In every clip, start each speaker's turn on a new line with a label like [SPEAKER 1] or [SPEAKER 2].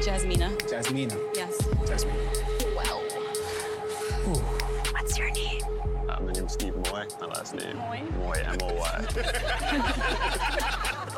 [SPEAKER 1] Jasmina.
[SPEAKER 2] Jasmina.
[SPEAKER 1] Yes.
[SPEAKER 2] Jasmina.
[SPEAKER 1] Well. What's your name?
[SPEAKER 3] Uh, my name's Steve Moy. My last name
[SPEAKER 1] Moy?
[SPEAKER 3] Moy M O Y.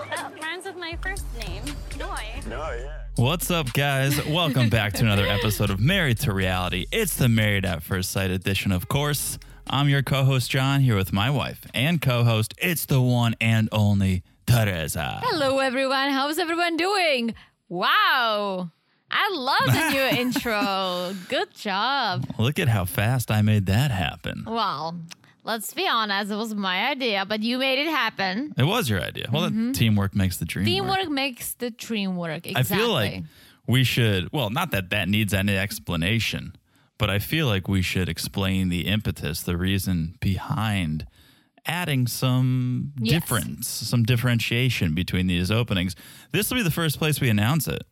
[SPEAKER 4] That rhymes with my first name, Noi.
[SPEAKER 3] No, yeah.
[SPEAKER 5] What's up, guys? Welcome back to another episode of Married to Reality. It's the Married at First Sight edition, of course. I'm your co host, John, here with my wife and co host. It's the one and only Teresa.
[SPEAKER 6] Hello, everyone. How's everyone doing? Wow. I love the new intro. Good job.
[SPEAKER 5] Look at how fast I made that happen.
[SPEAKER 6] Well, let's be honest, it was my idea, but you made it happen.
[SPEAKER 5] It was your idea. Well, that teamwork makes the dream. work.
[SPEAKER 6] Mm-hmm. Teamwork makes the dream work. Exactly.
[SPEAKER 5] I feel like we should, well, not that that needs any explanation, but I feel like we should explain the impetus, the reason behind adding some
[SPEAKER 6] Yes.
[SPEAKER 5] difference, some differentiation between these openings. This will be the first place we announce it.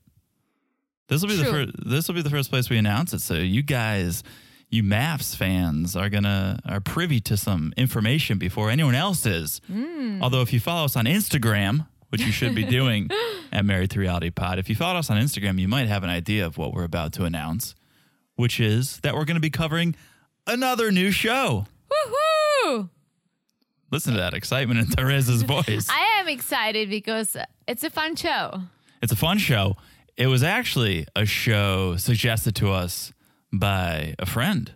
[SPEAKER 5] This will be the
[SPEAKER 6] True.
[SPEAKER 5] first. This will be the first place we announce it. So you guys, you Mavs fans, are gonna are privy to some information before anyone else is.
[SPEAKER 6] Hmm.
[SPEAKER 5] Although if you follow us on Instagram, which you should be doing at Married to Reality Pod, if you follow us on Instagram, you might have an idea of what we're about to announce, which is that we're going to be covering another new show.
[SPEAKER 6] Woohoo!
[SPEAKER 5] Listen to that excitement in Therese's voice.
[SPEAKER 6] I am excited because it's a fun show.
[SPEAKER 5] It's a fun show. It was actually a show suggested to us by a friend.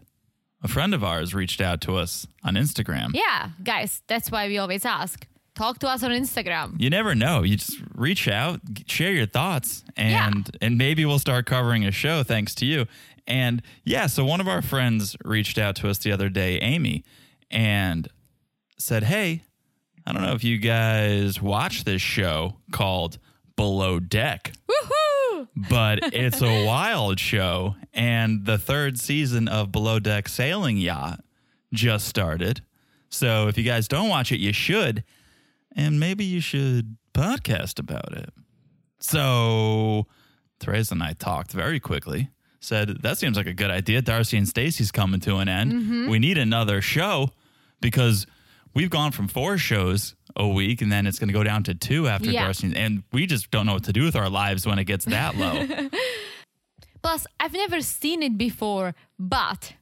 [SPEAKER 5] A friend of ours reached out to us on Instagram.
[SPEAKER 6] Yeah, guys, that's why we always ask. Talk to us on Instagram.
[SPEAKER 5] You never know. You just reach out, g- share your thoughts, and and maybe we'll start covering a show thanks to you. And yeah, so one of our friends reached out to us the other day, Amy, and said, "Hey, I don't know if you guys watch this show called Below Deck."
[SPEAKER 6] Woohoo!
[SPEAKER 5] but it's a wild show. And the third season of Below Deck Sailing Yacht just started. So if you guys don't watch it, you should. And maybe you should podcast about it. So Therese and I talked very quickly, said, That seems like a good idea. Darcy and Stacy's coming to an end.
[SPEAKER 6] Mm-hmm.
[SPEAKER 5] We need another show because we've gone from four shows a week and then it's going to go down to two after
[SPEAKER 6] Yeah.
[SPEAKER 5] Darcy. And we just don't know what to do with our lives when it gets that low.
[SPEAKER 6] Plus, I've never seen it before, but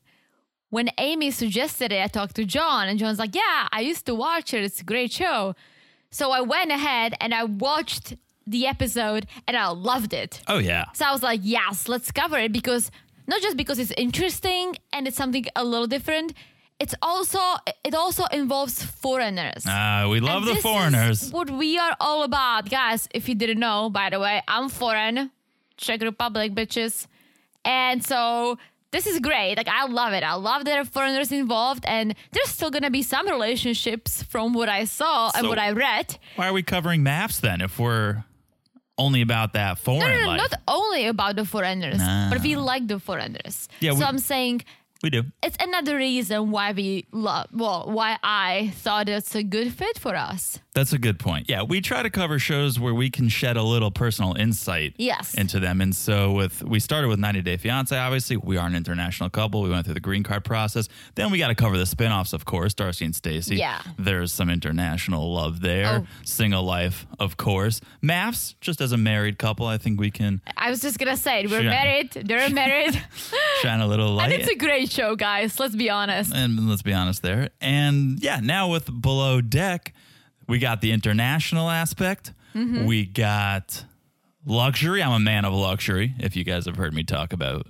[SPEAKER 6] when Amy suggested it, I talked to John, and John's like, Yeah, I used to watch it. It's a great show. So I went ahead and I watched the episode and I loved it.
[SPEAKER 5] oh, yeah.
[SPEAKER 6] So I was like, Yes, let's cover it because not just because it's interesting and it's something a little different, it's also, it also involves foreigners.
[SPEAKER 5] Uh, we love
[SPEAKER 6] And
[SPEAKER 5] the
[SPEAKER 6] this is
[SPEAKER 5] foreigners.
[SPEAKER 6] what we are all about, guys. If you didn't know, by the way, I'm foreign, Czech Republic, bitches, and so this is great. Like I love it. I love that there are foreigners involved, and there's still gonna be some relationships from what I saw and
[SPEAKER 5] So-
[SPEAKER 6] what I read.
[SPEAKER 5] Why are we covering maps then if we're only about that foreign
[SPEAKER 6] No, no, no,
[SPEAKER 5] life?
[SPEAKER 6] not only about the foreigners, but we like the foreigners.
[SPEAKER 5] Yeah,
[SPEAKER 6] so
[SPEAKER 5] we-
[SPEAKER 6] I'm saying
[SPEAKER 5] we do.
[SPEAKER 6] it's another reason why we love. Well, why I thought it's a good fit for us.
[SPEAKER 5] That's a good point. Yeah, we try to cover shows where we can shed a little personal insight
[SPEAKER 6] Yes.
[SPEAKER 5] into them. And so with we started with 90 Day Fiance, obviously. We are an international couple. We went through the green card process. Then we got to cover the spin-offs, of course, Darcy and Stacy.
[SPEAKER 6] Yeah.
[SPEAKER 5] There's some international love there.
[SPEAKER 6] Oh.
[SPEAKER 5] Single life, of course. Maps, just as a married couple, I think we can
[SPEAKER 6] I was just gonna say it. We're
[SPEAKER 5] Sure.
[SPEAKER 6] married. They're married.
[SPEAKER 5] shine a little light.
[SPEAKER 6] And it's a great show, guys. Let's be honest.
[SPEAKER 5] and let's be honest there. And yeah, now with Below Deck, we got the international aspect.
[SPEAKER 6] Mm-hmm.
[SPEAKER 5] We got luxury. I'm a man of luxury. If you guys have heard me talk about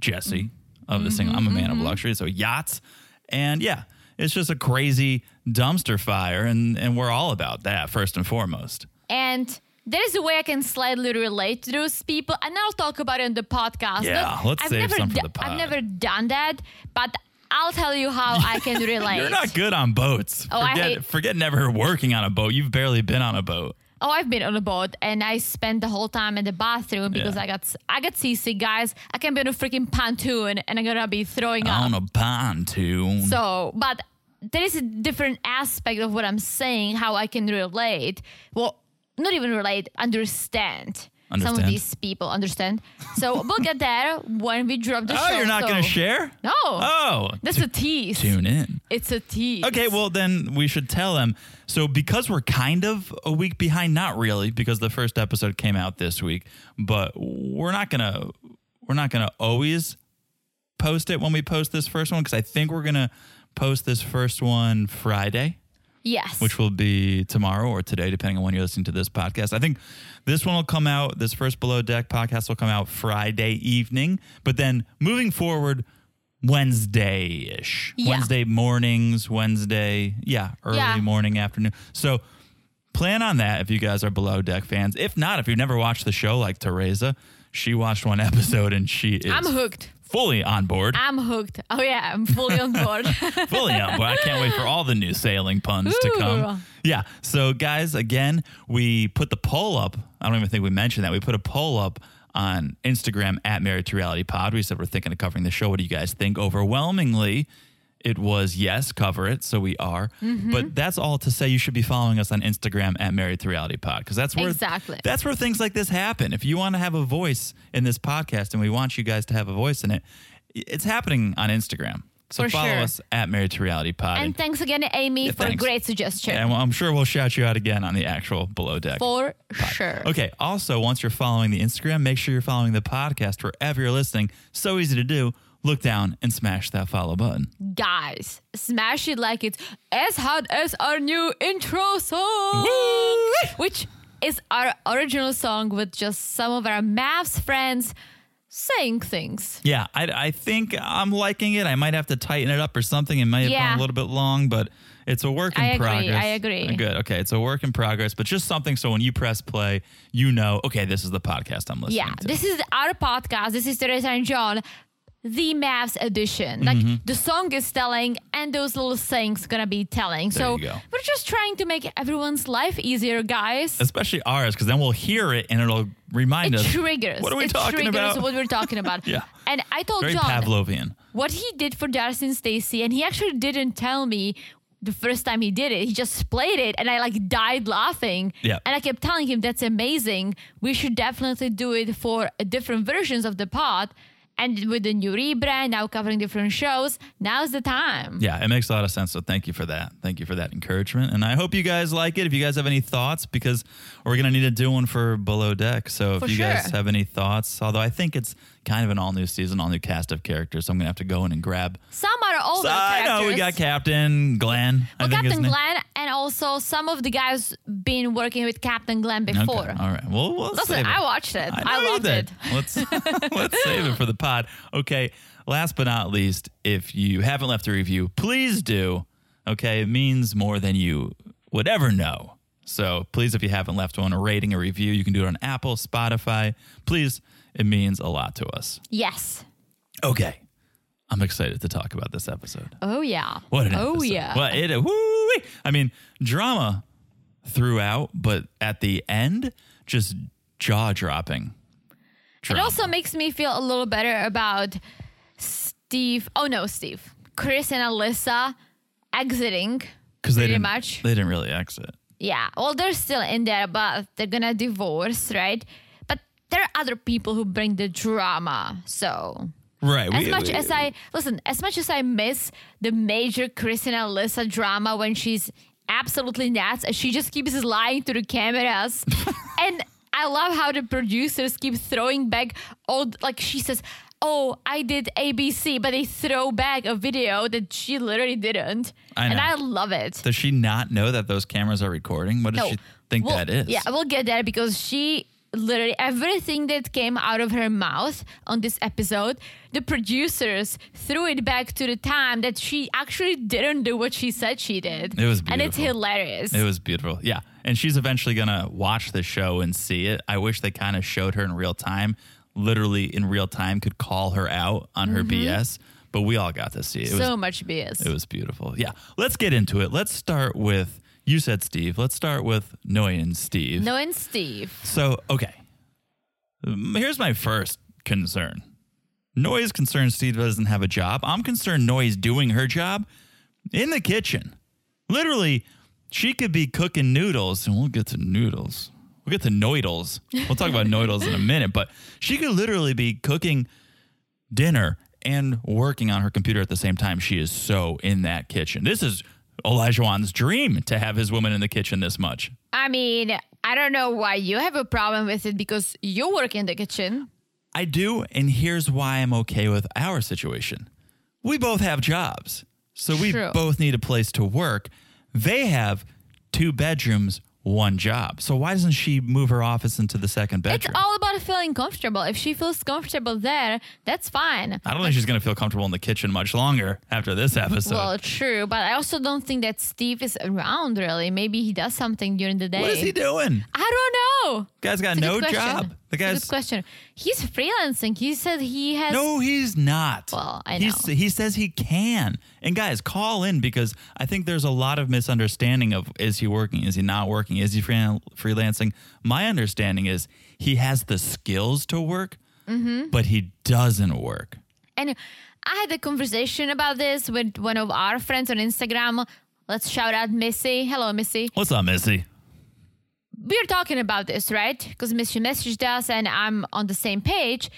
[SPEAKER 5] Jesse of the
[SPEAKER 6] Mm-hmm.
[SPEAKER 5] single, I'm a man of luxury. So yachts, and yeah, it's just a crazy dumpster fire, and and we're all about that first and foremost.
[SPEAKER 6] And there is a way I can slightly relate to those people, and I'll talk about it on the podcast.
[SPEAKER 5] Yeah, let's
[SPEAKER 6] I've
[SPEAKER 5] save
[SPEAKER 6] never
[SPEAKER 5] some for
[SPEAKER 6] do-
[SPEAKER 5] the pod.
[SPEAKER 6] I've never done that, but I'll tell you how I can relate.
[SPEAKER 5] You're not good on boats.
[SPEAKER 6] Oh, I
[SPEAKER 5] forget,
[SPEAKER 6] hate-
[SPEAKER 5] forget never working on a boat. You've barely been on a boat.
[SPEAKER 6] Oh, I've been on a boat, and I spent the whole time in the bathroom because
[SPEAKER 5] Yeah.
[SPEAKER 6] I got s- I got seasick, guys. I can be on a freaking pontoon, and I'm gonna be throwing up.
[SPEAKER 5] On a pontoon.
[SPEAKER 6] So, but there is a different aspect of what I'm saying, how I can relate. Well, not even relate, understand. some
[SPEAKER 5] Understand.
[SPEAKER 6] of these people understand. So we'll get there when we drop the show.
[SPEAKER 5] oh, you're not
[SPEAKER 6] so-
[SPEAKER 5] going to share?
[SPEAKER 6] No.
[SPEAKER 5] Oh,
[SPEAKER 6] That's a tease.
[SPEAKER 5] tune in.
[SPEAKER 6] It's a tease.
[SPEAKER 5] Okay, well then we should tell them. So because we're kind of a week behind, not really, because the first episode came out this week, but we're not gonna we're not gonna always post it when we post this first one because I think we're gonna post this first one Friday,
[SPEAKER 6] Yes.
[SPEAKER 5] which will be tomorrow or today, depending on when you're listening to this podcast. I think this one will come out. This first Below Deck podcast will come out Friday evening, but then moving forward. Wednesday ish.
[SPEAKER 6] Yeah.
[SPEAKER 5] Wednesday mornings, Wednesday, yeah, early
[SPEAKER 6] Yeah.
[SPEAKER 5] morning, afternoon. So plan on that if you guys are below deck fans. If not, if you've never watched the show like Teresa, she watched one episode and she is
[SPEAKER 6] I'm hooked.
[SPEAKER 5] fully on board.
[SPEAKER 6] I'm hooked. Oh yeah, I'm fully on board.
[SPEAKER 5] fully on board. I can't wait for all the new sailing puns to
[SPEAKER 6] Ooh.
[SPEAKER 5] come. Yeah. So, guys, again, we put the poll up. I don't even think we mentioned that. We put a poll up on Instagram at Married to Reality Pod. We said we're thinking of covering the show. What do you guys think? Overwhelmingly, it was yes, cover it. So we are.
[SPEAKER 6] Mm-hmm.
[SPEAKER 5] But that's all to say you should be following us on Instagram at Married to Reality Pod because that's where
[SPEAKER 6] Exactly.
[SPEAKER 5] that's where things like this happen. If you want to have a voice in this podcast and we want you guys to have a voice in it, it's happening on Instagram. So
[SPEAKER 6] For
[SPEAKER 5] follow
[SPEAKER 6] sure.
[SPEAKER 5] us at Married to Reality Pod.
[SPEAKER 6] and
[SPEAKER 5] And,
[SPEAKER 6] thanks again, Amy, for a
[SPEAKER 5] thanks.
[SPEAKER 6] great suggestion.
[SPEAKER 5] and I'm sure we'll shout you out again on the actual Below Deck.
[SPEAKER 6] for sure.
[SPEAKER 5] Okay. Also, once you're following the Instagram, make sure you're following the podcast wherever you're listening. So easy to do. Look down and smash that follow button.
[SPEAKER 6] Guys, smash it like it's as hot as our new intro song, which is our original song with just some of our maths friends saying things.
[SPEAKER 5] Yeah, I, I think I'm liking it. I might have to tighten it up or something. It might have
[SPEAKER 6] Yeah.
[SPEAKER 5] gone a little bit long, but it's a work in
[SPEAKER 6] I agree,
[SPEAKER 5] progress.
[SPEAKER 6] I agree.
[SPEAKER 5] Uh, Good. Okay, it's a work in progress, but just something so when you press play, you know, okay, this is the podcast I'm listening
[SPEAKER 6] Yeah,
[SPEAKER 5] to.
[SPEAKER 6] this is our podcast. This is Teresa and John, the maths edition. Like
[SPEAKER 5] Mm-hmm.
[SPEAKER 6] the song is telling, and those little sayings gonna be telling. so
[SPEAKER 5] you go.
[SPEAKER 6] we're just trying to make everyone's life easier, guys.
[SPEAKER 5] Especially ours, because then we'll hear it and it'll remind
[SPEAKER 6] it
[SPEAKER 5] us.
[SPEAKER 6] triggers.
[SPEAKER 5] What are we
[SPEAKER 6] it
[SPEAKER 5] talking
[SPEAKER 6] triggers
[SPEAKER 5] about?
[SPEAKER 6] What we're talking about.
[SPEAKER 5] Yeah.
[SPEAKER 6] And I told
[SPEAKER 5] Very
[SPEAKER 6] John
[SPEAKER 5] Pavlovian.
[SPEAKER 6] what he did for Darcy and Stacy, and he actually didn't tell me the first time he did it. He just played it, and I like died laughing.
[SPEAKER 5] Yeah.
[SPEAKER 6] And I kept telling him that's amazing. We should definitely do it for different versions of the pod. And with the new rebrand, now covering different shows, now's the time.
[SPEAKER 5] Yeah, it makes a lot of sense. So thank you for that. Thank you for that encouragement. And I hope you guys like it. If you guys have any thoughts, because we're going to need to do one for Below Deck. So if
[SPEAKER 6] For
[SPEAKER 5] you guys
[SPEAKER 6] sure.
[SPEAKER 5] have any thoughts, although I think it's kind of an all new season, all new cast of characters. So I'm going to have to go in and grab.
[SPEAKER 6] Some are older
[SPEAKER 5] So I know we
[SPEAKER 6] characters.
[SPEAKER 5] got Captain Glenn. I
[SPEAKER 6] Well,
[SPEAKER 5] think his
[SPEAKER 6] Captain
[SPEAKER 5] name-
[SPEAKER 6] Glenn, and also some of the guys been working with Captain Glenn
[SPEAKER 5] Okay,
[SPEAKER 6] before.
[SPEAKER 5] All right. Well, we'll
[SPEAKER 6] Listen,
[SPEAKER 5] save it.
[SPEAKER 6] I watched it. I,
[SPEAKER 5] know you
[SPEAKER 6] loved
[SPEAKER 5] did.
[SPEAKER 6] it.
[SPEAKER 5] Let's let's save it for the pod. Okay. Last but not least, if you haven't left a review, please do. Okay, it means more than you would ever know. So please, if you haven't left one, a rating, a review, you can do it on Apple, Spotify. Please, it means a lot to us.
[SPEAKER 6] Yes.
[SPEAKER 5] Okay. I'm excited to talk about this episode.
[SPEAKER 6] Oh yeah.
[SPEAKER 5] What an
[SPEAKER 6] oh
[SPEAKER 5] episode.
[SPEAKER 6] yeah.
[SPEAKER 5] What it woo-wee. I mean, drama throughout, but at the end, just jaw dropping.
[SPEAKER 6] It also makes me feel a little better about Steve. Oh no, Steve. Chris and Alyssa exiting.
[SPEAKER 5] because they
[SPEAKER 6] pretty
[SPEAKER 5] didn't,
[SPEAKER 6] much.
[SPEAKER 5] They didn't really exit.
[SPEAKER 6] Yeah. Well, they're still in there, but they're gonna divorce, right? But there are other people who bring the drama. So
[SPEAKER 5] Right.
[SPEAKER 6] as much as I listen, as much as I miss the major Chris and Alyssa drama when she's absolutely nuts and she just keeps lying to the cameras, and I love how the producers keep throwing back old like she says. Oh, I did ABC, but they throw back a video that she literally didn't.
[SPEAKER 5] I
[SPEAKER 6] And
[SPEAKER 5] know.
[SPEAKER 6] I love it.
[SPEAKER 5] Does she not know that those cameras are recording? What does
[SPEAKER 6] No.
[SPEAKER 5] she think
[SPEAKER 6] Well,
[SPEAKER 5] that is?
[SPEAKER 6] Yeah, we'll get there because she literally everything that came out of her mouth on this episode, the producers threw it back to the time that she actually didn't do what she said she did.
[SPEAKER 5] It was
[SPEAKER 6] And it's
[SPEAKER 5] beautiful.
[SPEAKER 6] hilarious.
[SPEAKER 5] It was beautiful. Yeah. And she's eventually going to watch the show and see it. I wish they kind of showed her in real time, literally in real time, could call her out on
[SPEAKER 6] Mm-hmm.
[SPEAKER 5] her BS. But we all got to see it. It was
[SPEAKER 6] so much BS.
[SPEAKER 5] It was beautiful. Yeah. Let's get into it. Let's start with you said Steve. Let's start with Noy and Steve.
[SPEAKER 6] no and Steve.
[SPEAKER 5] So, okay. Um, Here's my first concern. Noy is concerned Steve doesn't have a job. I'm concerned Noy is doing her job in the kitchen. Literally, she could be cooking noodles, and we'll get to noodles We'll get to noodles. We'll talk about noodles in a minute, but she could literally be cooking dinner and working on her computer at the same time. She is so in that kitchen. This is Olajuwon's dream to have his woman in the kitchen this much.
[SPEAKER 6] I mean, I don't know why you have a problem with it because you work in the kitchen.
[SPEAKER 5] I do, and here's why I'm okay with our situation. We both have jobs, so we
[SPEAKER 6] True.
[SPEAKER 5] both need a place to work. They have two bedrooms, one job. So why doesn't she move her office into the second
[SPEAKER 6] It's
[SPEAKER 5] bedroom?
[SPEAKER 6] all about feeling comfortable. If she feels comfortable there, that's fine.
[SPEAKER 5] I don't think she's going to feel comfortable in the kitchen much longer after this episode.
[SPEAKER 6] Well, true, but I also don't think that Steve is around really. Maybe he does something during the day.
[SPEAKER 5] what is he doing?
[SPEAKER 6] I don't know.
[SPEAKER 5] Guy's got
[SPEAKER 6] It's a
[SPEAKER 5] no
[SPEAKER 6] good question.
[SPEAKER 5] job. The
[SPEAKER 6] It's a
[SPEAKER 5] guy's
[SPEAKER 6] good question. He's freelancing. He said he has.
[SPEAKER 5] No, he's not.
[SPEAKER 6] Well, I
[SPEAKER 5] He's-
[SPEAKER 6] know.
[SPEAKER 5] he says he can. And guys, call in because I think there's a lot of misunderstanding of is he working? Is he not working? Is he fre- freelancing? My understanding is he has the skills to work,
[SPEAKER 6] Mm-hmm.
[SPEAKER 5] but he doesn't work.
[SPEAKER 6] And I had a conversation about this with one of our friends on Instagram. Let's shout out Missy. Hello, Missy.
[SPEAKER 5] What's up, Missy?
[SPEAKER 6] we were talking about this, right? Because Miss she messaged us and I'm on the same page.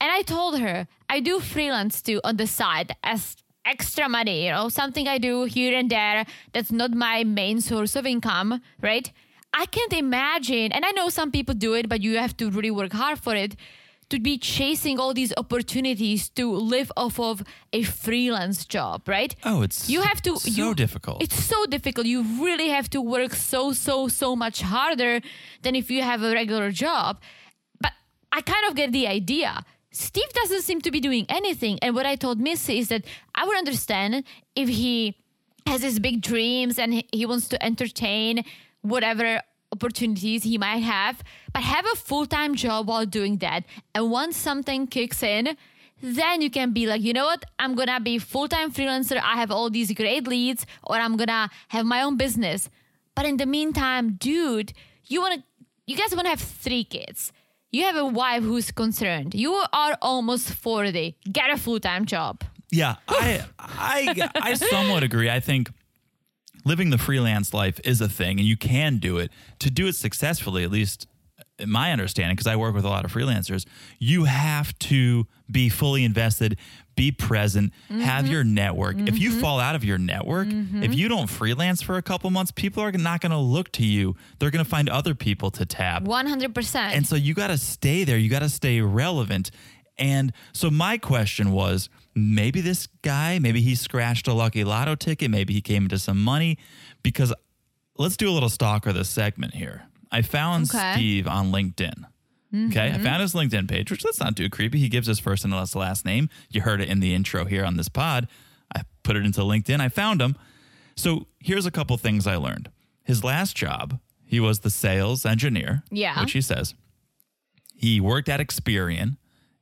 [SPEAKER 6] And I told her I do freelance too on the side as extra money, you know, something I do here and there that's not my main source of income, right? I can't imagine, and I know some people do it, but you have to really work hard for it to be chasing all these opportunities to live off of a freelance job, right?
[SPEAKER 5] Oh, it's
[SPEAKER 6] you have to
[SPEAKER 5] so
[SPEAKER 6] you,
[SPEAKER 5] difficult.
[SPEAKER 6] It's so difficult. You really have to work so so so much harder than if you have a regular job. But I kind of get the idea. Steve doesn't seem to be doing anything, and what I told Missy is that I would understand if he has his big dreams and he- he wants to entertain whatever opportunities he might have, but have a full time job while doing that. And once something kicks in, then you can be like, you know what? I'm gonna be full time freelancer. I have all these great leads, or I'm gonna have my own business. But in the meantime, dude, you wanna, you guys wanna have three kids. You have a wife who's concerned. You are almost 40. Get a full time job.
[SPEAKER 5] Yeah, I, I, I somewhat agree. I think living the freelance life is a thing, and you can do it. To do it successfully, at least in my understanding, because I work with a lot of freelancers, you have to be fully invested, be present, have your network. If you fall out of your network, if you don't freelance for a couple months, people are not going to look to you. They're going to find other people to tap.
[SPEAKER 6] 100%.
[SPEAKER 5] And so you got to stay there. You got to stay relevant. And so my question was maybe this guy, maybe he scratched a lucky lotto ticket, maybe he came into some money because let's do a little stalker this segment here. I found
[SPEAKER 6] Okay.
[SPEAKER 5] Steve on LinkedIn. Okay, I found his LinkedIn page, which let's not do creepy. He gives his first and last last name. You heard it in the intro here on this pod. I put it into LinkedIn. I found him. So here's a couple things I learned. His last job, he was the sales engineer.
[SPEAKER 6] Yeah.
[SPEAKER 5] Which he says. He worked at Experian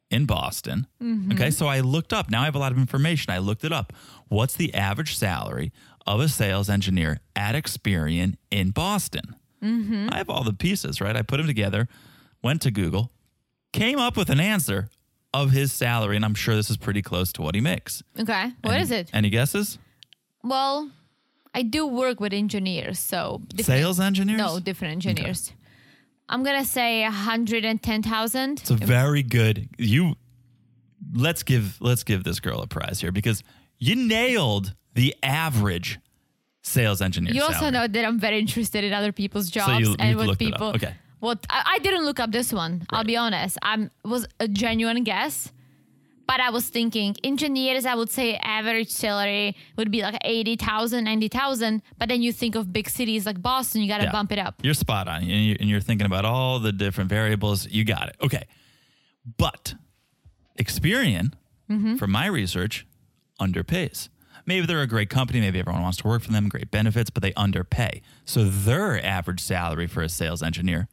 [SPEAKER 5] in Boston.
[SPEAKER 6] Mm-hmm.
[SPEAKER 5] Okay. So I looked up. Now I have a lot of information. I looked it up. What's the average salary of a sales engineer at Experian in Boston?
[SPEAKER 6] Mm-hmm.
[SPEAKER 5] I have all the pieces, right? I put them together, went to Google, came up with an answer of his salary. And I'm sure this is pretty close to what he makes.
[SPEAKER 6] okay. What
[SPEAKER 5] Any-
[SPEAKER 6] is it?
[SPEAKER 5] Any guesses?
[SPEAKER 6] Well, I do work with engineers, so different-
[SPEAKER 5] Sales engineers?
[SPEAKER 6] No, different engineers. I'm gonna say 110,000.
[SPEAKER 5] It's a very good you let's give let's give this girl a prize here because you nailed the average sales engineer.
[SPEAKER 6] You also
[SPEAKER 5] salary.
[SPEAKER 6] know that I'm very interested in other people's jobs
[SPEAKER 5] you-
[SPEAKER 6] and
[SPEAKER 5] you've
[SPEAKER 6] what
[SPEAKER 5] looked it up.
[SPEAKER 6] people.
[SPEAKER 5] Okay.
[SPEAKER 6] What I, I didn't look up this one. I'll be honest. I was a genuine guess, but I was thinking engineers. I would say average salary would be like 80,000, 90,000. But then you think of big cities like Boston, you gotta
[SPEAKER 5] Yeah.
[SPEAKER 6] bump it up.
[SPEAKER 5] You're spot on. And you- and you're thinking about all the different variables. You got it. Okay. But Experian,
[SPEAKER 6] Mm-hmm.
[SPEAKER 5] from my research, underpays. Maybe they're a great company. Maybe everyone wants to work for them, great benefits, but they underpay. So their average salary for a sales engineer,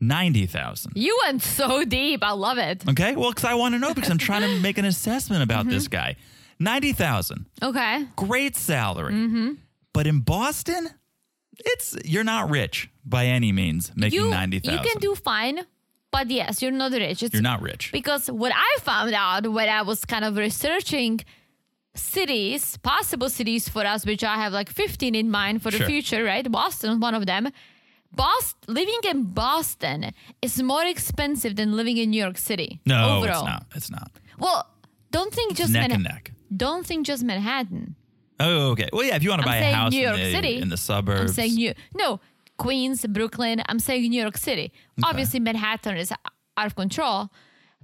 [SPEAKER 5] 90000
[SPEAKER 6] You went so deep. I love it.
[SPEAKER 5] Okay. Well, because I want to know because I'm trying to make an assessment about this
[SPEAKER 6] Mm-hmm.
[SPEAKER 5] guy. 90000
[SPEAKER 6] Okay.
[SPEAKER 5] great salary.
[SPEAKER 6] Mm-hmm.
[SPEAKER 5] But in Boston, it's you're not rich by any means making
[SPEAKER 6] you,
[SPEAKER 5] ninety
[SPEAKER 6] you
[SPEAKER 5] thousand.
[SPEAKER 6] can do fine, but yes, you're not rich. It's
[SPEAKER 5] You're not rich.
[SPEAKER 6] because what I found out when I was kind of researching cities, possible cities for us, which I have like 15 in mind for the
[SPEAKER 5] Sure.
[SPEAKER 6] future, right? Boston is one of them. Boston, living in Boston is more expensive than living in New York City.
[SPEAKER 5] No,
[SPEAKER 6] overall.
[SPEAKER 5] it's not. It's not.
[SPEAKER 6] Well, don't think just
[SPEAKER 5] neck and
[SPEAKER 6] Manha-
[SPEAKER 5] neck.
[SPEAKER 6] Don't think just Manhattan.
[SPEAKER 5] Oh, okay. Well, yeah. If you want to
[SPEAKER 6] I'm
[SPEAKER 5] buy a
[SPEAKER 6] saying
[SPEAKER 5] house
[SPEAKER 6] New York
[SPEAKER 5] in, the,
[SPEAKER 6] City.
[SPEAKER 5] in the suburbs,
[SPEAKER 6] I'm saying New no Queens, Brooklyn. I'm saying New York City. Obviously, Manhattan is out of control,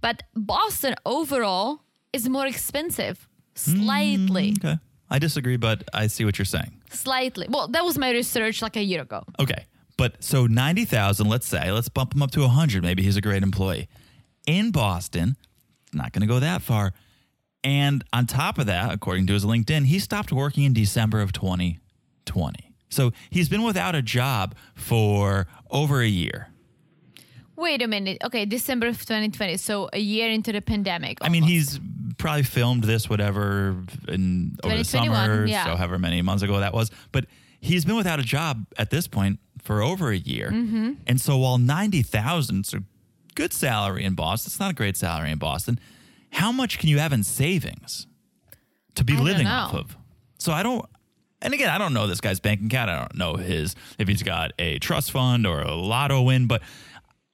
[SPEAKER 6] but Boston overall is more expensive, slightly,
[SPEAKER 5] Mm, okay. I disagree, but I see what you're saying.
[SPEAKER 6] slightly. Well, that was my research like a year ago.
[SPEAKER 5] Okay. But so 90,000, let's say, let's bump him up to 100. Maybe he's a great employee. In Boston, not going to go that far. And on top of that, according to his LinkedIn, he stopped working in December of 2020. So he's been without a job for over a year.
[SPEAKER 6] Wait a minute. Okay, December of 2020, so a year into the pandemic.
[SPEAKER 5] I mean,
[SPEAKER 6] almost.
[SPEAKER 5] he's probably filmed this whatever in over the
[SPEAKER 6] 2021,
[SPEAKER 5] summer,
[SPEAKER 6] yeah.
[SPEAKER 5] so however many months ago that was. But he's been without a job at this point for over a year,
[SPEAKER 6] Mm-hmm.
[SPEAKER 5] and so while ninety thousand is a good salary in Boston, it's not a great salary in Boston. How much can you have in savings to be
[SPEAKER 6] I don't
[SPEAKER 5] living
[SPEAKER 6] know.
[SPEAKER 5] off of? So I don't. And again, I don't know this guy's bank account. I don't know his if he's got a trust fund or a lotto win, but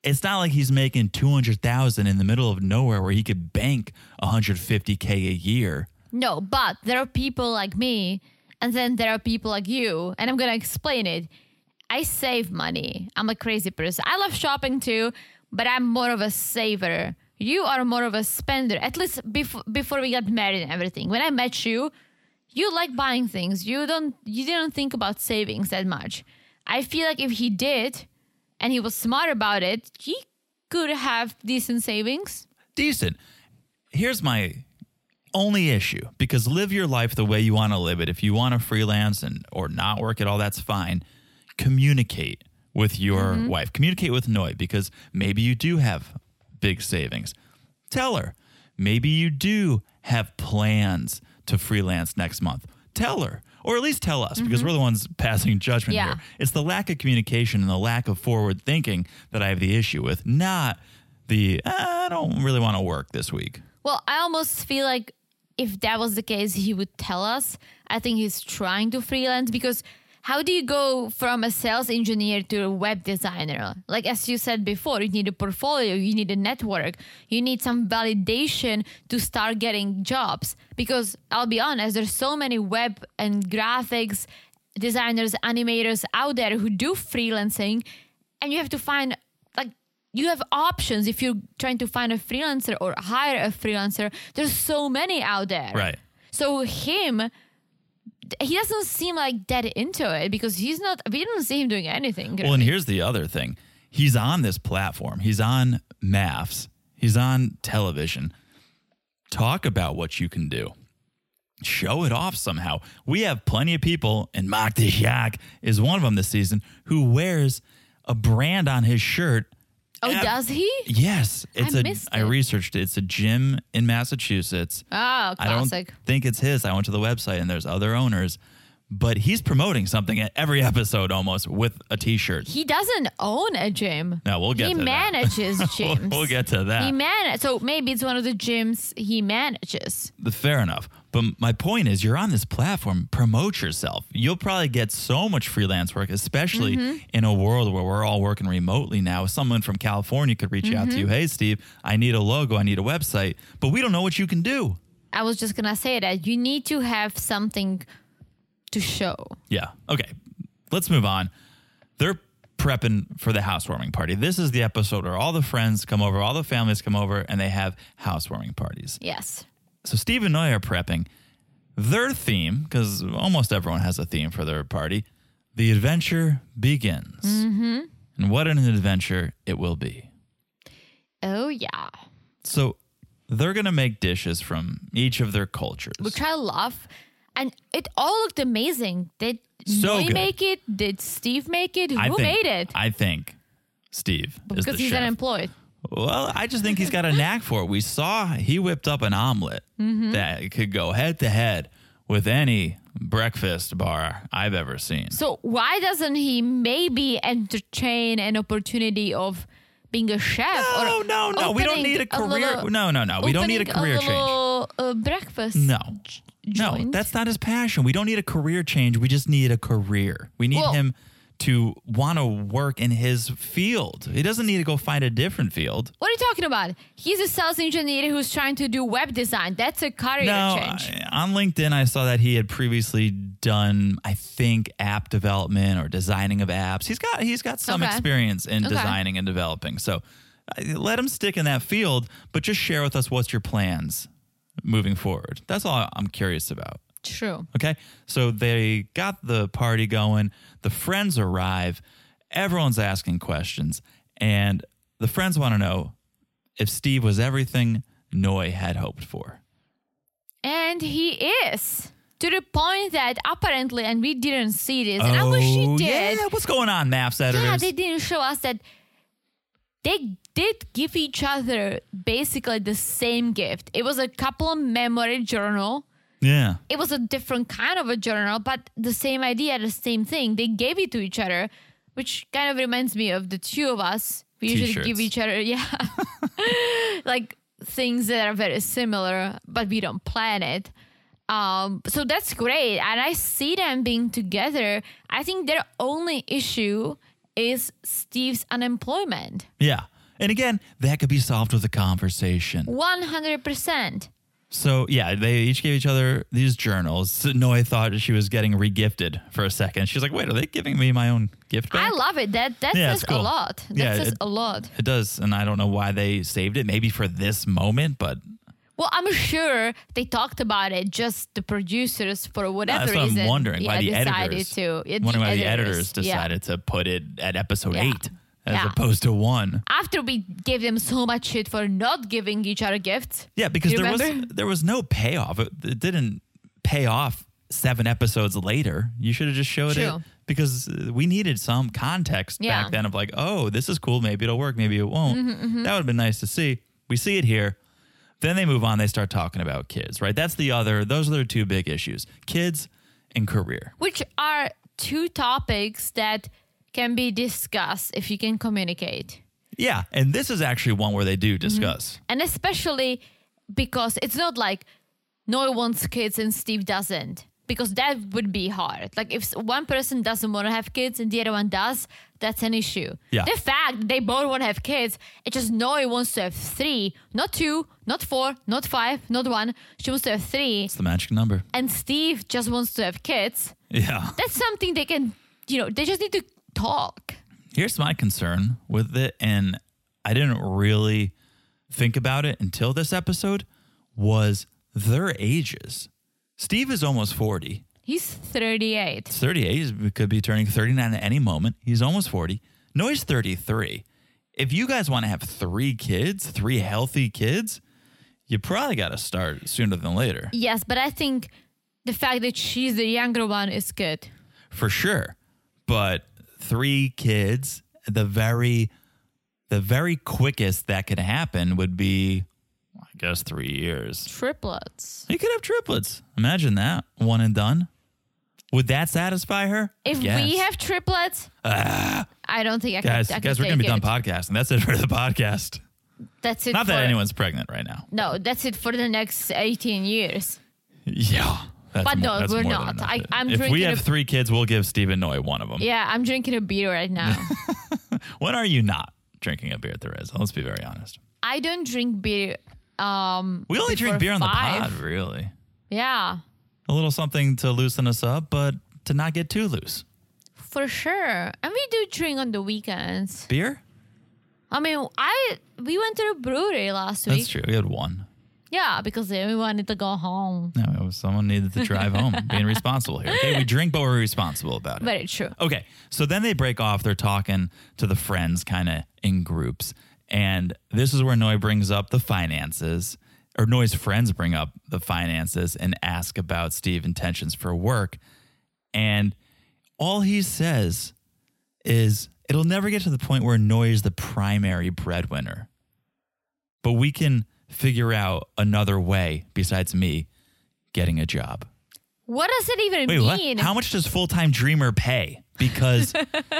[SPEAKER 5] it's not like he's making 200,000 in the middle of nowhere where he could bank 150k a year.
[SPEAKER 6] No, but there are people like me, and then there are people like you, and I'm gonna explain it. I save money. I'm a crazy person. I love shopping too, but I'm more of a saver. You are more of a spender. At least before before we got married and everything. When I met you, you like buying things. You don't you didn't think about savings that much. I feel like if he did and he was smart about it, he could have decent savings.
[SPEAKER 5] Decent. Here's my only issue because live your life the way you want to live it. If you want to freelance and or not work at all, that's fine. Communicate with your wife. Communicate with Noi because maybe you do have big savings. Tell her. Maybe you do have plans to freelance next month. Tell her. Or at least tell us because we're the ones passing judgment
[SPEAKER 6] Yeah.
[SPEAKER 5] here. It's the lack of communication and the lack of forward thinking that I have the issue with, not the "Ah, I don't really want to work this week.
[SPEAKER 6] Well, I almost feel like if that was the case, he would tell us. I think he's trying to freelance because how do you go from a sales engineer to a web designer? Like, as you said before, you need a portfolio, you need a network, you need some validation to start getting jobs. Because I'll be honest, there's so many web and graphics designers, animators out there who do freelancing, and you have to find like you have options if you're trying to find a freelancer or hire a freelancer. There's so many out there.
[SPEAKER 5] Right.
[SPEAKER 6] So him th- he doesn't seem like that into it because he's not we didn't see him doing anything.
[SPEAKER 5] Well, and
[SPEAKER 6] really.
[SPEAKER 5] here's the other thing. He's on this platform. He's on MAFs. He's on television. Talk about what you can do. Show it off somehow. We have plenty of people, and Mark the Jack is one of them this season, who wears a brand on his shirt.
[SPEAKER 6] oh,
[SPEAKER 5] Yeah.
[SPEAKER 6] does he?
[SPEAKER 5] Yes, it's a. I
[SPEAKER 6] missed it.
[SPEAKER 5] researched it. It's a gym in Massachusetts.
[SPEAKER 6] Oh,
[SPEAKER 5] I don't
[SPEAKER 6] classic.
[SPEAKER 5] think it's his. I went to the website and there's other owners, but he's promoting something at every episode almost with a t-shirt.
[SPEAKER 6] He doesn't own a gym.
[SPEAKER 5] No, we'll get
[SPEAKER 6] he
[SPEAKER 5] to that.
[SPEAKER 6] manages
[SPEAKER 5] We'll-
[SPEAKER 6] gyms.
[SPEAKER 5] we'll get to that.
[SPEAKER 6] He man so maybe it's one of the gyms he manages.
[SPEAKER 5] The- Fair enough. But my point is, you're on this platform, promote yourself. You'll probably get so much freelance work, especially in a world where we're all working remotely now. Someone from California could reach out to you Hey, Steve, I need a logo, I need a website, but we don't know what you can do.
[SPEAKER 6] I was just gonna say that you need to have something to show.
[SPEAKER 5] Yeah. Okay. Let's move on. They're prepping for the housewarming party. This is the episode where all the friends come over, all the families come over, and they have housewarming parties.
[SPEAKER 6] Yes.
[SPEAKER 5] So Steve and I are prepping. Their theme, because almost everyone has a theme for their party, the adventure begins. Mm-hmm. And what an adventure it will be.
[SPEAKER 6] Oh yeah.
[SPEAKER 5] So they're going to make dishes from each of their cultures.
[SPEAKER 6] Which I love. And it all looked amazing. Did
[SPEAKER 5] So
[SPEAKER 6] Noi
[SPEAKER 5] good.
[SPEAKER 6] make it? Did Steve make it? Who
[SPEAKER 5] I think,
[SPEAKER 6] made it?
[SPEAKER 5] I think Steve is the
[SPEAKER 6] because he's
[SPEAKER 5] chef.
[SPEAKER 6] unemployed.
[SPEAKER 5] Well, I just think he's got a knack for it. We saw he whipped up an omelet
[SPEAKER 6] Mm-hmm.
[SPEAKER 5] that could go head to head with any breakfast bar I've ever seen.
[SPEAKER 6] So why doesn't he maybe entertain an opportunity of being a chef?
[SPEAKER 5] No,
[SPEAKER 6] or
[SPEAKER 5] no, no. We don't
[SPEAKER 6] opening
[SPEAKER 5] need a career-
[SPEAKER 6] little-
[SPEAKER 5] no, no, no. We don't need a career
[SPEAKER 6] opening little, Uh, breakfast.
[SPEAKER 5] No.
[SPEAKER 6] j-
[SPEAKER 5] No,
[SPEAKER 6] joint?
[SPEAKER 5] that's not his passion. We don't need a career change. We just need a career. We need
[SPEAKER 6] Well-
[SPEAKER 5] him to want to work in his field. He doesn't need to go find a different field.
[SPEAKER 6] What are you talking about? He's a sales engineer who's trying to do web design. That's a career
[SPEAKER 5] No,
[SPEAKER 6] change.
[SPEAKER 5] I- on LinkedIn, I saw that he had previously done, I think, app development or designing of apps. He's got he's got some
[SPEAKER 6] Okay.
[SPEAKER 5] experience in
[SPEAKER 6] Okay.
[SPEAKER 5] designing and developing. So I- let him stick in that field, but just share with us what's your plans moving forward. That's all I'm curious about.
[SPEAKER 6] True.
[SPEAKER 5] Okay. So they got the party going. The friends arrive. Everyone's asking questions. And the friends want to know if Steve was everything Noy had hoped for.
[SPEAKER 6] And he is. To the point that apparently, and we didn't see this, and I wish he did.
[SPEAKER 5] Oh, Yeah. What's going on, Maps editors?
[SPEAKER 6] Yeah, they didn't show us that they did give each other basically the same gift. It was a couple of memory journal.
[SPEAKER 5] yeah.
[SPEAKER 6] It was a different kind of a journal, but the same idea, the same thing. They gave it to each other, which kind of reminds me of the two of us. We usually give
[SPEAKER 5] T-shirts.
[SPEAKER 6] each other, yeah, like things that are very similar, but we don't plan it. Um, so that's great. And I see them being together. I think their only issue is Steve's unemployment.
[SPEAKER 5] Yeah. And again, that could be solved with a conversation.
[SPEAKER 6] 100%.
[SPEAKER 5] So, yeah, they each gave each other these journals. So Noy thought she was getting regifted for a second. She's like, wait, are they giving me my own gift back?
[SPEAKER 6] I love it. That that
[SPEAKER 5] Yeah, it's
[SPEAKER 6] says a
[SPEAKER 5] cool.
[SPEAKER 6] lot. That
[SPEAKER 5] Yeah,
[SPEAKER 6] says
[SPEAKER 5] it-
[SPEAKER 6] a lot.
[SPEAKER 5] It does, and I don't know why they saved it. Maybe for this moment, but
[SPEAKER 6] Well, I'm sure they talked about it. Just the producers, for whatever
[SPEAKER 5] that's what
[SPEAKER 6] reason,
[SPEAKER 5] I'm wondering why the
[SPEAKER 6] yeah, decided
[SPEAKER 5] editors
[SPEAKER 6] to. yeah,
[SPEAKER 5] wondering why the editors
[SPEAKER 6] yeah.
[SPEAKER 5] decided to put it at episode
[SPEAKER 6] Yeah.
[SPEAKER 5] eight as
[SPEAKER 6] Yeah.
[SPEAKER 5] opposed to one.
[SPEAKER 6] After we gave them so much shit for not giving each other gifts.
[SPEAKER 5] Yeah, because
[SPEAKER 6] Do you
[SPEAKER 5] there was
[SPEAKER 6] remember?
[SPEAKER 5] there was no payoff. It, it didn't pay off seven episodes later. You should have just showed it
[SPEAKER 6] True.
[SPEAKER 5] because uh, we needed some context
[SPEAKER 6] Yeah. Mm-hmm,
[SPEAKER 5] back then of like, oh, this is cool. Maybe it'll work. Maybe it won't. That would have been nice to see. We see it here. Then they move on. They start talking about kids, right? That's the other. Those are their two big issues: kids and career.
[SPEAKER 6] which are two topics that can be discussed if you can communicate.
[SPEAKER 5] Yeah, and this is actually one where they
[SPEAKER 6] Mm-hmm.
[SPEAKER 5] do discuss.
[SPEAKER 6] And especially because it's not like Noy wants kids and Steve doesn't, because that would be hard. Like if s- one person doesn't want to have kids and the other one does, that's an issue.
[SPEAKER 5] Yeah.
[SPEAKER 6] The fact that they both want to have kids, it's just Noy wants to have three, not two, not four, not five, not one. She wants to have three.
[SPEAKER 5] It's the magic number.
[SPEAKER 6] And Steve just wants to have kids.
[SPEAKER 5] Yeah.
[SPEAKER 6] That's something they can, you know, they just need to talk.
[SPEAKER 5] Here's my concern with it, and I didn't really think about it until this episode was their ages. Steve is almost 40.
[SPEAKER 6] He's 38.
[SPEAKER 5] He's 38, he could be turning 39 at any moment. He's almost 40. No, he's 33. If you guys want to have three kids, three healthy kids, you probably got to start sooner than later.
[SPEAKER 6] Yes, but I think the fact that she's the younger one is good.
[SPEAKER 5] for sure. But three kids, the very the very quickest that could happen would be I guess 3 years.
[SPEAKER 6] Triplets.
[SPEAKER 5] You could have triplets. Imagine that. One and done. Would that satisfy her?
[SPEAKER 6] If we
[SPEAKER 5] Yes. Ah.
[SPEAKER 6] have triplets, I don't think I can.
[SPEAKER 5] guys,
[SPEAKER 6] I can
[SPEAKER 5] guys, we're gonna be done
[SPEAKER 6] take it.
[SPEAKER 5] podcasting. That's it for the podcast.
[SPEAKER 6] That's it.
[SPEAKER 5] Not
[SPEAKER 6] for-
[SPEAKER 5] that anyone's pregnant right now.
[SPEAKER 6] No, that's it for the next 18 years.
[SPEAKER 5] Yeah. That's
[SPEAKER 6] But
[SPEAKER 5] more-
[SPEAKER 6] no,
[SPEAKER 5] that's
[SPEAKER 6] we're
[SPEAKER 5] more than
[SPEAKER 6] not.
[SPEAKER 5] enough.
[SPEAKER 6] I- I'm
[SPEAKER 5] if we
[SPEAKER 6] drinking
[SPEAKER 5] have
[SPEAKER 6] a-
[SPEAKER 5] three kids, we'll give Stephen Noy one of them.
[SPEAKER 6] Yeah, I'm drinking a beer right now.
[SPEAKER 5] When are you not drinking a beer at the Riz? Let's be very honest.
[SPEAKER 6] I don't drink beer. Um,
[SPEAKER 5] We only drink
[SPEAKER 6] before
[SPEAKER 5] beer on the
[SPEAKER 6] five.
[SPEAKER 5] pod, really.
[SPEAKER 6] Yeah,
[SPEAKER 5] a little something to loosen us up, but to not get too loose.
[SPEAKER 6] for sure. And we do drink on the weekends.
[SPEAKER 5] Beer?
[SPEAKER 6] I mean, I we went to the brewery last
[SPEAKER 5] That's
[SPEAKER 6] week.
[SPEAKER 5] true. We had one.
[SPEAKER 6] Yeah, because then we wanted to go home.
[SPEAKER 5] No, it was someone needed to drive home. Being responsible here. Okay, we drink, but we're responsible about it.
[SPEAKER 6] Very true.
[SPEAKER 5] Okay, so then they break off. They're talking to the friends, kind of in groups, and this is where Noy brings up the finances, or Noy's friends bring up the finances and ask about Steve intentions for work, and all he says is it'll never get to the point where Noy is the primary breadwinner, but we can figure out another way besides me getting a job.
[SPEAKER 6] What does it even
[SPEAKER 5] Wait,
[SPEAKER 6] mean?
[SPEAKER 5] what? How much does full time dreamer pay? Because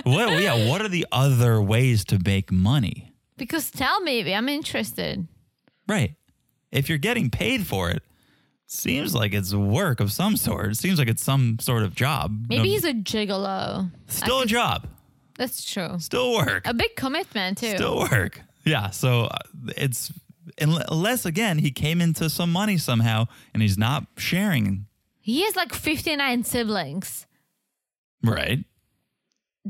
[SPEAKER 5] what? Yeah, what are the other ways to make money?
[SPEAKER 6] Because tell me, I'm interested.
[SPEAKER 5] Right. If you're getting paid for it, Seems like it's work of some sort. Seems like it's some sort of job.
[SPEAKER 6] Maybe
[SPEAKER 5] No-
[SPEAKER 6] he's a gigolo.
[SPEAKER 5] still a job,
[SPEAKER 6] That's true.
[SPEAKER 5] still work,
[SPEAKER 6] A big commitment too.
[SPEAKER 5] still work. Yeah. So uh, it's unle- unless again he came into some money somehow and he's not sharing.
[SPEAKER 6] He has like 59 siblings.
[SPEAKER 5] Right.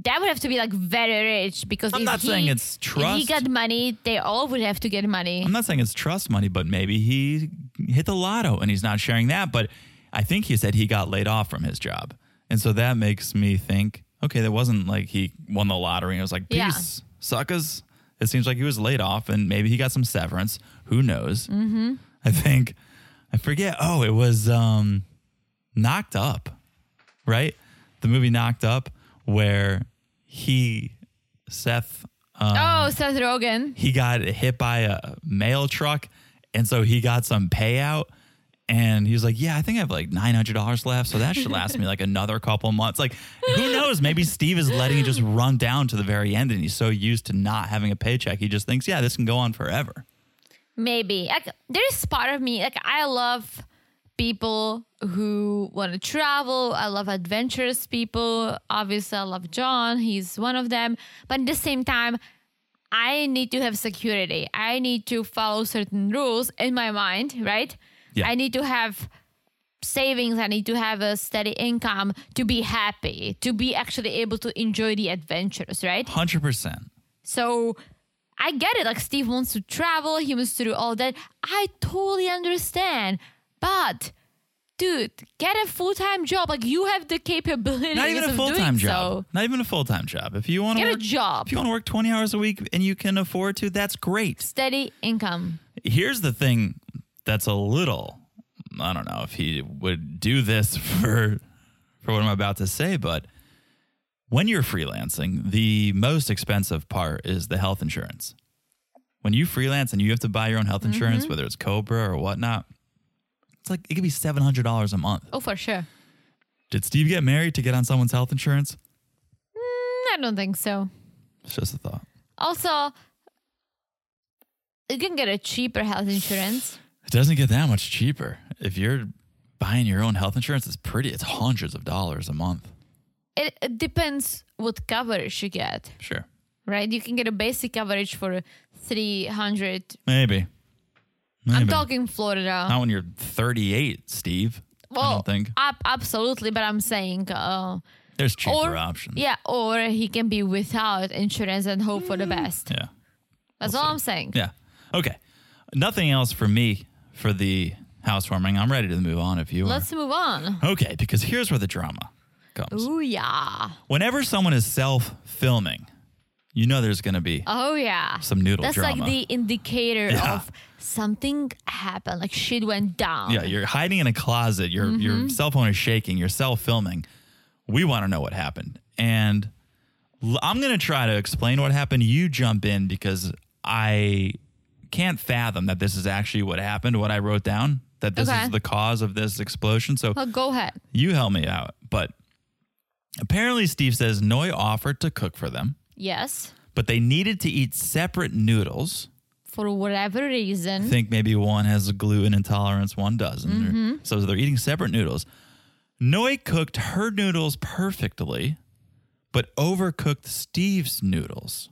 [SPEAKER 6] That would have to be like very rich because
[SPEAKER 5] I'm
[SPEAKER 6] if
[SPEAKER 5] not
[SPEAKER 6] he-
[SPEAKER 5] saying it's
[SPEAKER 6] If he
[SPEAKER 5] trust.
[SPEAKER 6] got money, they all would have to get money.
[SPEAKER 5] I'm not saying it's trust money, but maybe he hit the lotto and he's not sharing that. But I think he said he got laid off from his job. And so that makes me think okay, that wasn't like he won the lottery and was like, peace,
[SPEAKER 6] Yeah.
[SPEAKER 5] suckers. It seems like he was laid off and maybe he got some severance. Who knows? Mm-hmm. I think, I forget. Oh, it was um, Knocked Up, right? The movie Knocked Up, where he, Seth,
[SPEAKER 6] oh, Seth Rogen.
[SPEAKER 5] he got hit by a mail truck and so he got some payout and he was like yeah i think i have like $900 left so that should last me like another couple months like who knows maybe steve is letting it just run down to the very end and he's so used to not having a paycheck he just thinks yeah this can go on forever
[SPEAKER 6] Maybe. Like, there is part of me, like, I love people who want to travel. I love adventurous people. Obviously, I love John. He's one of them. But at the same time, I need to have security. I need to follow certain rules in my mind, right?
[SPEAKER 5] Yeah.
[SPEAKER 6] I need to have savings. I need to have a steady income to be happy, to be actually able to enjoy the adventures, right?
[SPEAKER 5] 100%
[SPEAKER 6] So I get it. Like Steve wants to travel, he wants to do all that. I totally understand. But dude, get a full time job. Like you have the capabilities
[SPEAKER 5] not even a
[SPEAKER 6] of
[SPEAKER 5] full-time
[SPEAKER 6] doing
[SPEAKER 5] job not even a full-time job if you want to
[SPEAKER 6] Get a
[SPEAKER 5] work
[SPEAKER 6] job.
[SPEAKER 5] if you want to work 20 hours a week and you can afford to that's great
[SPEAKER 6] so. Steady income.
[SPEAKER 5] here's the thing that's a little I don't know if he would do this for for what I'm about to say, but when you're freelancing, the most expensive part is the health insurance. When you freelance and you have to buy your own health insurance, whether it's Cobra or whatnot, it's like it could be seven hundred dollars a month.
[SPEAKER 6] Oh, for sure.
[SPEAKER 5] Did Steve get married to get on someone's health insurance?
[SPEAKER 6] Mm, I don't think so.
[SPEAKER 5] It's just a thought.
[SPEAKER 6] Also, you can get a cheaper health insurance.
[SPEAKER 5] It doesn't get that much cheaper. If you're buying your own health insurance, it's pretty it's hundreds of dollars a month.
[SPEAKER 6] It, it depends what coverage you get,
[SPEAKER 5] Sure.
[SPEAKER 6] right? You can get a basic coverage for 300.
[SPEAKER 5] Maybe. Maybe.
[SPEAKER 6] I'm talking Florida.
[SPEAKER 5] Not when you're 38, Steve. I don't think
[SPEAKER 6] ab- absolutely, but I'm saying, uh,
[SPEAKER 5] there's cheaper
[SPEAKER 6] or
[SPEAKER 5] options.
[SPEAKER 6] yeah, or he can be without insurance and hope for the best.
[SPEAKER 5] Mm. Yeah.
[SPEAKER 6] That's all I'm saying.
[SPEAKER 5] Yeah. Okay. Nothing else for me for the housewarming. I'm ready to move on if you
[SPEAKER 6] Let's move on.
[SPEAKER 5] are. Okay, because here's where the drama comes.
[SPEAKER 6] Oh yeah,
[SPEAKER 5] Whenever someone is self filming, you know there's going to be
[SPEAKER 6] oh yeah.
[SPEAKER 5] some noodle
[SPEAKER 6] That's
[SPEAKER 5] drama.
[SPEAKER 6] like the indicator
[SPEAKER 5] Yeah.
[SPEAKER 6] of something happened, like shit went down.
[SPEAKER 5] yeah, you're hiding in a closet. Your your cell phone is shaking. You're self filming. We want to know what happened, and l- I'm gonna try to explain what happened. You jump in because I can't fathom that this is actually what happened. What I wrote down that this
[SPEAKER 6] Okay.
[SPEAKER 5] is the cause of this explosion. So
[SPEAKER 6] Well, Uh, go ahead.
[SPEAKER 5] you help me out. But apparently, Steve says Noi offered to cook for them,
[SPEAKER 6] Yes,
[SPEAKER 5] but they needed to eat separate noodles.
[SPEAKER 6] for whatever reason.
[SPEAKER 5] think maybe one has a gluten intolerance, one doesn't. or- so they're eating separate noodles. Noi cooked her noodles perfectly, but overcooked Steve's noodles.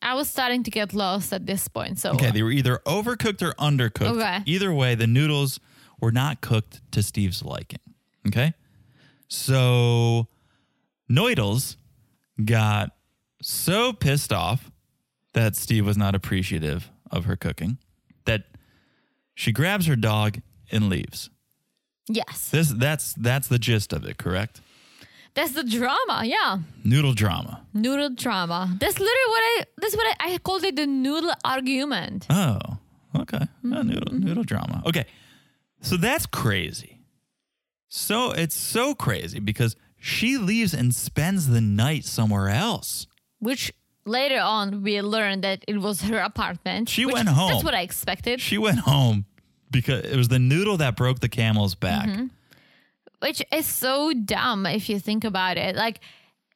[SPEAKER 6] I was starting to get lost at this point. So uh,
[SPEAKER 5] Okay, they were either overcooked or undercooked.
[SPEAKER 6] Oh. Okay.
[SPEAKER 5] Either way, the noodles were not cooked to Steve's liking. Okay. So Noidles got so pissed off that Steve was not appreciative of her cooking that she grabs her dog and leaves.
[SPEAKER 6] yes,
[SPEAKER 5] This that's that's the gist of it, correct?
[SPEAKER 6] that's the drama. Yeah.
[SPEAKER 5] Noodle drama.
[SPEAKER 6] Noodle drama. That's literally what I. That's what I, I called it. The noodle argument.
[SPEAKER 5] Oh, okay. Yeah, noodle, noodle drama. Okay. So that's crazy. So it's so crazy because she leaves and spends the night somewhere else.
[SPEAKER 6] Which later on we learned that it was her apartment.
[SPEAKER 5] She
[SPEAKER 6] which-
[SPEAKER 5] went home.
[SPEAKER 6] That's what I expected.
[SPEAKER 5] She went home because it was the noodle that broke the camel's back.
[SPEAKER 6] Which is so dumb if you think about it. Like,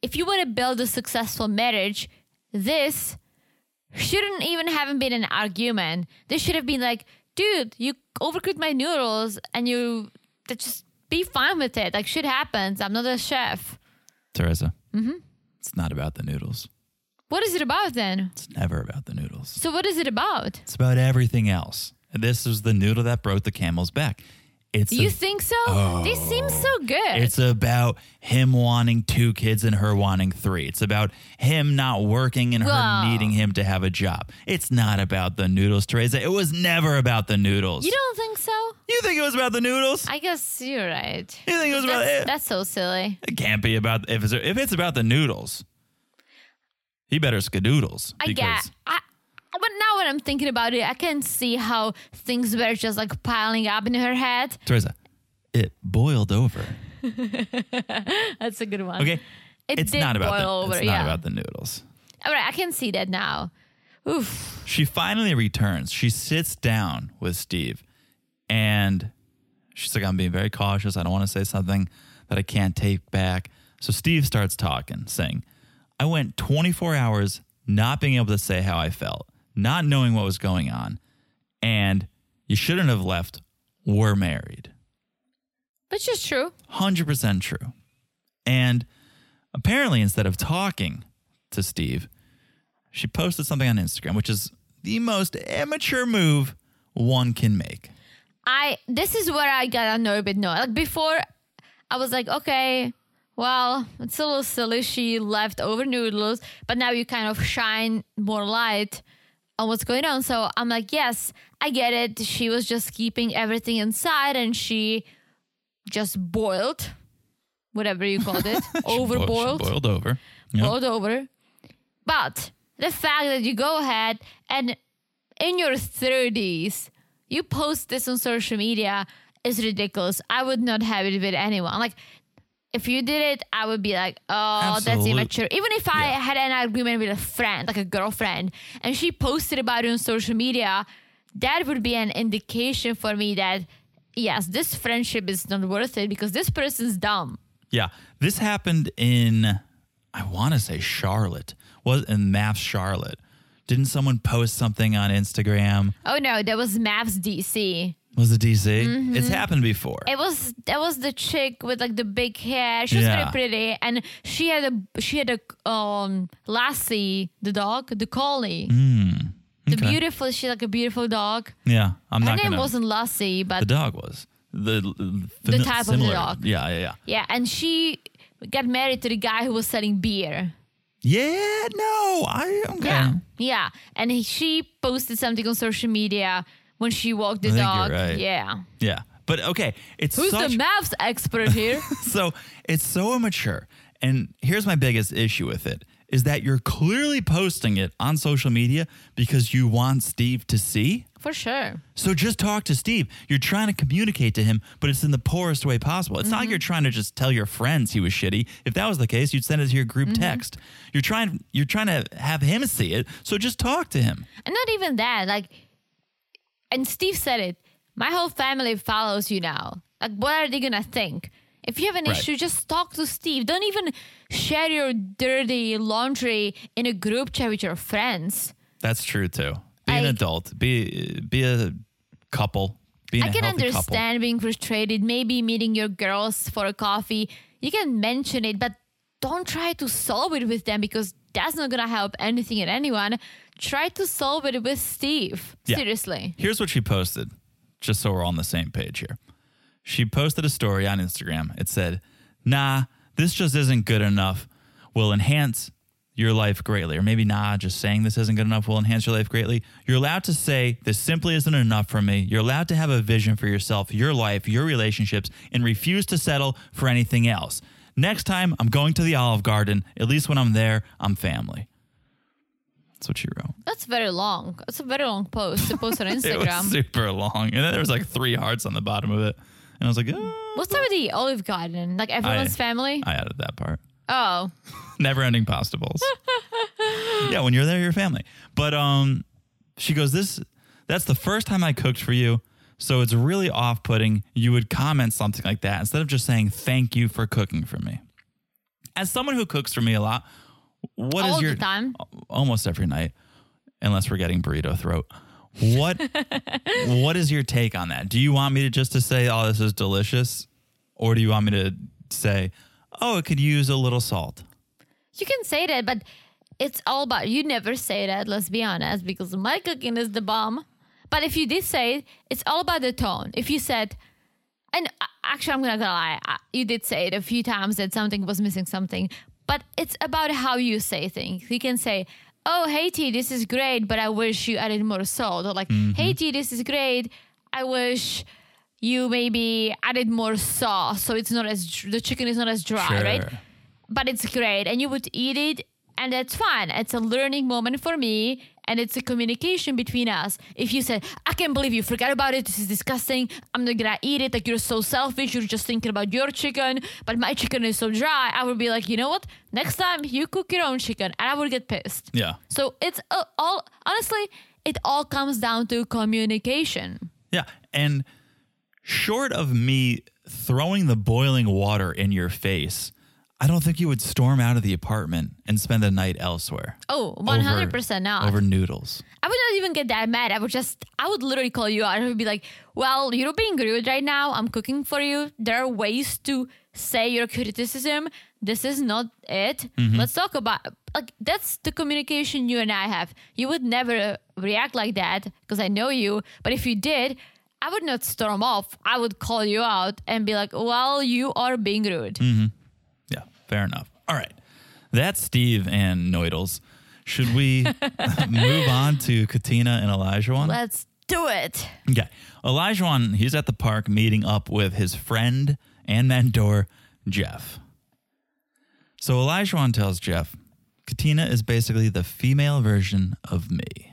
[SPEAKER 6] if you want to build a successful marriage, this shouldn't even have been an argument. This should have been like, dude, you overcooked my noodles and you that just be fine with it. Like shit happens. I'm not a chef.
[SPEAKER 5] Teresa. Mm-hmm. It's not about the noodles.
[SPEAKER 6] What is it about then?
[SPEAKER 5] It's never about the noodles.
[SPEAKER 6] So what is it about?
[SPEAKER 5] It's about everything else. This is the noodle that broke the camel's back. It's
[SPEAKER 6] you
[SPEAKER 5] a-
[SPEAKER 6] think so? They seem so good.
[SPEAKER 5] Oh, It's about him wanting two kids and her wanting three. It's about him not working and her
[SPEAKER 6] Whoa.
[SPEAKER 5] needing him to have a job. It's not about the noodles, Teresa. It was never about the noodles.
[SPEAKER 6] you don't think so?
[SPEAKER 5] You think it was about the noodles?
[SPEAKER 6] I guess you're right.
[SPEAKER 5] you think it was about
[SPEAKER 6] That's,
[SPEAKER 5] it?
[SPEAKER 6] that's so silly.
[SPEAKER 5] It can't be about if it's if it's about the noodles. He better skadoodles.
[SPEAKER 6] I
[SPEAKER 5] because-
[SPEAKER 6] guess. I, but now when I'm thinking about it, I can see how things were just like piling up in her head.
[SPEAKER 5] Teresa, it boiled over.
[SPEAKER 6] That's a good one.
[SPEAKER 5] Okay.
[SPEAKER 6] It
[SPEAKER 5] it's
[SPEAKER 6] did
[SPEAKER 5] not about the,
[SPEAKER 6] boil over,
[SPEAKER 5] it's not
[SPEAKER 6] yeah.
[SPEAKER 5] about the noodles.
[SPEAKER 6] All right, I can see that now. Oof.
[SPEAKER 5] She finally returns. She sits down with Steve and she's like, I'm being very cautious. I don't want to say something that I can't take back. So Steve starts talking, saying, I went 24 hours not being able to say how I felt, not knowing what was going on, and you shouldn't have left. We're married.
[SPEAKER 6] Which is true.
[SPEAKER 5] 100% true. And apparently, instead of talking to Steve, she posted something on Instagram, which is the most amateur move one can make.
[SPEAKER 6] I this is where I got annoyed with Noah. Like before, I was like, okay, well, it's a little silly. She left over noodles, but now you kind of shine more light on what's going on. So I'm like, yes, I get it. She was just keeping everything inside, and she just boiled, whatever you called it,
[SPEAKER 5] Boil- she
[SPEAKER 6] overboiled,
[SPEAKER 5] boiled over. Yep.
[SPEAKER 6] boiled over. But the fact that you go ahead and in your 30s, you post this on social media is ridiculous. I would not have it with anyone. Like, if you did it, I would be like, oh,
[SPEAKER 5] Absolute-
[SPEAKER 6] that's immature. Even if I
[SPEAKER 5] Yeah.
[SPEAKER 6] had an agreement with a friend, like a girlfriend, and she posted about it on social media, that would be an indication for me that, yes, this friendship is not worth it because this person's dumb.
[SPEAKER 5] Yeah. This happened in, I want to say Charlotte, was in Math Charlotte. Didn't someone post something on Instagram?
[SPEAKER 6] Oh no, that was Maps DC.
[SPEAKER 5] Was it DC? It's happened before.
[SPEAKER 6] Mm-hmm. It was that was the chick with like the big hair. She was
[SPEAKER 5] Yeah.
[SPEAKER 6] very pretty, and she had a she had a um Lassie, the dog, the collie, the
[SPEAKER 5] Hmm. okay.
[SPEAKER 6] beautiful. She like a beautiful dog.
[SPEAKER 5] yeah. I'm
[SPEAKER 6] Her
[SPEAKER 5] not
[SPEAKER 6] name
[SPEAKER 5] going to.
[SPEAKER 6] wasn't Lassie, but
[SPEAKER 5] The dog was. The, the,
[SPEAKER 6] The type of the
[SPEAKER 5] similar-
[SPEAKER 6] dog.
[SPEAKER 5] Yeah, yeah, yeah.
[SPEAKER 6] yeah, and she got married to the guy who was selling beer.
[SPEAKER 5] Yeah, no, I okay.
[SPEAKER 6] Yeah, yeah, and he, she posted something on social media when she walked the
[SPEAKER 5] I think you're
[SPEAKER 6] dog.
[SPEAKER 5] right.
[SPEAKER 6] Yeah,
[SPEAKER 5] Yeah. But okay, it's
[SPEAKER 6] who's
[SPEAKER 5] such,
[SPEAKER 6] the maps expert here?
[SPEAKER 5] so it's so immature. And here's my biggest issue with it is that you're clearly posting it on social media because you want Steve to see.
[SPEAKER 6] For sure.
[SPEAKER 5] So just talk to Steve. You're trying to communicate to him, but it's in the poorest way possible. It's not
[SPEAKER 6] Mm-hmm.
[SPEAKER 5] like you're trying to just tell your friends he was shitty. If that was the case, you'd send it to your group
[SPEAKER 6] Mm-hmm.
[SPEAKER 5] text. You're trying you're trying to have him see it. So just talk to him.
[SPEAKER 6] And not even that, like, and Steve said it. My whole family follows you now. Like, what are they gonna think? If you have an
[SPEAKER 5] Right.
[SPEAKER 6] issue, just talk to Steve. Don't even share your dirty laundry in a group chat with your friends.
[SPEAKER 5] That's true too. Be an
[SPEAKER 6] Like-
[SPEAKER 5] adult. Be be a couple. Be in
[SPEAKER 6] I
[SPEAKER 5] a
[SPEAKER 6] can
[SPEAKER 5] healthy
[SPEAKER 6] understand
[SPEAKER 5] couple.
[SPEAKER 6] being frustrated, maybe meeting your girls for a coffee. You can mention it, but don't try to solve it with them because that's not gonna help anything and anyone. Try to solve it with Steve.
[SPEAKER 5] Yeah.
[SPEAKER 6] Seriously.
[SPEAKER 5] Here's what she posted, just so we're on the same page here. She posted a story on Instagram. It said, Nah, this just isn't good enough. Will enhance your life greatly. Or maybe, nah, just saying this isn't good enough will enhance your life greatly. You're allowed to say, This simply isn't enough for me. You're allowed to have a vision for yourself, your life, your relationships, and refuse to settle for anything else. Next time, I'm going to the Olive Garden. At least when I'm there, I'm family. That's what she wrote.
[SPEAKER 6] That's very long. That's a very long post to post on
[SPEAKER 5] It was
[SPEAKER 6] Instagram.
[SPEAKER 5] super long. And then there was like three hearts on the bottom of it. And I was like, "Uh,
[SPEAKER 6] What's up with the Olive Garden? Like everyone's
[SPEAKER 5] I-
[SPEAKER 6] family?
[SPEAKER 5] I added that part.
[SPEAKER 6] oh,
[SPEAKER 5] Never ending pasta bowls. yeah, when you're there, you're family. But um she goes, This that's the first time I cooked for you. So it's really off putting. You would comment something like that instead of just saying thank you for cooking for me. As someone who cooks for me a lot, what is
[SPEAKER 6] all
[SPEAKER 5] your
[SPEAKER 6] the time.
[SPEAKER 5] almost every night, unless we're getting burrito throat. What what is your take on that? Do you want me to just to say, "Oh, this is delicious," or do you want me to say, "Oh, it could use a little salt"?
[SPEAKER 6] You can say that, but it's all about you never say that, let's be honest, because my cooking is the bomb. But if you did say it, it's all about the tone. If you said, and uh, actually, I'm not gonna lie, uh, you did say it a few times that something was missing something, but it's about how you say things. You can say, Oh, hey, T, this is great, but I wish you added more salt. Or like, Hey, T, this is great. I wish you maybe added more sauce so it's not as, dr- the chicken is not as dry, right?
[SPEAKER 5] Sure.
[SPEAKER 6] but it's great and you would eat it and that's fine it's a learning moment for me and it's a communication between us if you said i can't believe you forgot about it this is disgusting i'm not gonna eat it like you're so selfish you're just thinking about your chicken but my chicken is so dry i would be like you know what next time you cook your own chicken and i would get pissed
[SPEAKER 5] Yeah.
[SPEAKER 6] so it's uh, all honestly it all comes down to communication
[SPEAKER 5] Yeah. And short of me throwing the boiling water in your face, I don't think you would storm out of the apartment and spend the night elsewhere.
[SPEAKER 6] oh
[SPEAKER 5] Over-
[SPEAKER 6] 100% not
[SPEAKER 5] Over noodles.
[SPEAKER 6] I would not even get that mad. I would just, I would literally call you out. I would be like, well, you're being rude right now. I'm cooking for you. There are ways to say your criticism. This is not it. Let's talk about, like, that's the communication you and I have. You would never uh, react like that because I know you. But if you did, I would not storm off. I would call you out and be like, well, you are being rude.
[SPEAKER 5] Yeah. Fair enough. All right. That's Steve and Noidles. Should we move on to Katina and Elijah?
[SPEAKER 6] Let's do it.
[SPEAKER 5] Okay. Elijah, he's at the park meeting up with his friend and mentor, Jeff. So Elijah tells Jeff, Katina is basically the female version of me.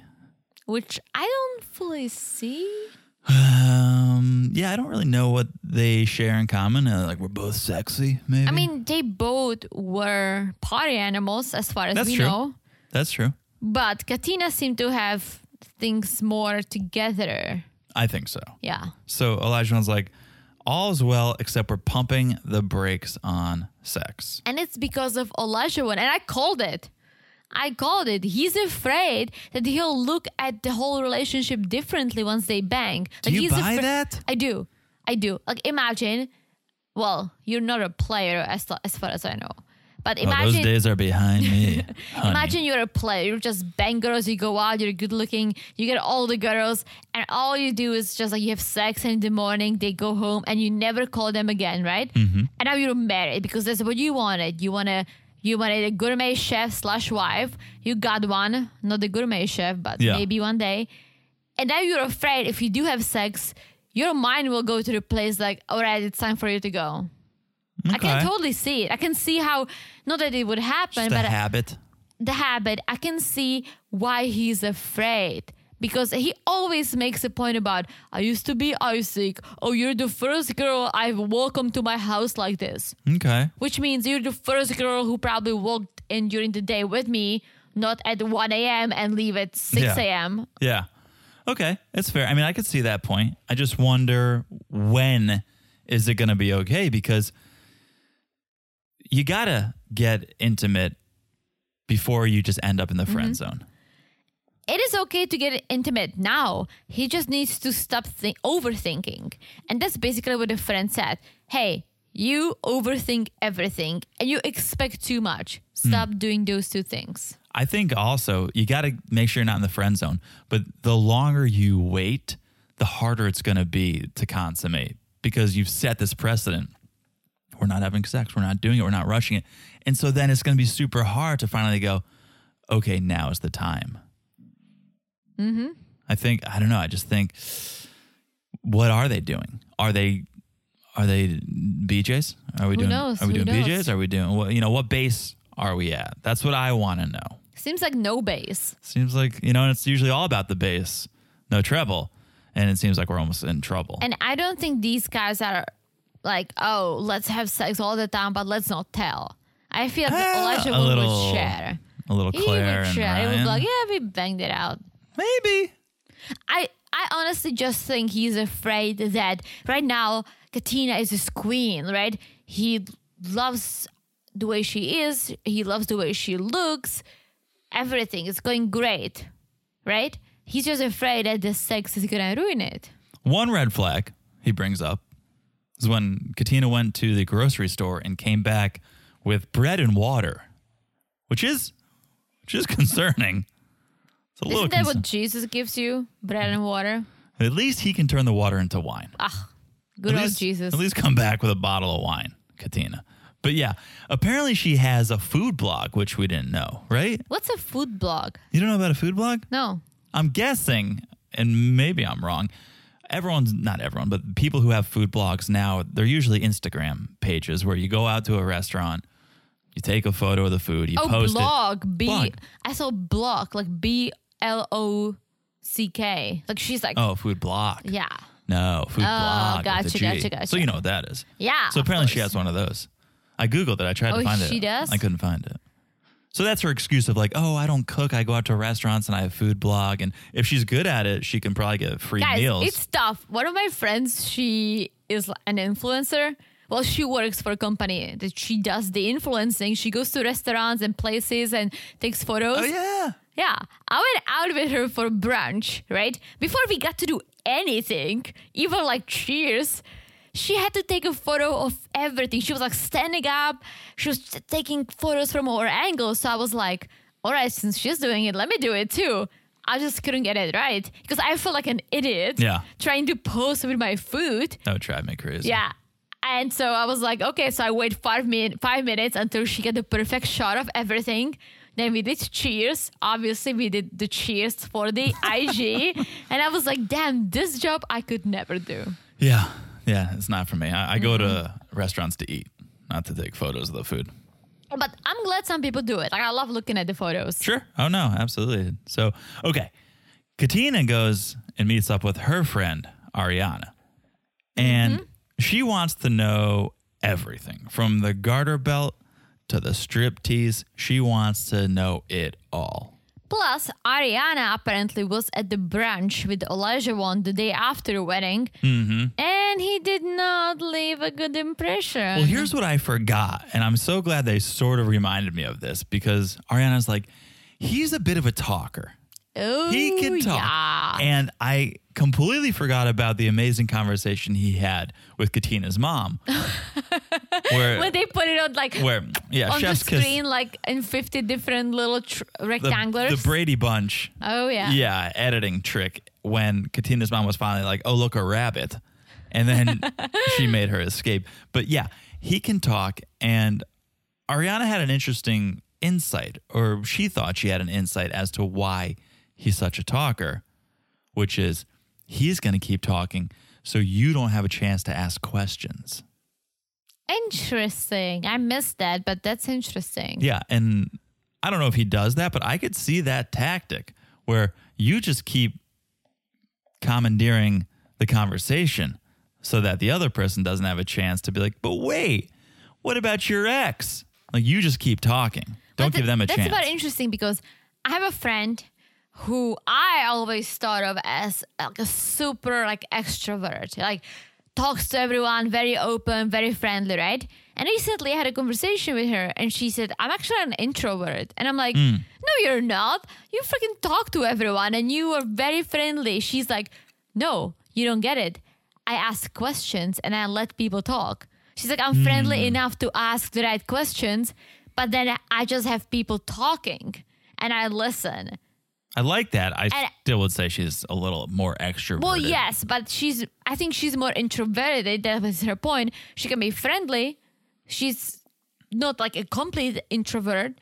[SPEAKER 6] Which I don't fully see.
[SPEAKER 5] Um, yeah, I don't really know what they share in common. Uh, like, we're both sexy, maybe.
[SPEAKER 6] I mean, they both were party animals as far as
[SPEAKER 5] That's
[SPEAKER 6] we
[SPEAKER 5] true.
[SPEAKER 6] know.
[SPEAKER 5] that's true.
[SPEAKER 6] But Katina seemed to have things more together.
[SPEAKER 5] I think so.
[SPEAKER 6] Yeah.
[SPEAKER 5] So Elijah's like, all's well, except we're pumping the brakes on sex.
[SPEAKER 6] And it's because of Elijah one. And I called it. I called it. He's afraid that he'll look at the whole relationship differently once they bang.
[SPEAKER 5] Do you
[SPEAKER 6] he's
[SPEAKER 5] buy
[SPEAKER 6] afra-
[SPEAKER 5] that?
[SPEAKER 6] I do. I do. Like imagine, well, you're not a player as, as far as I know. But
[SPEAKER 5] Oh,
[SPEAKER 6] imagine
[SPEAKER 5] those days are behind me. honey.
[SPEAKER 6] Imagine you're a player, you're just bang girls, you go out, you're good looking, you get all the girls, and all you do is just like you have sex in the morning, they go home, and you never call them again, right?
[SPEAKER 5] Mm-hmm.
[SPEAKER 6] And now you're married because that's what you wanted. You wanna you wanted a gourmet chef slash wife. You got one, not the gourmet chef, but
[SPEAKER 5] Yeah.
[SPEAKER 6] maybe one day. And now you're afraid if you do have sex, your mind will go to the place like, all right, it's time for you to go. I can
[SPEAKER 5] Okay.
[SPEAKER 6] totally see it. I can see how not that it would happen,
[SPEAKER 5] Just a
[SPEAKER 6] but
[SPEAKER 5] habit.
[SPEAKER 6] the habit, I can see why he's afraid. Because he always makes a point about, I used to be Isaac. Oh, you're the first girl I've welcomed to my house like this.
[SPEAKER 5] Okay.
[SPEAKER 6] Which means you're the first girl who probably walked in during the day with me, not at 1 a.m. and leave at 6
[SPEAKER 5] Yeah.
[SPEAKER 6] a.m.
[SPEAKER 5] Yeah. Okay. That's fair. I mean, I could see that point. I just wonder when is it going to be okay because you got to get intimate before you just end up in the friend
[SPEAKER 6] Mm-hmm.
[SPEAKER 5] zone.
[SPEAKER 6] it is okay to get intimate now. He just needs to stop thi- overthinking. And that's basically what the friend said. Hey, you overthink everything and you expect too much.
[SPEAKER 5] Hmm.
[SPEAKER 6] Stop doing those two things.
[SPEAKER 5] I think also you got to make sure you're not in the friend zone, but the longer you wait, the harder it's going to be to consummate because you've set this precedent. We're not having sex. We're not doing it. We're not rushing it. And so then it's going to be super hard to finally go, okay, now is the time. Mm-hmm.
[SPEAKER 6] Mm-hmm.
[SPEAKER 5] I think, I don't know. I just think, what are they doing? Are they, are they BJs? Are we
[SPEAKER 6] Who
[SPEAKER 5] doing,
[SPEAKER 6] knows?
[SPEAKER 5] are we
[SPEAKER 6] Who
[SPEAKER 5] doing
[SPEAKER 6] knows?
[SPEAKER 5] BJs? Are we doing, what, you know, what base are we at? That's what I want to know.
[SPEAKER 6] Seems like no base.
[SPEAKER 5] Seems like you know, and it's usually all about the bass, no treble, and it seems like we're almost in trouble.
[SPEAKER 6] And I don't think these guys are like, oh, let's have sex all the time, but let's not tell. I feel like
[SPEAKER 5] Ah,
[SPEAKER 6] Elijah
[SPEAKER 5] a
[SPEAKER 6] would,
[SPEAKER 5] little
[SPEAKER 6] would share.
[SPEAKER 5] a little
[SPEAKER 6] He
[SPEAKER 5] Claire
[SPEAKER 6] would
[SPEAKER 5] and
[SPEAKER 6] share. He would be
[SPEAKER 5] Ryan.
[SPEAKER 6] like, yeah, we banged it out.
[SPEAKER 5] maybe.
[SPEAKER 6] I I honestly just think he's afraid that right now Katina is his queen, right? He loves the way she is. He loves the way she looks. Everything is going great, right? He's just afraid that the sex is gonna ruin it.
[SPEAKER 5] One red flag he brings up is when Katina went to the grocery store and came back with bread and water, which is which is concerning. It's a little
[SPEAKER 6] Isn't that
[SPEAKER 5] concern-
[SPEAKER 6] what Jesus gives you? Bread and water.
[SPEAKER 5] At least he can turn the water into wine.
[SPEAKER 6] Good
[SPEAKER 5] at
[SPEAKER 6] old
[SPEAKER 5] least,
[SPEAKER 6] Ah, oh, Jesus.
[SPEAKER 5] At least come back with a bottle of wine, Katina. But yeah, apparently she has a food blog, which we didn't know, right?
[SPEAKER 6] What's a food blog?
[SPEAKER 5] You don't know about a food blog?
[SPEAKER 6] No.
[SPEAKER 5] I'm guessing, and maybe I'm wrong. Everyone's not everyone, but people who have food blogs now, they're usually Instagram pages where you go out to a restaurant, you take a photo of the food, you
[SPEAKER 6] Oh,
[SPEAKER 5] post
[SPEAKER 6] blog. B. I
[SPEAKER 5] Blog.
[SPEAKER 6] saw block like B L O C K. Like she's like,
[SPEAKER 5] it. Oh, food blog.
[SPEAKER 6] yeah, Oh,
[SPEAKER 5] No, food blog. with
[SPEAKER 6] gotcha,
[SPEAKER 5] a G.
[SPEAKER 6] gotcha, gotcha.
[SPEAKER 5] So you know what that is.
[SPEAKER 6] yeah.
[SPEAKER 5] So apparently she
[SPEAKER 6] of course.
[SPEAKER 5] has one of those. I Googled it. I tried
[SPEAKER 6] Oh,
[SPEAKER 5] to find it.
[SPEAKER 6] she does?
[SPEAKER 5] I couldn't find it. So that's her excuse of like, oh, I don't cook. I go out to restaurants and I have food blog. And if she's good at it, she can probably get free
[SPEAKER 6] Guys,
[SPEAKER 5] meals.
[SPEAKER 6] it's tough. One of my friends, she is l- an influencer. Well, she works for a company that she does the influencing. She goes to restaurants and places and takes photos.
[SPEAKER 5] oh, yeah.
[SPEAKER 6] Yeah, I went out with her for brunch, right? Before we got to do anything, even like cheers, she had to take a photo of everything. She was like standing up, she was t- taking photos from all angles. So I was like, all right, since she's doing it, let me do it too. I just couldn't get it right because I felt like an idiot
[SPEAKER 5] Yeah.
[SPEAKER 6] trying to pose with my food.
[SPEAKER 5] That would drive me crazy.
[SPEAKER 6] Yeah. And so I was like, okay, so I wait five min five minutes until she get the perfect shot of everything. Then we did cheers. Obviously, we did the cheers for the IG. And I was like, damn, this job I could never do.
[SPEAKER 5] Yeah, yeah, it's not for me. I, I go to restaurants to eat, not to take photos of the food.
[SPEAKER 6] But I'm glad some people do it. Like I love looking at the photos.
[SPEAKER 5] Sure. Oh no, absolutely. So okay, Katina goes and meets up with her friend Ariana, and she wants to know everything from the garter belt to the strip tease. She wants to know it all.
[SPEAKER 6] Plus, Ariana apparently was at the brunch with Elijah one the day after the wedding.
[SPEAKER 5] Mm-hmm.
[SPEAKER 6] And he did not leave a good impression.
[SPEAKER 5] Well, here's what I forgot, and I'm so glad they sort of reminded me of this because Ariana's like, he's a bit of a talker.
[SPEAKER 6] oh,
[SPEAKER 5] he can talk.
[SPEAKER 6] Yeah.
[SPEAKER 5] And I completely forgot about the amazing conversation he had with Katina's mom. where,
[SPEAKER 6] When they put it on like
[SPEAKER 5] where, yeah,
[SPEAKER 6] on the
[SPEAKER 5] chef's kiss.
[SPEAKER 6] screen, like in 50 different little tr-
[SPEAKER 5] The,
[SPEAKER 6] rectangulars.
[SPEAKER 5] the Brady Bunch,
[SPEAKER 6] oh, yeah.
[SPEAKER 5] yeah, editing trick when Katina's mom was finally like, "Oh, look, a rabbit," and then she made her escape. But yeah, he can talk, and Ariana had an interesting insight, or she thought she had an insight as to why he's such a talker, which is he's going to keep talking, so you don't have a chance to ask questions.
[SPEAKER 6] Interesting. I missed that, but that's interesting.
[SPEAKER 5] Yeah, and I don't know if he does that, but I could see that tactic where you just keep commandeering the conversation so that the other person doesn't have a chance to be like, "But wait, what about your ex?" Like you just keep talking.
[SPEAKER 6] But
[SPEAKER 5] Don't
[SPEAKER 6] th-
[SPEAKER 5] give them a
[SPEAKER 6] that's
[SPEAKER 5] chance.
[SPEAKER 6] That's about interesting because I have a friend who I always thought of as like a super like extrovert, like talks to everyone, very open, very friendly, right? And recently I had a conversation with her and she said, I'm actually an introvert. And I'm like,
[SPEAKER 5] Hmm.
[SPEAKER 6] no, you're not. You freaking talk to everyone and you are very friendly. She's like, no, you don't get it. I ask questions and I let people talk. She's like, I'm friendly
[SPEAKER 5] Hmm.
[SPEAKER 6] enough to ask the right questions, but then I just have people talking and I listen.
[SPEAKER 5] I like that. I
[SPEAKER 6] And-
[SPEAKER 5] still would say she's a little more extroverted.
[SPEAKER 6] Well, yes, but she's, I think she's more introverted. That was her point. She can be friendly. She's not like a complete introvert.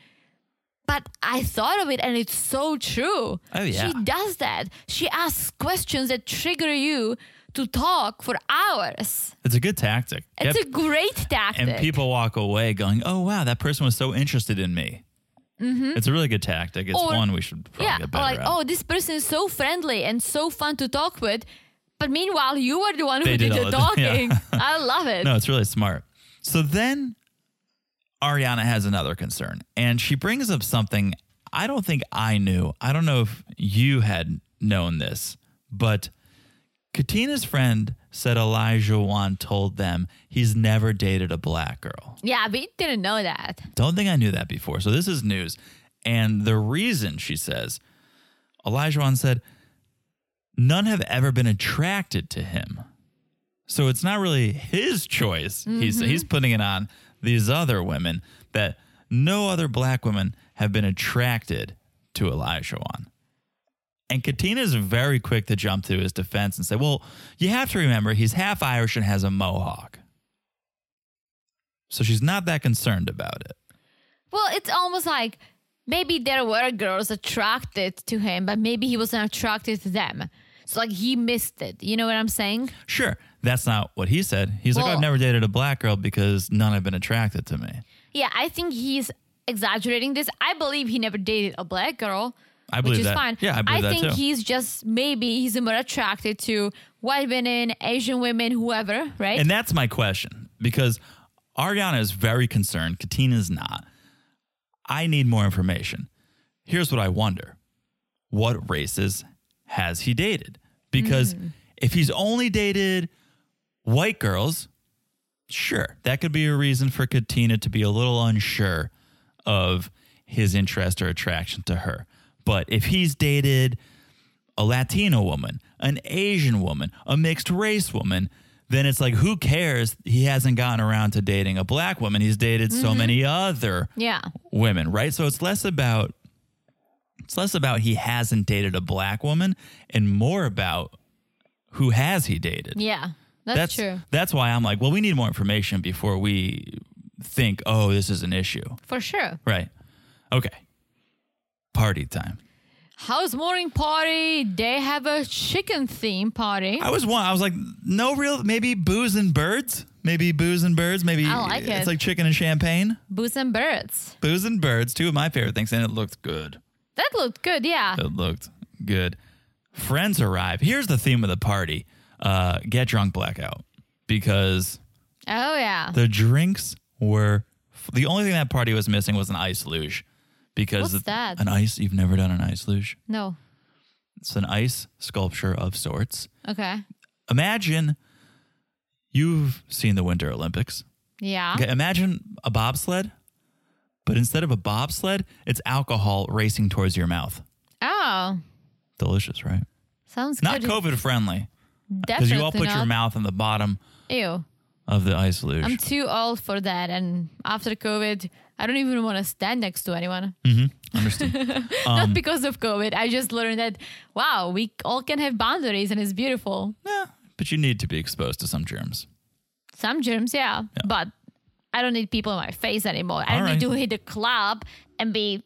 [SPEAKER 6] But I thought of it and it's so true.
[SPEAKER 5] Oh, yeah.
[SPEAKER 6] She does that. She asks questions that trigger you to talk for hours.
[SPEAKER 5] It's a good tactic.
[SPEAKER 6] It's
[SPEAKER 5] Yep.
[SPEAKER 6] a great tactic.
[SPEAKER 5] and people walk away going, "Oh wow, that person was so interested in me." It's a really good tactic. It's
[SPEAKER 6] Mm-hmm. Or-
[SPEAKER 5] one we should probably
[SPEAKER 6] yeah,
[SPEAKER 5] get
[SPEAKER 6] or
[SPEAKER 5] better
[SPEAKER 6] like,
[SPEAKER 5] at.
[SPEAKER 6] oh, this person is so friendly and so fun to talk with. But meanwhile, you were the one who
[SPEAKER 5] They
[SPEAKER 6] did,
[SPEAKER 5] did
[SPEAKER 6] the
[SPEAKER 5] all the- yeah.
[SPEAKER 6] talking. I love it.
[SPEAKER 5] No, it's really smart. So then Ariana has another concern, and she brings up something I don't think I knew. I don't know if you had known this, but Katina's friend said Elijah Wan told them he's never dated a black girl.
[SPEAKER 6] Yeah, we didn't know that.
[SPEAKER 5] Don't think I knew that before. So this is news. And the reason she says, Elijah Wan said, none have ever been attracted to him. So it's not really his choice. He's he's putting it on these other women that no other black women have been attracted to Elijah on. And Katina's very quick to jump to his defense and say, "Well, you have to remember he's half Irish and has a mohawk." So she's not that concerned about it.
[SPEAKER 6] Well, it's almost like maybe there were girls attracted to him, but maybe he wasn't attracted to them. So like he missed it. You know what I'm saying?
[SPEAKER 5] Sure, that's not what he said. He's like,
[SPEAKER 6] Well-
[SPEAKER 5] "I've never dated a black girl because none have been attracted to me."
[SPEAKER 6] Yeah, I think he's exaggerating this. I believe he never dated a black girl.
[SPEAKER 5] I believe
[SPEAKER 6] which is
[SPEAKER 5] that.
[SPEAKER 6] fine.
[SPEAKER 5] Yeah, I believe that
[SPEAKER 6] think
[SPEAKER 5] too.
[SPEAKER 6] he's just maybe he's more attracted to white women, Asian women, whoever, right?
[SPEAKER 5] And that's my question because Ariana is very concerned. Katina's not. I need more information. Here's what I wonder What races has he dated? Because if he's only dated white girls, sure, that could be a reason for Katina to be a little unsure of his interest or attraction to her. But if he's dated a Latino woman, an Asian woman, a mixed race woman, then it's like, who cares? He hasn't gotten around to dating a black woman. He's dated so many other
[SPEAKER 6] yeah.
[SPEAKER 5] women, right? So it's less about it's less about he hasn't dated a black woman and more about who has he dated.
[SPEAKER 6] Yeah. That's,
[SPEAKER 5] that's
[SPEAKER 6] true.
[SPEAKER 5] That's why I'm like, well, we need more information before we think, oh, this is an issue.
[SPEAKER 6] For sure.
[SPEAKER 5] Right. Okay. Party time.
[SPEAKER 6] House morning party. They have a chicken theme party.
[SPEAKER 5] I was one. I was like, no real. Maybe booze and birds. Maybe booze and birds. Maybe
[SPEAKER 6] I like
[SPEAKER 5] it's
[SPEAKER 6] it.
[SPEAKER 5] like chicken and champagne.
[SPEAKER 6] Boots and birds.
[SPEAKER 5] Booze and birds. Two of my favorite things, and it looked good.
[SPEAKER 6] That looked good, yeah.
[SPEAKER 5] It looked good. Friends arrive. Here's the theme of the party: uh, get drunk, blackout, because
[SPEAKER 6] Oh yeah.
[SPEAKER 5] the drinks were the only thing that party was missing was an ice luge. Because
[SPEAKER 6] What's that?
[SPEAKER 5] an ice you've never done an ice luge.
[SPEAKER 6] No.
[SPEAKER 5] It's an ice sculpture of sorts.
[SPEAKER 6] Okay.
[SPEAKER 5] Imagine you've seen the Winter Olympics.
[SPEAKER 6] Yeah.
[SPEAKER 5] Okay, imagine a bobsled, but instead of a bobsled, it's alcohol racing towards your mouth.
[SPEAKER 6] Oh,
[SPEAKER 5] Delicious, right?
[SPEAKER 6] sounds
[SPEAKER 5] Not
[SPEAKER 6] good.
[SPEAKER 5] COVID friendly because
[SPEAKER 6] Definitely
[SPEAKER 5] you all put your
[SPEAKER 6] not.
[SPEAKER 5] mouth on the bottom
[SPEAKER 6] Ew.
[SPEAKER 5] of the ice luge.
[SPEAKER 6] I'm too old for that. And after COVID, I don't even want to stand next to anyone.
[SPEAKER 5] Understand? Um.
[SPEAKER 6] Not because of COVID. I just learned that, wow, we all can have boundaries and it's beautiful.
[SPEAKER 5] yeah, but you need to be exposed to some germs.
[SPEAKER 6] Some germs, yeah. But I don't need people in my face anymore. I
[SPEAKER 5] All
[SPEAKER 6] don't need to
[SPEAKER 5] right.
[SPEAKER 6] hit a club and be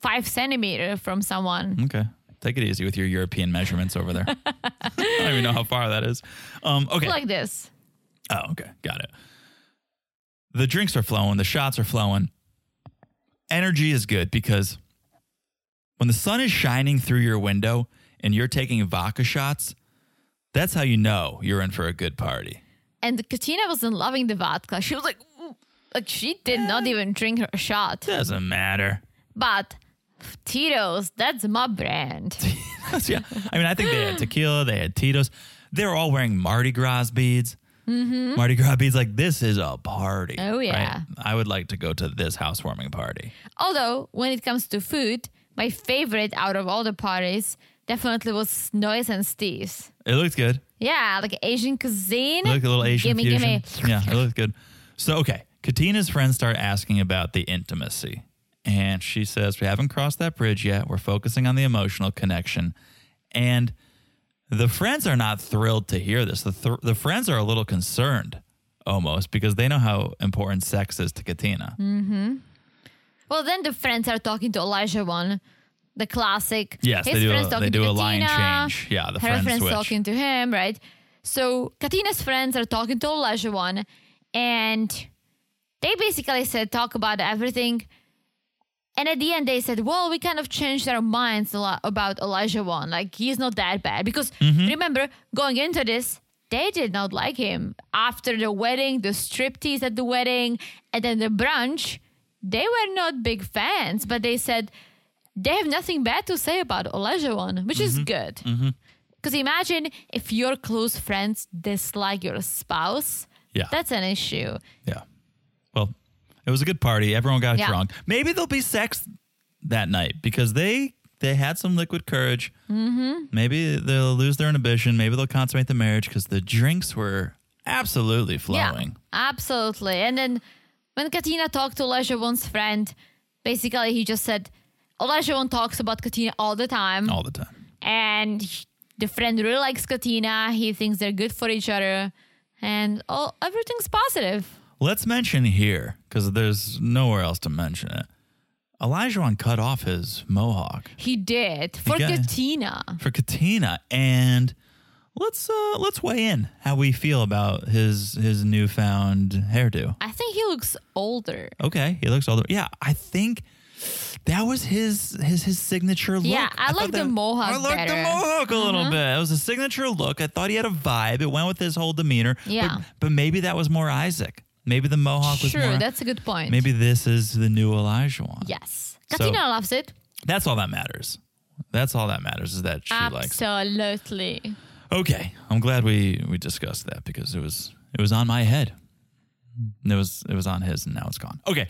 [SPEAKER 6] five centimeter from someone.
[SPEAKER 5] Okay. Take it easy with your European measurements over there. I don't even know how far that is. Um, okay.
[SPEAKER 6] Like this.
[SPEAKER 5] Oh, okay. Got it. The drinks are flowing, the shots are flowing. Energy is good because when the sun is shining through your window and you're taking vodka shots, that's how you know you're in for a good party.
[SPEAKER 6] And Katina wasn't loving the vodka. She was like, "Ooh." like she did not even drink her shot.
[SPEAKER 5] Doesn't matter.
[SPEAKER 6] But Tito's, that's my brand.
[SPEAKER 5] yeah. I mean, I think they had tequila, they had Tito's. They were all wearing Mardi Gras beads. Mardi Gras beads, like this is a party.
[SPEAKER 6] Mm-hmm. Oh,
[SPEAKER 5] right?
[SPEAKER 6] yeah.
[SPEAKER 5] I would like to go to this housewarming party.
[SPEAKER 6] Although, when it comes to food, my favorite out of all the parties definitely was Noise and Steve's.
[SPEAKER 5] It looked good.
[SPEAKER 6] Yeah, like Asian cuisine.
[SPEAKER 5] Look a little Asian
[SPEAKER 6] gimme,
[SPEAKER 5] fusion.
[SPEAKER 6] gimme.
[SPEAKER 5] Yeah, it looked good. So okay, Katina's friends start asking about the intimacy, and she says we haven't crossed that bridge yet. We're focusing on the emotional connection, and the friends are not thrilled to hear this. The th- the friends are a little concerned, almost because they know how important sex is to Katina.
[SPEAKER 6] Mm. Well, then the friends are talking to Elijah one, the classic.
[SPEAKER 5] Yes, they do.
[SPEAKER 6] friends
[SPEAKER 5] A,
[SPEAKER 6] talking
[SPEAKER 5] they do
[SPEAKER 6] to
[SPEAKER 5] a line
[SPEAKER 6] Katina,
[SPEAKER 5] change. Yeah, the
[SPEAKER 6] her
[SPEAKER 5] friends,
[SPEAKER 6] friends
[SPEAKER 5] switch.
[SPEAKER 6] talking to him, right? So Katina's friends are talking to Elijah one, and they basically said talk about everything. And at the end, they said, "Well, we kind of changed our minds a lot about Elijah one. Like he's not that bad because remember going into this." They did not like him after the wedding, the striptease at the wedding, and then the brunch. They were not big fans, but they said they have nothing bad to say about Olajuwon, which is good. Because imagine if your close friends dislike your spouse.
[SPEAKER 5] Yeah.
[SPEAKER 6] That's an issue.
[SPEAKER 5] Yeah. Well, it was a good party. Everyone got
[SPEAKER 6] Yeah.
[SPEAKER 5] drunk. Maybe there'll be sex that night because they they had some liquid courage. Mm-hmm. Maybe they'll lose their inhibition. Maybe they'll consummate the marriage because the drinks were absolutely flowing.
[SPEAKER 6] Yeah, absolutely. And then when Katina talked to Lejeun's friend, basically he just said, Lejeune talks about Katina all the time.
[SPEAKER 5] All the time.
[SPEAKER 6] And he- the friend really likes Katina. He thinks they're good for each other. And all, everything's positive.
[SPEAKER 5] Let's mention here because there's nowhere else to mention it. Elijah cut off his mohawk
[SPEAKER 6] He did for
[SPEAKER 5] got it.
[SPEAKER 6] Katina.
[SPEAKER 5] for Katina, and let's uh, let's weigh in how we feel about his his newfound hairdo.
[SPEAKER 6] I think he looks older.
[SPEAKER 5] Okay, he looks all the yeah. I think that was his his his signature look.
[SPEAKER 6] Yeah, I
[SPEAKER 5] thought
[SPEAKER 6] like the
[SPEAKER 5] that-
[SPEAKER 6] mohawk
[SPEAKER 5] I like the
[SPEAKER 6] better. Uh-huh.
[SPEAKER 5] mohawk a little bit. It was a signature look. I thought he had a vibe. It went with his whole demeanor. But-
[SPEAKER 6] Yeah.
[SPEAKER 5] but, maybe that was more Isaac. Maybe the mohawk was
[SPEAKER 6] Sure,
[SPEAKER 5] more.
[SPEAKER 6] that's a good point.
[SPEAKER 5] maybe this is the new Elijah one.
[SPEAKER 6] Yes.
[SPEAKER 5] So-
[SPEAKER 6] Katina loves it.
[SPEAKER 5] that's all that matters. That's all that matters is that she likes.
[SPEAKER 6] Absolutely.
[SPEAKER 5] Okay, I'm glad we we discussed that because it was it was on my head. It was it was on his, and now it's gone. Okay,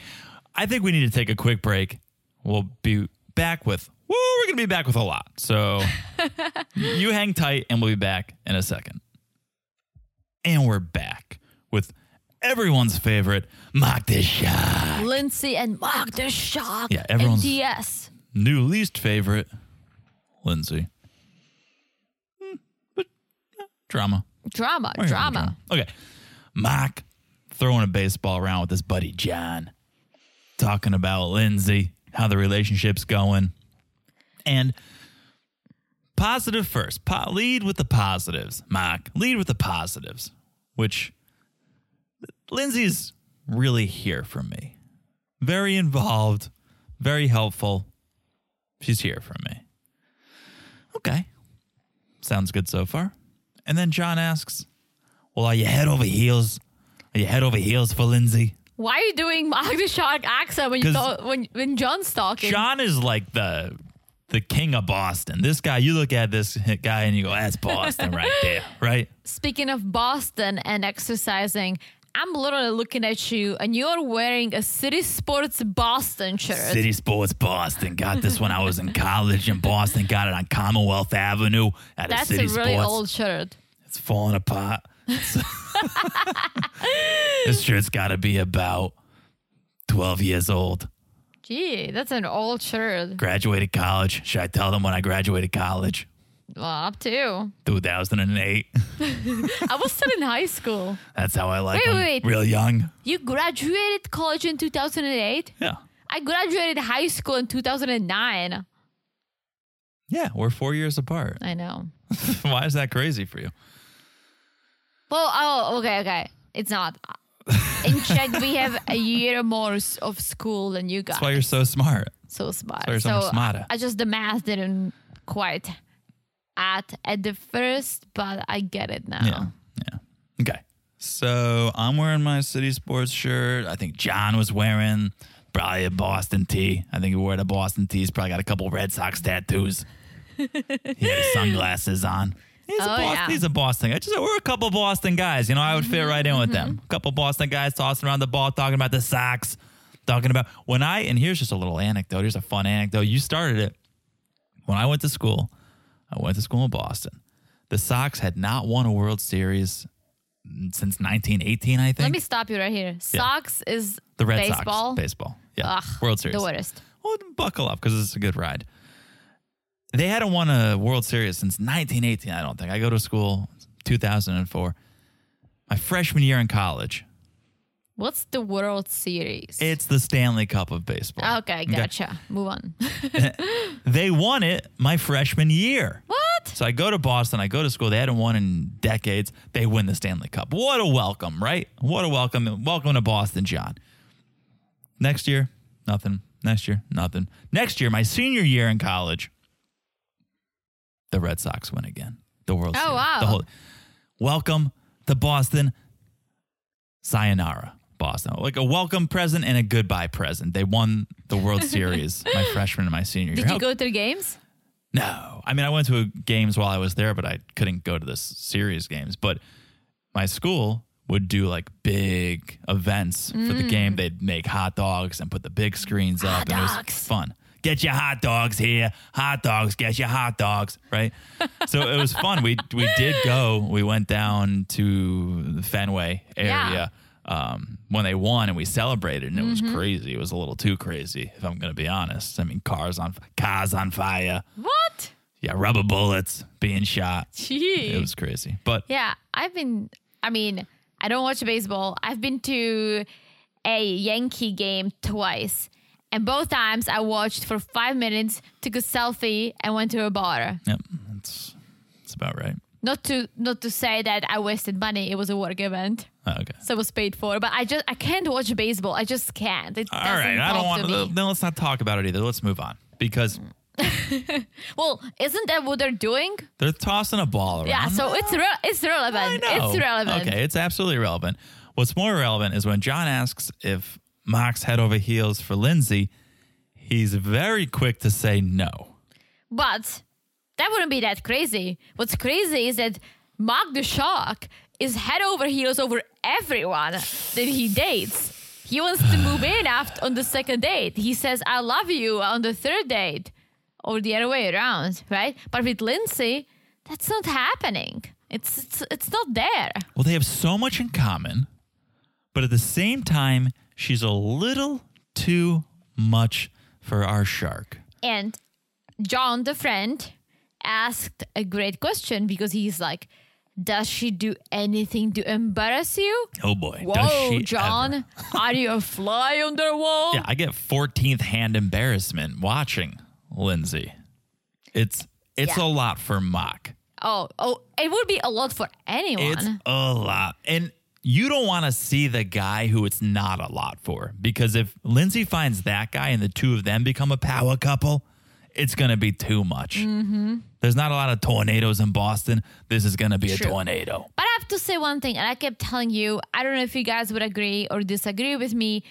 [SPEAKER 5] I think we need to take a quick break. We'll be back with. Woo, we're gonna be back with a lot. So you hang tight, and we'll be back in a second. And we're back with everyone's favorite mock this shot.
[SPEAKER 6] Lindsay and Mark, they're shocked.
[SPEAKER 5] Yeah, everyone's-
[SPEAKER 6] And DS.
[SPEAKER 5] New least favorite, Lindsay. Hmm, but eh, drama.
[SPEAKER 6] Drama,
[SPEAKER 5] We're having
[SPEAKER 6] drama.
[SPEAKER 5] drama. Oh, Okay. Mike throwing a baseball around with his buddy John, talking about Lindsay, how the relationship's going. And positive first. Po- lead with the positives, Mike. Lead with the positives, which Lindsay's really here for me. Very involved, very helpful. She's here for me. Okay. Sounds good so far. And then John asks, well, are you head over heels? Are you head over heels for Lindsay?
[SPEAKER 6] Why are you doing Mark the Shark accent when you
[SPEAKER 5] 'Cause-
[SPEAKER 6] talk, when when John's talking?
[SPEAKER 5] John is like the the king of Boston. This guy, you look at this guy and you go, that's Boston right there, right?
[SPEAKER 6] Speaking of Boston and exercising, I'm literally looking at you and you're wearing a City Sports Boston shirt.
[SPEAKER 5] City Sports Boston. Got this when I was in college in Boston. Got it on Commonwealth Avenue at
[SPEAKER 6] That's
[SPEAKER 5] City
[SPEAKER 6] a really
[SPEAKER 5] Sports.
[SPEAKER 6] old shirt.
[SPEAKER 5] It's falling apart. this shirt's got to be about 12 years old.
[SPEAKER 6] Gee, that's an old shirt.
[SPEAKER 5] Graduated college. Should I tell them when I graduated college?
[SPEAKER 6] Well, up to you.
[SPEAKER 5] 2008.
[SPEAKER 6] I was still in high school.
[SPEAKER 5] That's how I like
[SPEAKER 6] Wait,
[SPEAKER 5] 'em.
[SPEAKER 6] wait, wait.
[SPEAKER 5] Real young.
[SPEAKER 6] You graduated college in 2008?
[SPEAKER 5] Yeah.
[SPEAKER 6] I graduated high school in 2009.
[SPEAKER 5] Yeah, we're four years apart.
[SPEAKER 6] I know.
[SPEAKER 5] Why is that crazy for you?
[SPEAKER 6] Well, oh, okay, okay. It's not. In Czech, we have a year more s- of school than you guys.
[SPEAKER 5] That's why you're so smart.
[SPEAKER 6] so smart.
[SPEAKER 5] why you're so much smarter.
[SPEAKER 6] I, I just the math didn't quite at at the first, but I get it now.
[SPEAKER 5] Yeah. Yeah. Okay. So I'm wearing my city sports shirt. I think John was wearing probably a Boston tee. I think he wore the Boston tee. He's probably got a couple Red Sox tattoos. he had his sunglasses on. He's, a
[SPEAKER 6] Oh,
[SPEAKER 5] Boston,
[SPEAKER 6] yeah.
[SPEAKER 5] he's a Boston guy. Just, we're a couple Boston guys. You know, I would fit right in
[SPEAKER 6] Mm-hmm.
[SPEAKER 5] with them. A couple Boston guys tossing around the ball, talking about the Sox, talking about when I, and here's just a little anecdote. Here's a fun anecdote. You started it. When I went to school, I went to school in Boston. The Sox had not won a World Series since 1918, I think.
[SPEAKER 6] Let me stop you right here. Socks is
[SPEAKER 5] the Red
[SPEAKER 6] baseball.
[SPEAKER 5] Sox baseball, yeah,
[SPEAKER 6] Ugh,
[SPEAKER 5] World Series.
[SPEAKER 6] The worst.
[SPEAKER 5] Well, buckle up because it's a good ride. They hadn't won a World Series since 1918, I don't think. I go to school 2004. My freshman year in college,
[SPEAKER 6] What's the World Series?
[SPEAKER 5] it's the Stanley Cup of baseball.
[SPEAKER 6] okay, gotcha. Move on.
[SPEAKER 5] They won it my freshman year.
[SPEAKER 6] what?
[SPEAKER 5] So I go to Boston, I go to school. They hadn't won in decades. They win the Stanley Cup. What a welcome, right? What a welcome. Welcome to Boston, John. Next year, nothing. Next year, nothing. Next year, my senior year in college, the Red Sox win again. The World
[SPEAKER 6] Oh,
[SPEAKER 5] Series.
[SPEAKER 6] wow.
[SPEAKER 5] The welcome to Boston. Sayonara, Boston. Like a welcome present and a goodbye present. They won the World Series my freshman and my senior year.
[SPEAKER 6] Did you
[SPEAKER 5] How
[SPEAKER 6] go to the games?
[SPEAKER 5] no, I mean I went to games while I was there, but I couldn't go to the s- serious games. But my school would do like big events for the game. They'd make hot dogs and put the big screens
[SPEAKER 6] Mm. Hot
[SPEAKER 5] up, and it was
[SPEAKER 6] dogs.
[SPEAKER 5] fun. Get your hot dogs here. Hot dogs. Get your hot dogs. Right. so it was fun. We we did go. We went down to the Fenway area um, when they won, and we celebrated, and it
[SPEAKER 6] Mm-hmm.
[SPEAKER 5] was crazy. It was a little too crazy, if I'm going to be honest. I mean, cars on cars on fire.
[SPEAKER 6] What?
[SPEAKER 5] Yeah, rubber bullets being shot.
[SPEAKER 6] Gee.
[SPEAKER 5] It was crazy, but
[SPEAKER 6] Yeah, I've been. I mean, I don't watch baseball. I've been to a Yankee game twice, and both times I watched for five minutes, took a selfie, and went to a bar.
[SPEAKER 5] yep, that's that's about right.
[SPEAKER 6] Not to not to say that I wasted money. It was a work event,
[SPEAKER 5] Oh, okay.
[SPEAKER 6] so it was paid for. But I just I can't watch baseball. I just can't. It
[SPEAKER 5] All
[SPEAKER 6] doesn't
[SPEAKER 5] right, I
[SPEAKER 6] talk
[SPEAKER 5] don't want.
[SPEAKER 6] to me.
[SPEAKER 5] Then let's not talk about it either. Let's move on because
[SPEAKER 6] Well, isn't that what they're doing?
[SPEAKER 5] they're tossing a ball around.
[SPEAKER 6] Yeah. So it's re- it's relevant.
[SPEAKER 5] I know.
[SPEAKER 6] It's relevant.
[SPEAKER 5] Okay, it's absolutely relevant. What's more relevant is when John asks if Mox head over heels for Lindsay, he's very quick to say no.
[SPEAKER 6] But that wouldn't be that crazy. What's crazy is that Mark the Shark is head over heels over everyone that he dates. He wants to move in after on the second date. He says, I love you on the third date. Or the other way around, right? But with Lindsay, that's not happening. It's it's, it's not there.
[SPEAKER 5] Well, they have so much in common, but at the same time, she's a little too much for our shark.
[SPEAKER 6] And John, the friend, asked a great question because he's like, Does she do anything to embarrass you?
[SPEAKER 5] Oh boy, does she
[SPEAKER 6] Whoa,
[SPEAKER 5] ever.
[SPEAKER 6] John, are you a fly on the wall?
[SPEAKER 5] Yeah, I get 14th hand embarrassment watching Lindsay. It's it's
[SPEAKER 6] Yeah.
[SPEAKER 5] a lot for Mock.
[SPEAKER 6] Oh, oh, it would be a lot for anyone.
[SPEAKER 5] It's a lot. And you don't want to see the guy who it's not a lot for because if Lindsay finds that guy and the two of them become a power couple, it's going to be too much. Mm-hmm. There's not a lot of tornadoes in Boston. This is going to be
[SPEAKER 6] True.
[SPEAKER 5] a tornado.
[SPEAKER 6] but I have to say one thing, and I kept telling you, I don't know if you guys would agree or disagree with me.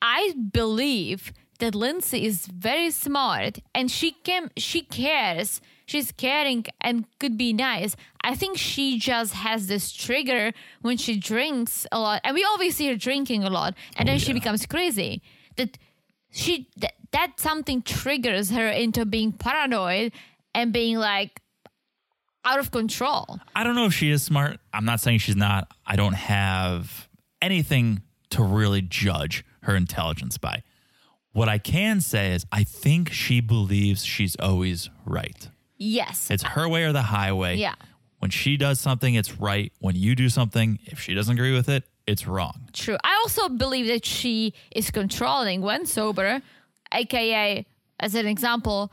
[SPEAKER 6] I believe that Lindsay is very smart and she can she cares. She's caring and could be nice. I think she just has this trigger when she drinks a lot. And we always see her drinking a lot. And then she
[SPEAKER 5] yeah.
[SPEAKER 6] becomes crazy. That she that, that something triggers her into being paranoid and being like out of control.
[SPEAKER 5] I don't know if she is smart. I'm not saying she's not. I don't have anything to really judge her intelligence by. What I can say is, I think she believes she's always right.
[SPEAKER 6] Yes.
[SPEAKER 5] It's her way or the highway.
[SPEAKER 6] Yeah.
[SPEAKER 5] When she does something, it's right. When you do something, if she doesn't agree with it, it's wrong.
[SPEAKER 6] True. I also believe that she is controlling when sober, aka, as an example,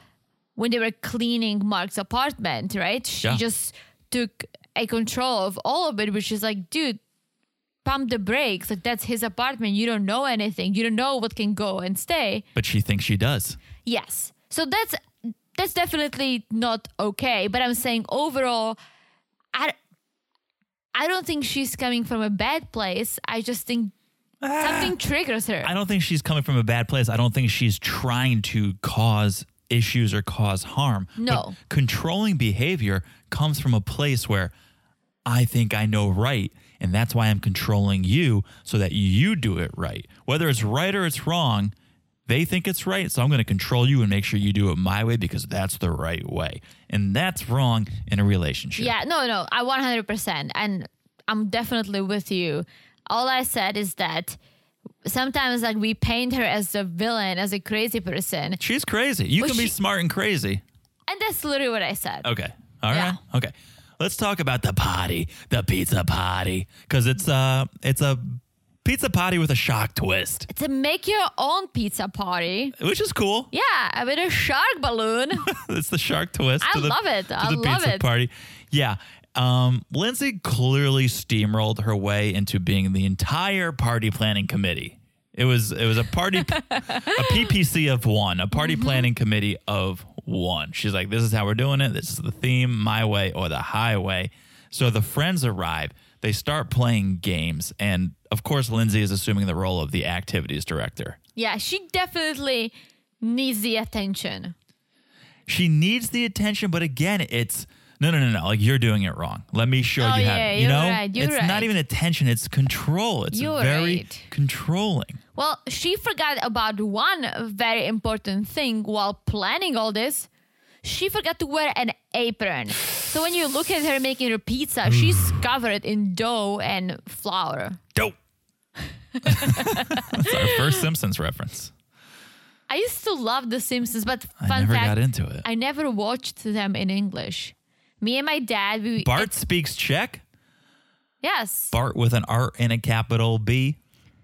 [SPEAKER 6] when they were cleaning Mark's apartment, right? She
[SPEAKER 5] Yeah.
[SPEAKER 6] just took a control of all of it, which is like, dude, pump the brakes. Like, that's his apartment. You don't know anything. You don't know what can go and stay.
[SPEAKER 5] But she thinks she does.
[SPEAKER 6] Yes. So that's that's definitely not okay. But I'm saying overall, I I don't think she's coming from a bad place. I just think something triggers her.
[SPEAKER 5] Ah. I don't think she's coming from a bad place. I don't think she's trying to cause issues or cause harm.
[SPEAKER 6] No.
[SPEAKER 5] But controlling behavior comes from a place where I think I know right. And that's why I'm controlling you so that you do it right. Whether it's right or it's wrong, they think it's right. So I'm going to control you and make sure you do it my way because that's the right way. And that's wrong in a relationship.
[SPEAKER 6] Yeah, no, no, I 100%. And I'm definitely with you. All I said is that sometimes like we paint her as a villain, as a crazy person.
[SPEAKER 5] She's crazy. You
[SPEAKER 6] Well,
[SPEAKER 5] can be
[SPEAKER 6] she-
[SPEAKER 5] smart and crazy.
[SPEAKER 6] And that's literally what I said.
[SPEAKER 5] Okay. all right.
[SPEAKER 6] Yeah.
[SPEAKER 5] Okay. Let's talk about the potty, the pizza potty, because it's a it's a pizza potty with a shock twist,
[SPEAKER 6] To make your own pizza party.
[SPEAKER 5] which is cool.
[SPEAKER 6] Yeah, with a shark balloon.
[SPEAKER 5] it's the shark twist.
[SPEAKER 6] I
[SPEAKER 5] to the,
[SPEAKER 6] love it.
[SPEAKER 5] To
[SPEAKER 6] I
[SPEAKER 5] the
[SPEAKER 6] love
[SPEAKER 5] pizza
[SPEAKER 6] it.
[SPEAKER 5] party. Yeah. Um, Lindsay clearly steamrolled her way into being the entire party planning committee. It was it was a party a PPC of one, a party
[SPEAKER 6] Mm-hmm.
[SPEAKER 5] planning committee of one. She's like, this is how we're doing it. This is the theme, my way or the highway. So the friends arrive. They start playing games, and of course, Lindsay is assuming the role of the activities director.
[SPEAKER 6] yeah, she definitely needs the attention.
[SPEAKER 5] she needs the attention, but again, it's no, no, no, no. Like you're doing it wrong. Let me show
[SPEAKER 6] Oh,
[SPEAKER 5] you how.
[SPEAKER 6] yeah,
[SPEAKER 5] to, you
[SPEAKER 6] you're
[SPEAKER 5] know,
[SPEAKER 6] right, you're
[SPEAKER 5] it's
[SPEAKER 6] right.
[SPEAKER 5] not even attention. It's control. It's
[SPEAKER 6] You're
[SPEAKER 5] very
[SPEAKER 6] right.
[SPEAKER 5] controlling.
[SPEAKER 6] Well, she forgot about one very important thing while planning all this. She forgot to wear an apron. So when you look at her making her
[SPEAKER 5] Hmm.
[SPEAKER 6] pizza, she's covered in dough and flour.
[SPEAKER 5] Dope. That's our first Simpsons reference.
[SPEAKER 6] I used to love The Simpsons, but
[SPEAKER 5] I
[SPEAKER 6] fun
[SPEAKER 5] never
[SPEAKER 6] fact,
[SPEAKER 5] got into it.
[SPEAKER 6] I never watched them in English. Me and my dad, we
[SPEAKER 5] Bart speaks Czech.
[SPEAKER 6] yes.
[SPEAKER 5] Bart with an R and a capital B.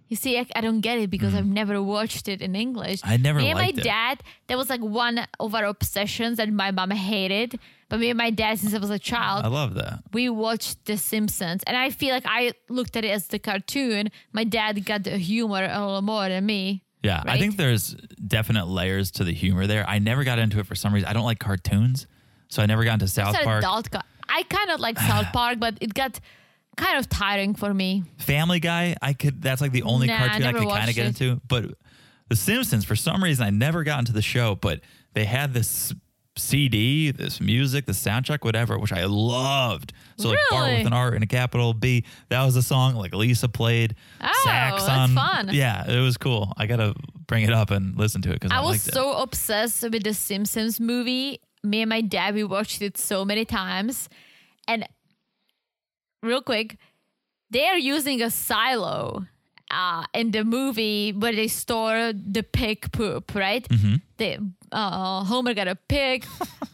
[SPEAKER 6] You see, I, I don't get it because I've never watched it in English.
[SPEAKER 5] Mm. I never
[SPEAKER 6] Me and my
[SPEAKER 5] liked it.
[SPEAKER 6] dad, that was like one of our obsessions that my mom hated. But me and my dad, since I was a child,
[SPEAKER 5] I love that.
[SPEAKER 6] we watched The Simpsons, and I feel like I looked at it as the cartoon. My dad got the humor a little more than me.
[SPEAKER 5] Yeah, I
[SPEAKER 6] right?
[SPEAKER 5] think there's definite layers to the humor there. I never got into it for some reason. I don't like cartoons, so I never got into South
[SPEAKER 6] It's an
[SPEAKER 5] Park.
[SPEAKER 6] adult. Co- I kind of like South Park, but it got kind of tiring for me.
[SPEAKER 5] Family Guy, I could. That's like the only
[SPEAKER 6] Nah, I
[SPEAKER 5] cartoon I
[SPEAKER 6] never
[SPEAKER 5] could kind
[SPEAKER 6] watched
[SPEAKER 5] of get
[SPEAKER 6] it.
[SPEAKER 5] into. But The Simpsons, for some reason, I never got into the show. But they had this CD, this music, the soundtrack, whatever, which I loved. So like Bart
[SPEAKER 6] Really?
[SPEAKER 5] with an R and a capital B. That was a song like Lisa played
[SPEAKER 6] Oh,
[SPEAKER 5] sax
[SPEAKER 6] that's
[SPEAKER 5] on.
[SPEAKER 6] fun.
[SPEAKER 5] Yeah, it was cool. I gotta bring it up and listen to it because I,
[SPEAKER 6] I was
[SPEAKER 5] liked it.
[SPEAKER 6] so obsessed with the Simpsons movie. Me and my dad, we watched it so many times. And real quick, they are using a silo uh, in the movie where they store the pig poop, right? They, uh, Homer got a pig.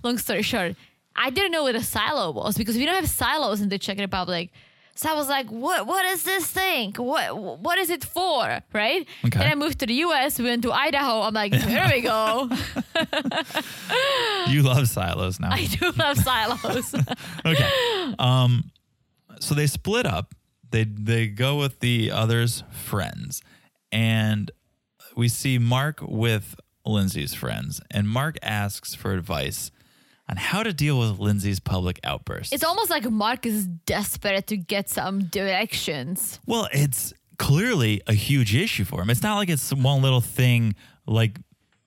[SPEAKER 6] Long story short, I didn't know what a silo was because we don't have silos in the Czech Republic. So I was like, "What? What is this thing? What? What is it for?" Right?
[SPEAKER 5] Okay.
[SPEAKER 6] Then I moved to the U.S. We went to Idaho. I'm like, "There we go.
[SPEAKER 5] you love silos now.
[SPEAKER 6] I do love silos."
[SPEAKER 5] okay. Um, so they split up. They they go with the others' friends, and we see Mark with Lindsay's friends, and Mark asks for advice on how to deal with Lindsay's public outbursts.
[SPEAKER 6] it's almost like Mark is desperate to get some directions.
[SPEAKER 5] well, it's clearly a huge issue for him. It's not like it's one little thing like.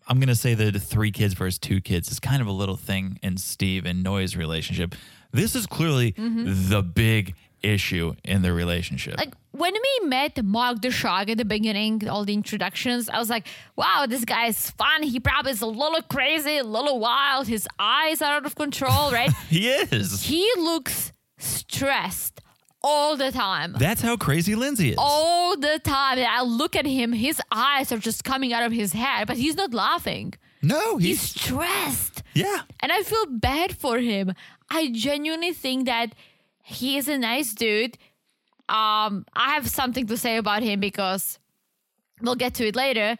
[SPEAKER 5] I'm gonna say that the three kids versus two kids is kind of a little thing in Steve and Noy's relationship. This is clearly the big issue in their relationship.
[SPEAKER 6] Mm-hmm. like when we met Mark Dushog at the beginning, all the introductions, I was like, wow, this guy is fun. He probably is a little crazy, a little wild. His eyes are out of control, right?
[SPEAKER 5] He is.
[SPEAKER 6] he looks stressed all the time.
[SPEAKER 5] That's how crazy Lindsay is.
[SPEAKER 6] all the time. And I look at him, his eyes are just coming out of his head, but he's not laughing.
[SPEAKER 5] no,
[SPEAKER 6] He's
[SPEAKER 5] he's,
[SPEAKER 6] stressed.
[SPEAKER 5] yeah.
[SPEAKER 6] And I feel bad for him. I genuinely think that he is a nice dude. Um, I have something to say about him because we'll get to it later.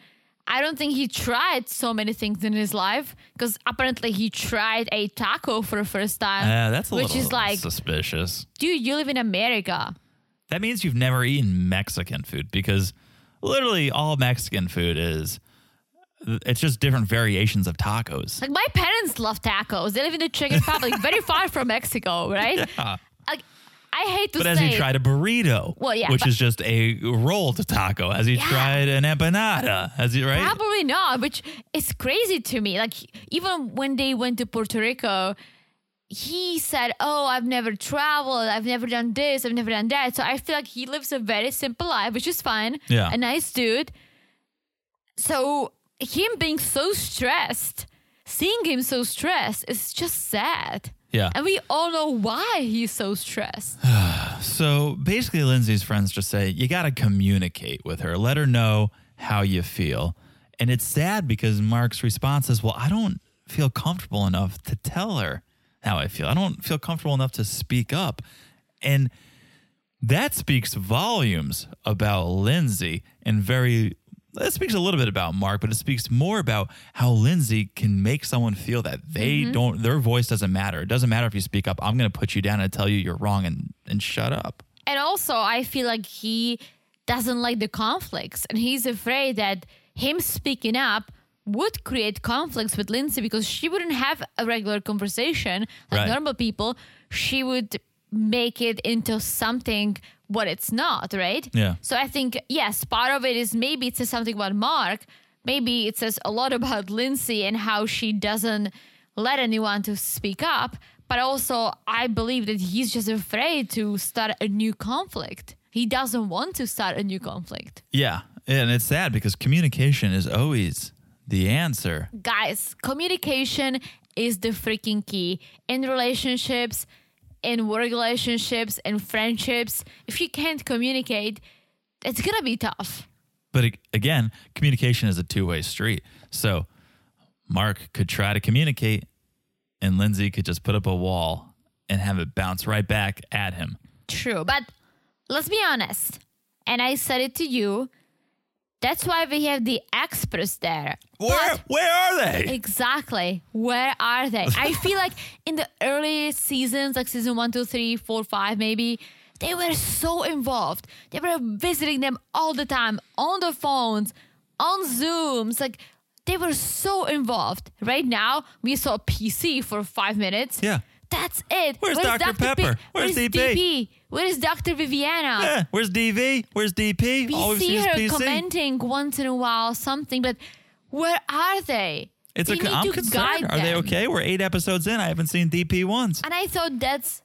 [SPEAKER 6] I don't think he tried so many things in his life because apparently he tried a taco for the first time,
[SPEAKER 5] Uh, that's a
[SPEAKER 6] which
[SPEAKER 5] little
[SPEAKER 6] is like,
[SPEAKER 5] suspicious.
[SPEAKER 6] dude, you live in America.
[SPEAKER 5] That means you've never eaten Mexican food because literally all Mexican food is it's just different variations of tacos.
[SPEAKER 6] Like my parents love tacos. They live in the Czech Republic, very far from Mexico, right? Like, I hate to
[SPEAKER 5] But
[SPEAKER 6] say,
[SPEAKER 5] as you
[SPEAKER 6] it,
[SPEAKER 5] tried a burrito,
[SPEAKER 6] Well, yeah,
[SPEAKER 5] which
[SPEAKER 6] but-
[SPEAKER 5] is just a rolled taco, as you tried an empanada, as you right,
[SPEAKER 6] Probably not, which is crazy to me. Like even when they went to Puerto Rico, he said, "Oh, I've never traveled. I've never done this. I've never done that." So I feel like he lives a very simple life, which is fine.
[SPEAKER 5] Yeah.
[SPEAKER 6] a nice dude. So him being so stressed, seeing him so stressed, is just sad.
[SPEAKER 5] yeah.
[SPEAKER 6] And we all know why he's so stressed.
[SPEAKER 5] So basically, Lindsay's friends just say, you got to communicate with her, let her know how you feel. And it's sad because Mark's response is, well, I don't feel comfortable enough to tell her how I feel. I don't feel comfortable enough to speak up. And that speaks volumes about Lindsay and very, that speaks a little bit about Mark, but it speaks more about how Lindsay can make someone feel that they don't, their voice doesn't matter. It doesn't matter if you speak up. I'm going to put you down and tell you you're wrong and, and shut up.
[SPEAKER 6] And also, I feel like he doesn't like the conflicts, and he's afraid that him speaking up would create conflicts with Lindsay because she wouldn't have a regular conversation like
[SPEAKER 5] Right.
[SPEAKER 6] normal people. She would make it into something what it's not, right?
[SPEAKER 5] Yeah.
[SPEAKER 6] So I think yes, part of it is maybe it says something about Mark. Maybe it says a lot about Lindsay and how she doesn't let anyone to speak up. But also, I believe that he's just afraid to start a new conflict. He doesn't want to start a new conflict.
[SPEAKER 5] Yeah. And it's sad because communication is always the answer.
[SPEAKER 6] Guys, communication is the freaking key in relationships, in work relationships, in friendships. If you can't communicate, it's gonna be tough.
[SPEAKER 5] But ag- again, communication is a two way street. So Mark could try to communicate, and Lindsay could just put up a wall and have it bounce right back at him.
[SPEAKER 6] True, but let's be honest. And I said it to you. That's why we have the experts there.
[SPEAKER 5] Where,
[SPEAKER 6] But-
[SPEAKER 5] where are they?
[SPEAKER 6] Exactly. Where are they? I feel like in the early seasons, like season one, two, three, four, five, maybe, they were so involved. They were visiting them all the time on the phones, on Zooms. Like they were so involved. Right now, we saw PC for five minutes.
[SPEAKER 5] Yeah.
[SPEAKER 6] That's it.
[SPEAKER 5] Where's Dr.
[SPEAKER 6] P?
[SPEAKER 5] Pepper? Where's
[SPEAKER 6] Where's
[SPEAKER 5] DP?
[SPEAKER 6] DP? Where's Dr. Viviana?
[SPEAKER 5] Yeah, Eh, Where's DV? Where's DP?
[SPEAKER 6] We
[SPEAKER 5] All we've
[SPEAKER 6] see
[SPEAKER 5] seen is
[SPEAKER 6] her
[SPEAKER 5] PC.
[SPEAKER 6] commenting once in a while something, but where are they?
[SPEAKER 5] It's
[SPEAKER 6] we
[SPEAKER 5] a,
[SPEAKER 6] need
[SPEAKER 5] I'm
[SPEAKER 6] to
[SPEAKER 5] concerned.
[SPEAKER 6] guide
[SPEAKER 5] Are they
[SPEAKER 6] them.
[SPEAKER 5] okay? We're eight episodes in. I haven't seen DP once.
[SPEAKER 6] And I thought that's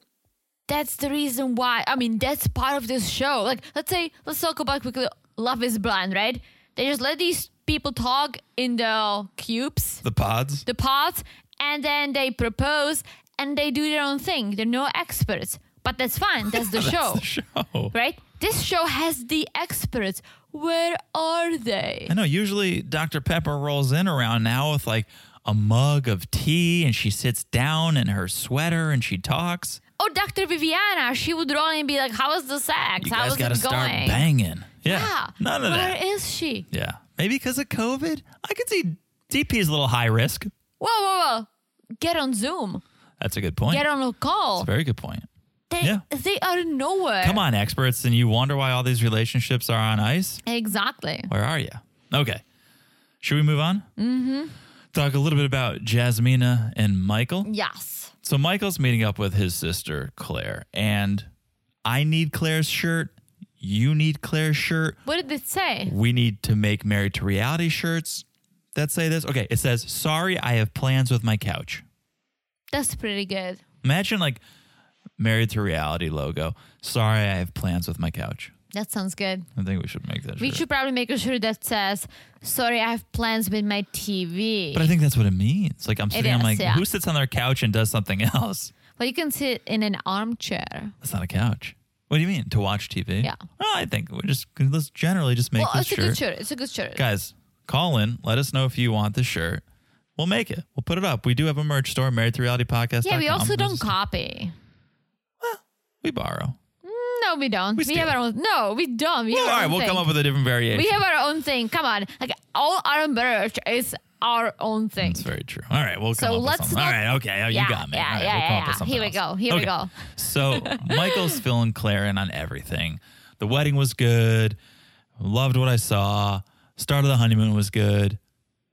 [SPEAKER 6] that's the reason why. I mean, that's part of this show. Like, let's say let's talk about quickly. Love is blind, right? They just let these people talk in the cubes,
[SPEAKER 5] The pods.
[SPEAKER 6] the pods, and then they propose and they do their own thing. They're no experts, but that's fine. That's the show,
[SPEAKER 5] The show.
[SPEAKER 6] right? This show has the experts. Where are they?
[SPEAKER 5] I know. Usually, Dr. Pepper rolls in around now with like a mug of tea, and she sits down in her sweater and she talks.
[SPEAKER 6] oh, Dr. Viviana, she would roll in and be like, "How was the sex?
[SPEAKER 5] You
[SPEAKER 6] How
[SPEAKER 5] guys
[SPEAKER 6] was
[SPEAKER 5] got to
[SPEAKER 6] it
[SPEAKER 5] start
[SPEAKER 6] going?"
[SPEAKER 5] banging. Yeah.
[SPEAKER 6] Yeah.
[SPEAKER 5] None of that.
[SPEAKER 6] Where is she?
[SPEAKER 5] yeah. Maybe because of COVID. I could see DP is a little high risk.
[SPEAKER 6] Whoa, whoa, whoa. Get on Zoom.
[SPEAKER 5] That's a good point.
[SPEAKER 6] Get on a call.
[SPEAKER 5] Very good point.
[SPEAKER 6] They,
[SPEAKER 5] yeah.
[SPEAKER 6] they are nowhere.
[SPEAKER 5] Come on, experts, and you wonder why all these relationships are on ice.
[SPEAKER 6] Exactly.
[SPEAKER 5] Where are you? Okay. Should we move on? Mm-hmm. Talk a little bit about Jasmina and Michael.
[SPEAKER 6] Yes.
[SPEAKER 5] So Michael's meeting up with his sister Claire, and I need Claire's shirt. You need Claire's shirt.
[SPEAKER 6] What did it say?
[SPEAKER 5] We need to make Married to Reality shirts that say this. Okay, it says, "Sorry, I have plans with my couch."
[SPEAKER 6] That's pretty good.
[SPEAKER 5] Imagine like Married to Reality logo. Sorry, I have plans with my couch.
[SPEAKER 6] That sounds good.
[SPEAKER 5] I think we should make that.
[SPEAKER 6] We
[SPEAKER 5] shirt.
[SPEAKER 6] should probably make a shirt that says, Sorry, I have plans with my TV.
[SPEAKER 5] But I think that's what it means. Like I'm sitting, I'm
[SPEAKER 6] is,
[SPEAKER 5] like,
[SPEAKER 6] yeah.
[SPEAKER 5] who sits on their couch and does something else?
[SPEAKER 6] But you can sit in an armchair.
[SPEAKER 5] That's not a couch. What do you mean to watch TV?
[SPEAKER 6] Yeah.
[SPEAKER 5] Well, I think we just let's generally just make
[SPEAKER 6] Well,
[SPEAKER 5] this
[SPEAKER 6] it's a
[SPEAKER 5] shirt.
[SPEAKER 6] good shirt. It's a good shirt.
[SPEAKER 5] Guys, call in. Let us know if you want the shirt. We'll make it. We'll put it up. We do have a merch store, Married to Reality Podcast.
[SPEAKER 6] Yeah, we also don't copy.
[SPEAKER 5] We borrow.
[SPEAKER 6] No, we don't.
[SPEAKER 5] We
[SPEAKER 6] We, have
[SPEAKER 5] steal.
[SPEAKER 6] our own. No, we don't. We have
[SPEAKER 5] All
[SPEAKER 6] our
[SPEAKER 5] right,
[SPEAKER 6] own
[SPEAKER 5] we'll
[SPEAKER 6] thing.
[SPEAKER 5] come up with a different variation.
[SPEAKER 6] We have our own thing. Come on. Like all our merch is our own thing.
[SPEAKER 5] That's very true. All right, we'll come
[SPEAKER 6] So
[SPEAKER 5] up with
[SPEAKER 6] let's
[SPEAKER 5] something.
[SPEAKER 6] not-
[SPEAKER 5] All right, okay, oh,
[SPEAKER 6] Yeah,
[SPEAKER 5] you got me.
[SPEAKER 6] yeah,
[SPEAKER 5] All right,
[SPEAKER 6] yeah,
[SPEAKER 5] we'll come
[SPEAKER 6] yeah,
[SPEAKER 5] up with
[SPEAKER 6] yeah.
[SPEAKER 5] something
[SPEAKER 6] Here we
[SPEAKER 5] else.
[SPEAKER 6] go, here we
[SPEAKER 5] Okay.
[SPEAKER 6] go.
[SPEAKER 5] So Michael's filling Claire in on everything. The wedding was good. Loved what I saw. Start of the honeymoon was good.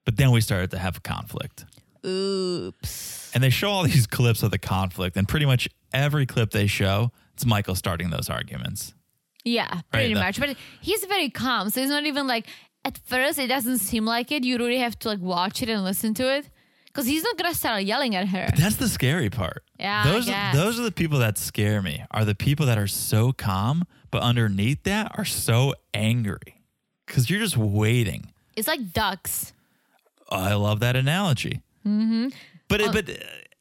[SPEAKER 5] But then we started to have a conflict.
[SPEAKER 6] Oops.
[SPEAKER 5] And they show all these clips of the conflict, and pretty much every clip they show, it's Michael starting those arguments.
[SPEAKER 6] Yeah, pretty
[SPEAKER 5] the-
[SPEAKER 6] much. But he's very calm, so it's not even like at first it doesn't seem like it. You really have to like watch it and listen to it because he's not gonna start yelling at her.
[SPEAKER 5] That's the scary part.
[SPEAKER 6] Yeah, I
[SPEAKER 5] Those
[SPEAKER 6] guess.
[SPEAKER 5] those are the people that scare me. Are the people that are so calm, but underneath that are so angry. Cause you're just waiting.
[SPEAKER 6] It's like ducks.
[SPEAKER 5] I love that analogy. Mm-hmm. But it, but uh,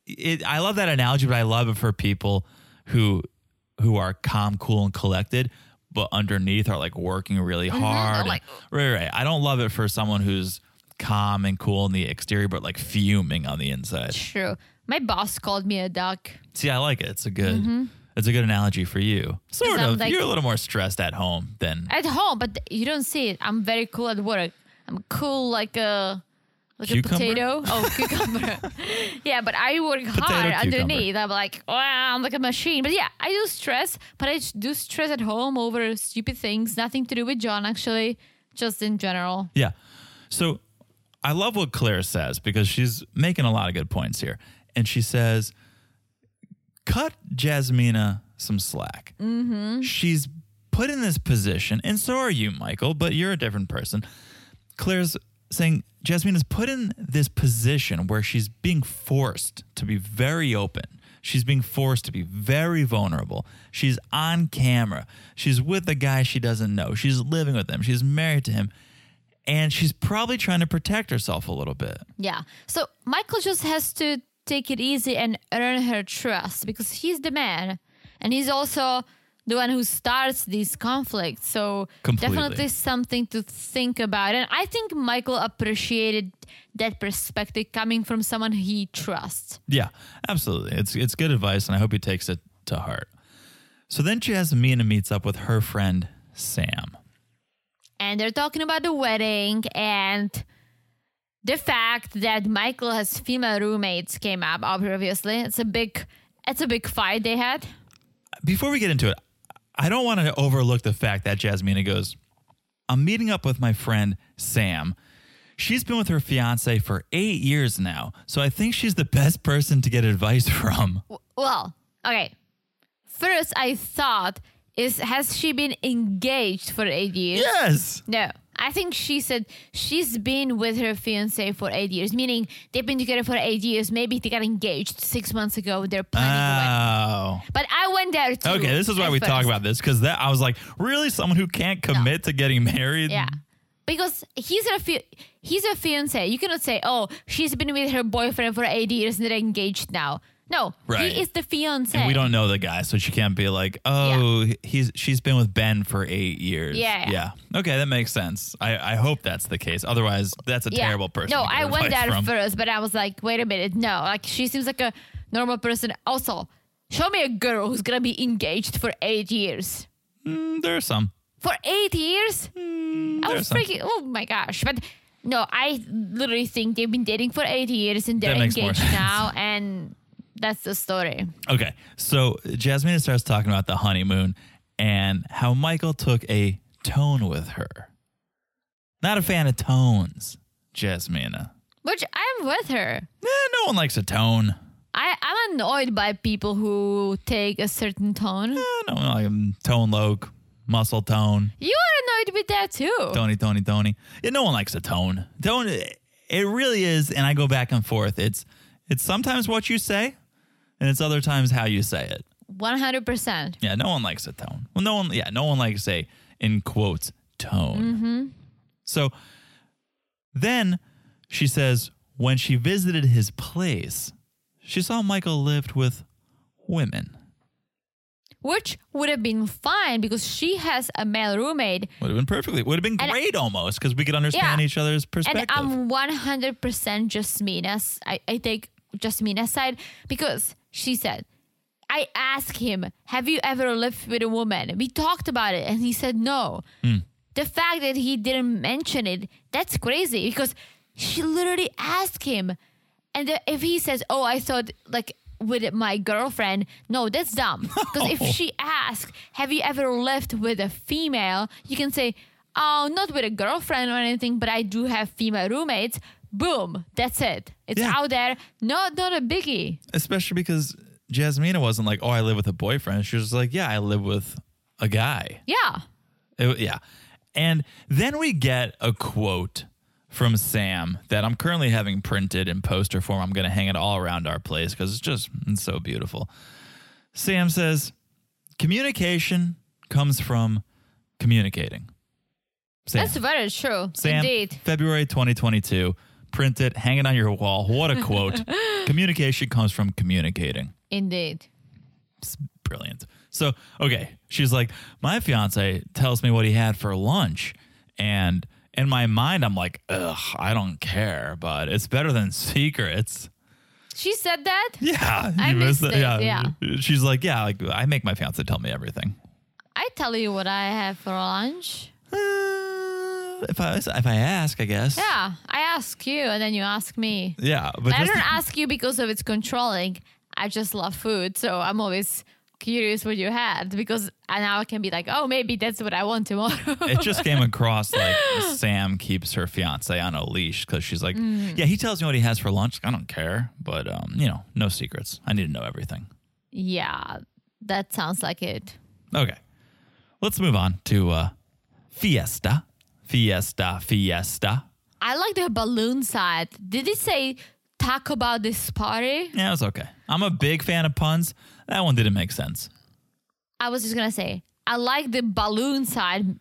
[SPEAKER 5] it, I love that analogy. But I love it for people who who are calm, cool, and collected, but underneath are like working really hard. and-
[SPEAKER 6] like-
[SPEAKER 5] right, right. I don't love it for someone who's calm and cool on the exterior, but like fuming on the inside.
[SPEAKER 6] True. My boss called me a duck.
[SPEAKER 5] See, I like it. It's a good. It's a good analogy for you. Sort
[SPEAKER 6] I'm
[SPEAKER 5] of.
[SPEAKER 6] like-
[SPEAKER 5] You're a little more stressed at home than
[SPEAKER 6] at home, but you don't see it. I'm very cool at work. I'm cool like a like
[SPEAKER 5] Cucumber?
[SPEAKER 6] a potato. Oh, cucumber. yeah, but I work hard
[SPEAKER 5] cucumber.
[SPEAKER 6] underneath. I'm like, wow, I'm like a machine. But yeah, I do stress, but I do stress at home over stupid things. Nothing to do with John, actually. Just in general.
[SPEAKER 5] Yeah. So I love what Claire says because she's making a lot of good points here. And she says, cut Jasmina some slack. Mm-hmm. She's put in this position, and so are you, Michael, but you're a different person. Claire's saying Jasmine is put in this position where she's being forced to be very open. She's being forced to be very vulnerable. She's on camera. She's with a guy she doesn't know. She's living with him. She's married to him. And she's probably trying to protect herself a little bit.
[SPEAKER 6] Yeah. So Michael just has to take it easy and earn her trust because he's the man and he's also the one who starts these conflicts. So
[SPEAKER 5] Completely.
[SPEAKER 6] definitely something to think about. And I think Michael appreciated that perspective coming from someone he trusts.
[SPEAKER 5] Yeah, absolutely. It's it's good advice, and I hope he takes it to heart. So then Jasmina meets up with her friend Sam.
[SPEAKER 6] and they're talking about the wedding and the fact that Michael has female roommates came up obviously it's a big it's a big fight they had
[SPEAKER 5] Before we get into it, I don't want to overlook the fact that Jasmina goes, I'm meeting up with my friend Sam. She's been with her fiance for eight years now, so I think she's the best person to get advice from.
[SPEAKER 6] well okay first I thought is has she been engaged for 8 years
[SPEAKER 5] Yes.
[SPEAKER 6] no I think she said she's been with her fiance for 8 years meaning they've been together for 8 years maybe they got engaged 6 months ago they're planning to
[SPEAKER 5] Oh.
[SPEAKER 6] but I went there too
[SPEAKER 5] Okay, this is why
[SPEAKER 6] at
[SPEAKER 5] we talk
[SPEAKER 6] first.
[SPEAKER 5] about this because that I was like, really, someone who can't commit to getting married?
[SPEAKER 6] Yeah. Because he's a fi- he's a fiance. You cannot say, "Oh, she's been with her boyfriend for 80 years and they're engaged now." No,
[SPEAKER 5] Right.
[SPEAKER 6] he is the fiance.
[SPEAKER 5] And we don't know the guy, so she can't be like, oh, he's she's been with Ben for eight years.
[SPEAKER 6] Yeah,
[SPEAKER 5] yeah. Okay, that makes sense. I, I hope that's the case. Otherwise, that's a
[SPEAKER 6] Yeah.
[SPEAKER 5] terrible person.
[SPEAKER 6] No,
[SPEAKER 5] to get
[SPEAKER 6] I went
[SPEAKER 5] advice
[SPEAKER 6] there
[SPEAKER 5] from.
[SPEAKER 6] first, but I was like, "Wait a minute, no." Like she seems like a normal person. Also, show me a girl who's gonna be engaged for eight years.
[SPEAKER 5] Mm, there are some.
[SPEAKER 6] For eight years, I
[SPEAKER 5] Hmm. there's
[SPEAKER 6] was
[SPEAKER 5] some.
[SPEAKER 6] freaking. Oh my gosh! But no, I literally think they've been dating for eight years and they're
[SPEAKER 5] That makes more
[SPEAKER 6] engaged
[SPEAKER 5] sense.
[SPEAKER 6] now, and that's the story.
[SPEAKER 5] Okay, so Jasmine starts talking about the honeymoon and how Michael took a tone with her. Not a fan of tones, Jasmina.
[SPEAKER 6] Which I'm with her.
[SPEAKER 5] Eh, no one likes a tone.
[SPEAKER 6] I, I'm annoyed by people who take a certain tone.
[SPEAKER 5] Eh, no one like a tone loke, muscle tone.
[SPEAKER 6] You are annoyed with that too.
[SPEAKER 5] Tony, Tony, Tony. Yeah, no one likes a tone. Tone, eh, it really is. And I go back and forth. It's it's sometimes what you say, and it's other times how you say it.
[SPEAKER 6] 100%.
[SPEAKER 5] Yeah, no one likes a tone. Well, no one. Yeah, no one likes a in quotes tone.
[SPEAKER 6] Mm-hmm.
[SPEAKER 5] So then she says when she visited his place, she saw Michael lived with women.
[SPEAKER 6] Which would have been fine because she has a male roommate.
[SPEAKER 5] Would have been perfectly. Would have been
[SPEAKER 6] And-
[SPEAKER 5] great almost because we could understand
[SPEAKER 6] Yeah.
[SPEAKER 5] each other's perspective.
[SPEAKER 6] And I'm 100% Jasmina's. I, I take Jasmina's side because she said, I asked him, Have you ever lived with a woman? We talked about it and he said no. The fact that he didn't mention it, that's crazy because she literally asked him. And the, if he says, Oh, I thought like with my girlfriend, no, that's dumb. Because if she asks, Have you ever lived with a female? You can say, Oh, not with a girlfriend or anything, but I do have female roommates. Boom, that's it. It's
[SPEAKER 5] Yeah.
[SPEAKER 6] out there. Not not a biggie.
[SPEAKER 5] especially because Jasmina wasn't like, "Oh, I live with a boyfriend." She was just like, "Yeah, I live with a guy."
[SPEAKER 6] Yeah.
[SPEAKER 5] It- yeah, and then we get a quote from Sam that I'm currently having printed in poster form. I'm going to hang it all around our place because it's just it's so beautiful. Sam says, "Communication comes from communicating." Sam.
[SPEAKER 6] That's very true.
[SPEAKER 5] Sam,
[SPEAKER 6] Indeed.
[SPEAKER 5] February 2022. Print it, hang it on your wall. What a quote. Communication comes from communicating.
[SPEAKER 6] Indeed.
[SPEAKER 5] It's brilliant. So, okay, she's like, my fiance tells me what he had for lunch, and in my mind, I'm like, ugh, I don't care, but it's better than secrets.
[SPEAKER 6] She said that?
[SPEAKER 5] Yeah,
[SPEAKER 6] I
[SPEAKER 5] you
[SPEAKER 6] missed
[SPEAKER 5] missed
[SPEAKER 6] it,
[SPEAKER 5] she's like, yeah, like I make my fiance tell me everything.
[SPEAKER 6] I tell you what I have for lunch.
[SPEAKER 5] Uh, if I if I ask, I guess.
[SPEAKER 6] Yeah, I ask you and then you ask me.
[SPEAKER 5] yeah, but
[SPEAKER 6] I
[SPEAKER 5] just-
[SPEAKER 6] don't ask you because of it's controlling. I just love food, so I'm always curious what you had because and now I can be like, oh, maybe that's what I want tomorrow.
[SPEAKER 5] it just came across like Sam keeps her fiance on a leash because she's like, yeah, he tells me what he has for lunch. I don't care, but um, you know, no secrets. I need to know everything.
[SPEAKER 6] yeah, that sounds like it.
[SPEAKER 5] Okay, let's move on to uh, Fiesta, Fiesta, Fiesta.
[SPEAKER 6] I like the balloon side. Did it say talk about this party?
[SPEAKER 5] Yeah, it was okay. I'm a big fan of puns. That one didn't make sense.
[SPEAKER 6] I was just gonna say I like the balloon side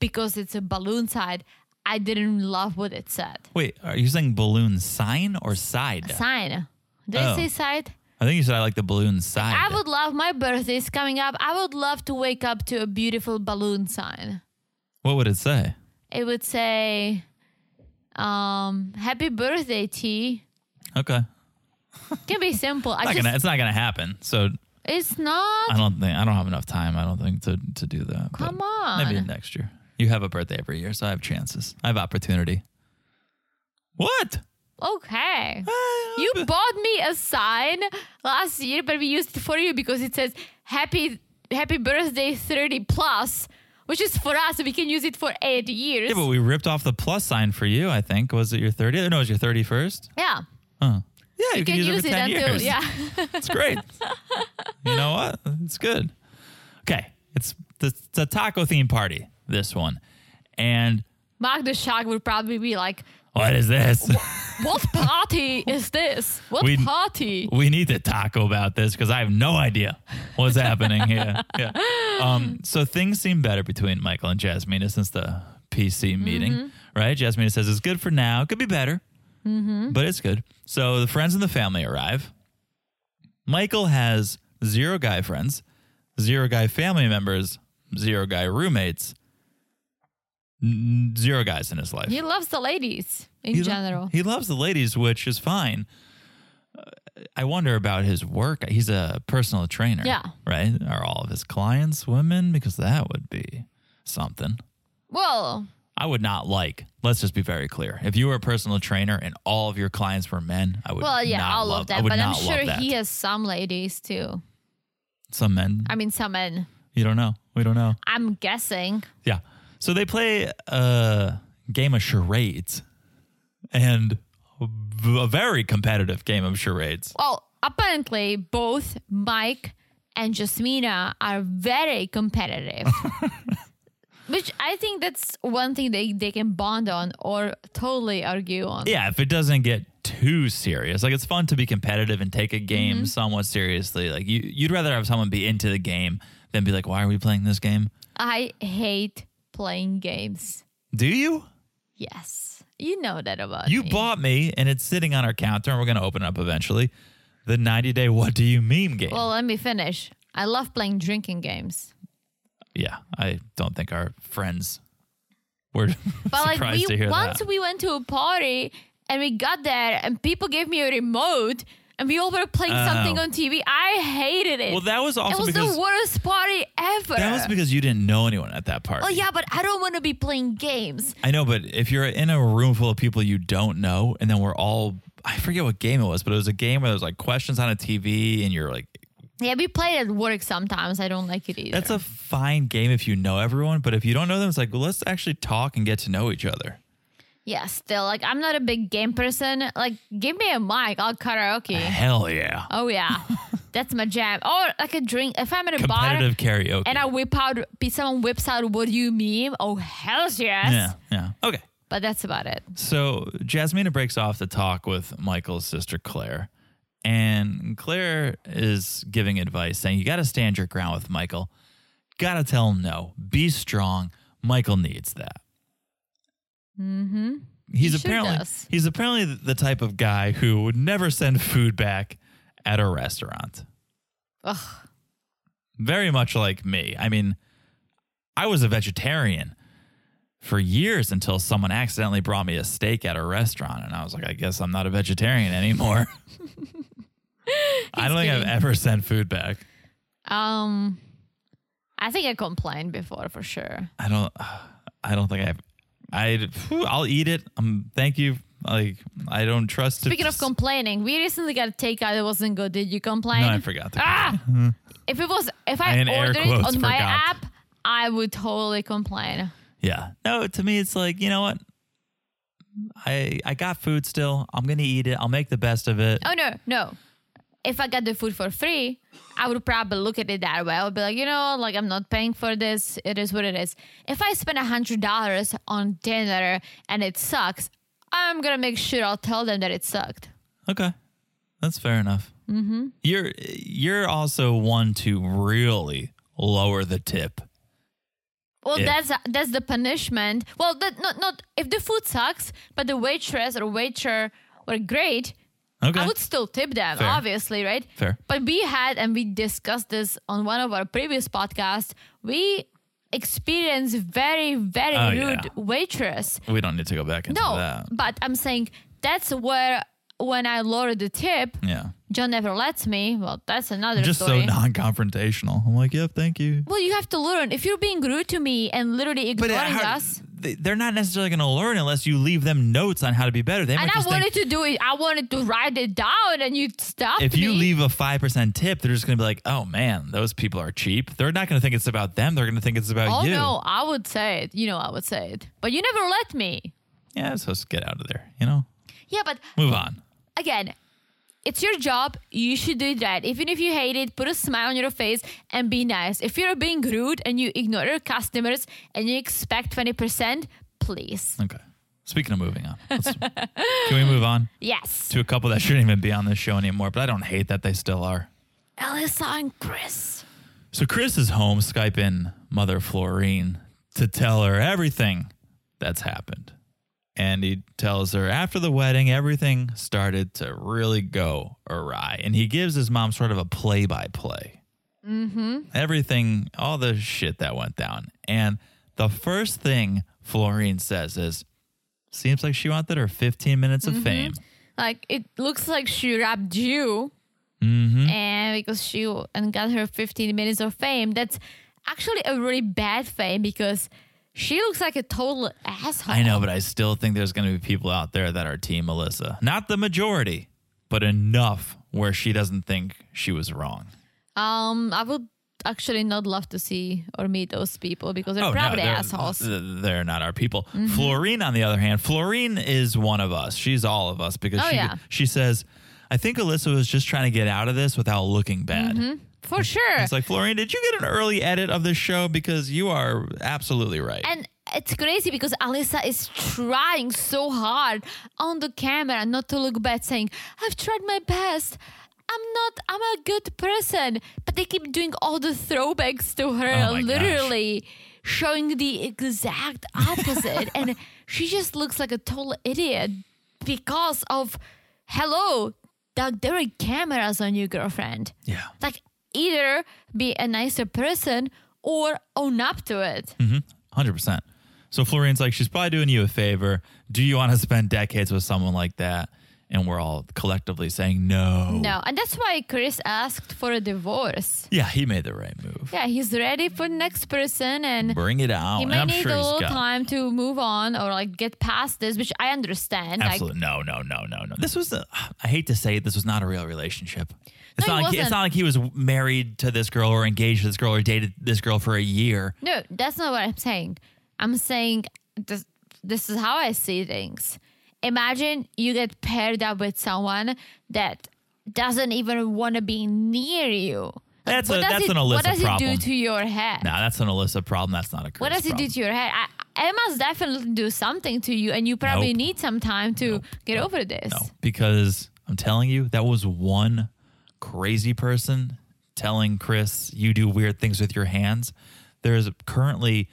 [SPEAKER 6] because it's a balloon side. I didn't love what it said.
[SPEAKER 5] Wait, are you saying balloon sign or side?
[SPEAKER 6] Sign. Did I
[SPEAKER 5] Oh.
[SPEAKER 6] say side?
[SPEAKER 5] I think you said I like the balloon side.
[SPEAKER 6] I would love my birthday's coming up. I would love to wake up to a beautiful balloon sign.
[SPEAKER 5] What would it say?
[SPEAKER 6] It would say, um, "Happy birthday, T."
[SPEAKER 5] Okay.
[SPEAKER 6] Can be simple. I
[SPEAKER 5] Not
[SPEAKER 6] just,
[SPEAKER 5] gonna, it's not going to happen. So
[SPEAKER 6] it's not.
[SPEAKER 5] I don't think I don't have enough time. I don't think to to do that. but
[SPEAKER 6] Come on.
[SPEAKER 5] maybe next year. You have a birthday every year, so I have chances. I have opportunity. What? Ah,
[SPEAKER 6] Okay.
[SPEAKER 5] I-
[SPEAKER 6] You bought me a sign last year, but we used it for you because it says "Happy Happy Birthday 30 plus," which is for us. We can use it for eight years.
[SPEAKER 5] yeah, but we ripped off the plus sign for you. I think was it your 30th? No, it was your 31st.
[SPEAKER 6] Yeah.
[SPEAKER 5] Huh. Yeah, you,
[SPEAKER 6] can use
[SPEAKER 5] for
[SPEAKER 6] it
[SPEAKER 5] 10
[SPEAKER 6] until
[SPEAKER 5] years.
[SPEAKER 6] yeah.
[SPEAKER 5] It's great. you know what? It's good. Okay. It's the, it's a taco theme party, this one. And
[SPEAKER 6] Mark the Shark would probably be like,
[SPEAKER 5] what is this?
[SPEAKER 6] "What party is this? What
[SPEAKER 5] We-
[SPEAKER 6] party?"
[SPEAKER 5] we need to taco about this because I have no idea what's happening here. Yeah. Um, so things seem better between Michael and Jasmina since the PC meeting, right? Jasmina says it's good for now. It could be better, but it's good. So the friends and the family arrive. Michael has zero guy friends, zero guy family members, zero guy roommates, n- zero guys in his life
[SPEAKER 6] He loves the ladies in
[SPEAKER 5] lo-
[SPEAKER 6] general.
[SPEAKER 5] he loves the ladies, which is fine. Uh, I wonder about his work. He's a personal trainer.
[SPEAKER 6] Yeah.
[SPEAKER 5] Right? Are all of his clients women? Because that would be something.
[SPEAKER 6] well,
[SPEAKER 5] I would not like. Let's just be very clear. If you were a personal trainer and all of your clients were men, I would.
[SPEAKER 6] well, yeah,
[SPEAKER 5] not
[SPEAKER 6] all
[SPEAKER 5] love,
[SPEAKER 6] of
[SPEAKER 5] I
[SPEAKER 6] that.
[SPEAKER 5] would
[SPEAKER 6] But I'm
[SPEAKER 5] not love
[SPEAKER 6] sure
[SPEAKER 5] that.
[SPEAKER 6] he has some ladies too.
[SPEAKER 5] some men.
[SPEAKER 6] I mean, some men.
[SPEAKER 5] you don't know. We don't know.
[SPEAKER 6] I'm guessing.
[SPEAKER 5] Yeah. So they play a game of charades, and a very competitive game of charades.
[SPEAKER 6] Well, apparently both Mike and Jasmina are very competitive. Which I think that's one thing they, they can bond on or totally argue on.
[SPEAKER 5] yeah, if it doesn't get too serious, like it's fun to be competitive and take a game
[SPEAKER 6] Mm-hmm.
[SPEAKER 5] somewhat seriously. Like you, you'd rather have someone be into the game than be like, "Why are we playing this game?"
[SPEAKER 6] I hate playing games.
[SPEAKER 5] Do you?
[SPEAKER 6] Yes. You know that about
[SPEAKER 5] You
[SPEAKER 6] me.
[SPEAKER 5] bought me, and it's sitting on our counter, and we're gonna open it up eventually. The ninety day what do you mean game?
[SPEAKER 6] well, let me finish. I love playing drinking games.
[SPEAKER 5] yeah, I don't think our friends were
[SPEAKER 6] But
[SPEAKER 5] surprised
[SPEAKER 6] like we
[SPEAKER 5] to hear
[SPEAKER 6] once
[SPEAKER 5] that.
[SPEAKER 6] we went to a party and we got there and people gave me a remote and we all were playing something
[SPEAKER 5] Oh.
[SPEAKER 6] on TV. I hated it.
[SPEAKER 5] well, that was
[SPEAKER 6] It
[SPEAKER 5] also
[SPEAKER 6] was
[SPEAKER 5] because
[SPEAKER 6] the worst party ever.
[SPEAKER 5] that was because you didn't know anyone at that party.
[SPEAKER 6] Oh yeah, but I don't want to be playing games.
[SPEAKER 5] I know, but if you're in a room full of people you don't know, and then we're all, I forget what game it was, but it was a game where there was like questions on a TV, and you're like,
[SPEAKER 6] Yeah, we play it at work sometimes. I don't like it either.
[SPEAKER 5] that's a fine game if you know everyone, but if you don't know them, it's like, well, let's actually talk and get to know each other.
[SPEAKER 6] yeah, still like I'm not a big game person. Like, give me a mic, I'll karaoke.
[SPEAKER 5] Hell yeah.
[SPEAKER 6] oh yeah, that's my jam. Or like a drink. If I'm at a bar
[SPEAKER 5] Competitive karaoke.
[SPEAKER 6] and I whip out, someone whips out what you meme. Oh hell yes.
[SPEAKER 5] yeah, yeah. Okay.
[SPEAKER 6] But that's about it.
[SPEAKER 5] So Jasmina breaks off the talk with Michael's sister Claire, and Claire is giving advice saying you got to stand your ground with Michael. Got to tell him no. Be strong. Michael needs that. Mm-hmm. He's
[SPEAKER 6] He sure
[SPEAKER 5] apparently
[SPEAKER 6] does.
[SPEAKER 5] he's apparently the- the type of guy who would never send food back at a restaurant.
[SPEAKER 6] Ugh.
[SPEAKER 5] Very much like me. I mean, I was a vegetarian for years until someone accidentally brought me a steak at a restaurant and I was like, I guess I'm not a vegetarian anymore. I don't think I've
[SPEAKER 6] kidding.
[SPEAKER 5] ever sent food back.
[SPEAKER 6] Um, I think I complained before for sure.
[SPEAKER 5] I don't I don't think I've I I'll eat it. Um thank you. Like I don't trust
[SPEAKER 6] Speaking
[SPEAKER 5] it.
[SPEAKER 6] of complaining, we recently got a takeout that wasn't good. Did you complain?
[SPEAKER 5] No, I forgot. to-
[SPEAKER 6] Ah! if it was, if I
[SPEAKER 5] And air
[SPEAKER 6] ordered it
[SPEAKER 5] quotes
[SPEAKER 6] on my
[SPEAKER 5] forgot.
[SPEAKER 6] app, I would totally complain.
[SPEAKER 5] Yeah. No, to me it's like, you know what? I I got food still. I'm going to eat it. I'll make the best of it.
[SPEAKER 6] Oh no, no. If I got the food for free, I would probably look at it that way. I would be like, you know, like I'm not paying for this. It is what it is. If I spend a hundred dollars on dinner and it sucks, I'm gonna make sure I'll tell them that it sucked.
[SPEAKER 5] Okay. That's fair enough. Mm-hmm. You're you're also one to really lower the tip.
[SPEAKER 6] Well,
[SPEAKER 5] If-
[SPEAKER 6] that's that's the punishment. Well, that not not if the food sucks, but the waitress or waiter were great.
[SPEAKER 5] Okay.
[SPEAKER 6] I would still tip them,
[SPEAKER 5] Fair.
[SPEAKER 6] obviously, right?
[SPEAKER 5] Fair.
[SPEAKER 6] But we had, and we discussed this on one of our previous podcasts. We experienced very, very
[SPEAKER 5] Oh,
[SPEAKER 6] rude
[SPEAKER 5] yeah.
[SPEAKER 6] waitress.
[SPEAKER 5] we don't need to go back into
[SPEAKER 6] No,
[SPEAKER 5] that.
[SPEAKER 6] but I'm saying that's where when I lowered the tip,
[SPEAKER 5] Yeah.
[SPEAKER 6] John never lets me. Well, that's another
[SPEAKER 5] Just
[SPEAKER 6] story.
[SPEAKER 5] so non-confrontational. I'm like, yep, thank you.
[SPEAKER 6] well, you have to learn. If you're being rude to me and literally
[SPEAKER 5] But
[SPEAKER 6] ignoring us,
[SPEAKER 5] they're not necessarily going to learn unless you leave them notes on how to be better. They
[SPEAKER 6] and
[SPEAKER 5] might
[SPEAKER 6] I
[SPEAKER 5] just think,
[SPEAKER 6] wanted to do it, I wanted to write it down, and you stopped
[SPEAKER 5] if you
[SPEAKER 6] me.
[SPEAKER 5] leave a five percent tip, they're just going to be like, "Oh man, those people are cheap." They're not going to think it's about them. They're going to think it's about
[SPEAKER 6] oh
[SPEAKER 5] you.
[SPEAKER 6] no, I would say it. You know, I would say it, but you never let me.
[SPEAKER 5] Yeah, so just get out of there. You know,
[SPEAKER 6] Yeah, but
[SPEAKER 5] move on.
[SPEAKER 6] again, it's your job. You should do it right. Even if you hate it, put a smile on your face and be nice. If you're being rude and you ignore your customers and you expect 20%, please.
[SPEAKER 5] Okay. Speaking of moving on, let's, can we move on
[SPEAKER 6] Yes.
[SPEAKER 5] to a couple that shouldn't even be on this show anymore? But I don't hate that they still are.
[SPEAKER 6] Alyssa and Chris.
[SPEAKER 5] So Chris is home Skyping Mother Florine to tell her everything that's happened. And he tells her after the wedding, everything started to really go awry. And he gives his mom sort of a play by play. Everything, all the shit that went down. And the first thing Florine says is, seems like she wanted her 15 minutes of fame.
[SPEAKER 6] Like, it looks like she robbed you.
[SPEAKER 5] Mm-hmm.
[SPEAKER 6] And because she and got her 15 minutes of fame, that's actually a really bad fame because she looks like a total asshole.
[SPEAKER 5] I know, but I still think there's going to be people out there that are Team Melissa. Not the majority, but enough where she doesn't think she was wrong.
[SPEAKER 6] Um, I would actually not love to see or meet those people because they're probably
[SPEAKER 5] Oh, they're,
[SPEAKER 6] assholes. Mm-hmm.
[SPEAKER 5] th- They're not our people. Florine, on the other hand, Florine is one of us. She's all of us because
[SPEAKER 6] Oh,
[SPEAKER 5] she,
[SPEAKER 6] yeah.
[SPEAKER 5] she says, I think Alyssa was just trying to get out of this without looking bad.
[SPEAKER 6] For sure.
[SPEAKER 5] It's like, Florine, did you get an early edit of this show? Because you are absolutely right.
[SPEAKER 6] and it's crazy because Alyssa is trying so hard on the camera not to look bad, saying, I've tried my best. I'm not, I'm a good person. But they keep doing all the throwbacks to her,
[SPEAKER 5] Oh my gosh.
[SPEAKER 6] literally showing the exact opposite. and she just looks like a total idiot because of, hello, Doug, there are cameras on you, girlfriend.
[SPEAKER 5] yeah.
[SPEAKER 6] Like, either be a nicer person or own up to it.
[SPEAKER 5] Hundred percent. So Florine's like, she's probably doing you a favor. Do you want to spend decades with someone like that? And we're all collectively saying no.
[SPEAKER 6] No, and that's why Chris asked for a divorce.
[SPEAKER 5] Yeah, he made the right move.
[SPEAKER 6] Yeah, he's ready for the next person, and
[SPEAKER 5] Bring it out.
[SPEAKER 6] he
[SPEAKER 5] And
[SPEAKER 6] may
[SPEAKER 5] I'm
[SPEAKER 6] need
[SPEAKER 5] sure
[SPEAKER 6] a
[SPEAKER 5] he's
[SPEAKER 6] little
[SPEAKER 5] got-
[SPEAKER 6] time to move on or like get past this, which I understand. Like,
[SPEAKER 5] Absolutely. No, no, no, no, no. This was, a, I hate to say it, this was not a real relationship. It's,
[SPEAKER 6] No, it
[SPEAKER 5] not like, it's
[SPEAKER 6] wasn't.
[SPEAKER 5] not like he was married to this girl or engaged to this girl or dated this girl for a year.
[SPEAKER 6] no, that's not what I'm saying. I'm saying this, this is how I see things. Imagine you get paired up with someone that doesn't even want to be near you. Like,
[SPEAKER 5] That's
[SPEAKER 6] what
[SPEAKER 5] a-
[SPEAKER 6] does
[SPEAKER 5] that's
[SPEAKER 6] it-
[SPEAKER 5] an
[SPEAKER 6] What
[SPEAKER 5] Alyssa
[SPEAKER 6] does
[SPEAKER 5] problem.
[SPEAKER 6] it do to your head?
[SPEAKER 5] Now, that's an Alyssa problem. That's not a Chris
[SPEAKER 6] What does it
[SPEAKER 5] problem.
[SPEAKER 6] do to your head? I, it must definitely do something to you, and you probably
[SPEAKER 5] Nope.
[SPEAKER 6] need some time to get over this.
[SPEAKER 5] No, because I'm telling you, that was one crazy person telling Chris, you do weird things with your hands. There's currently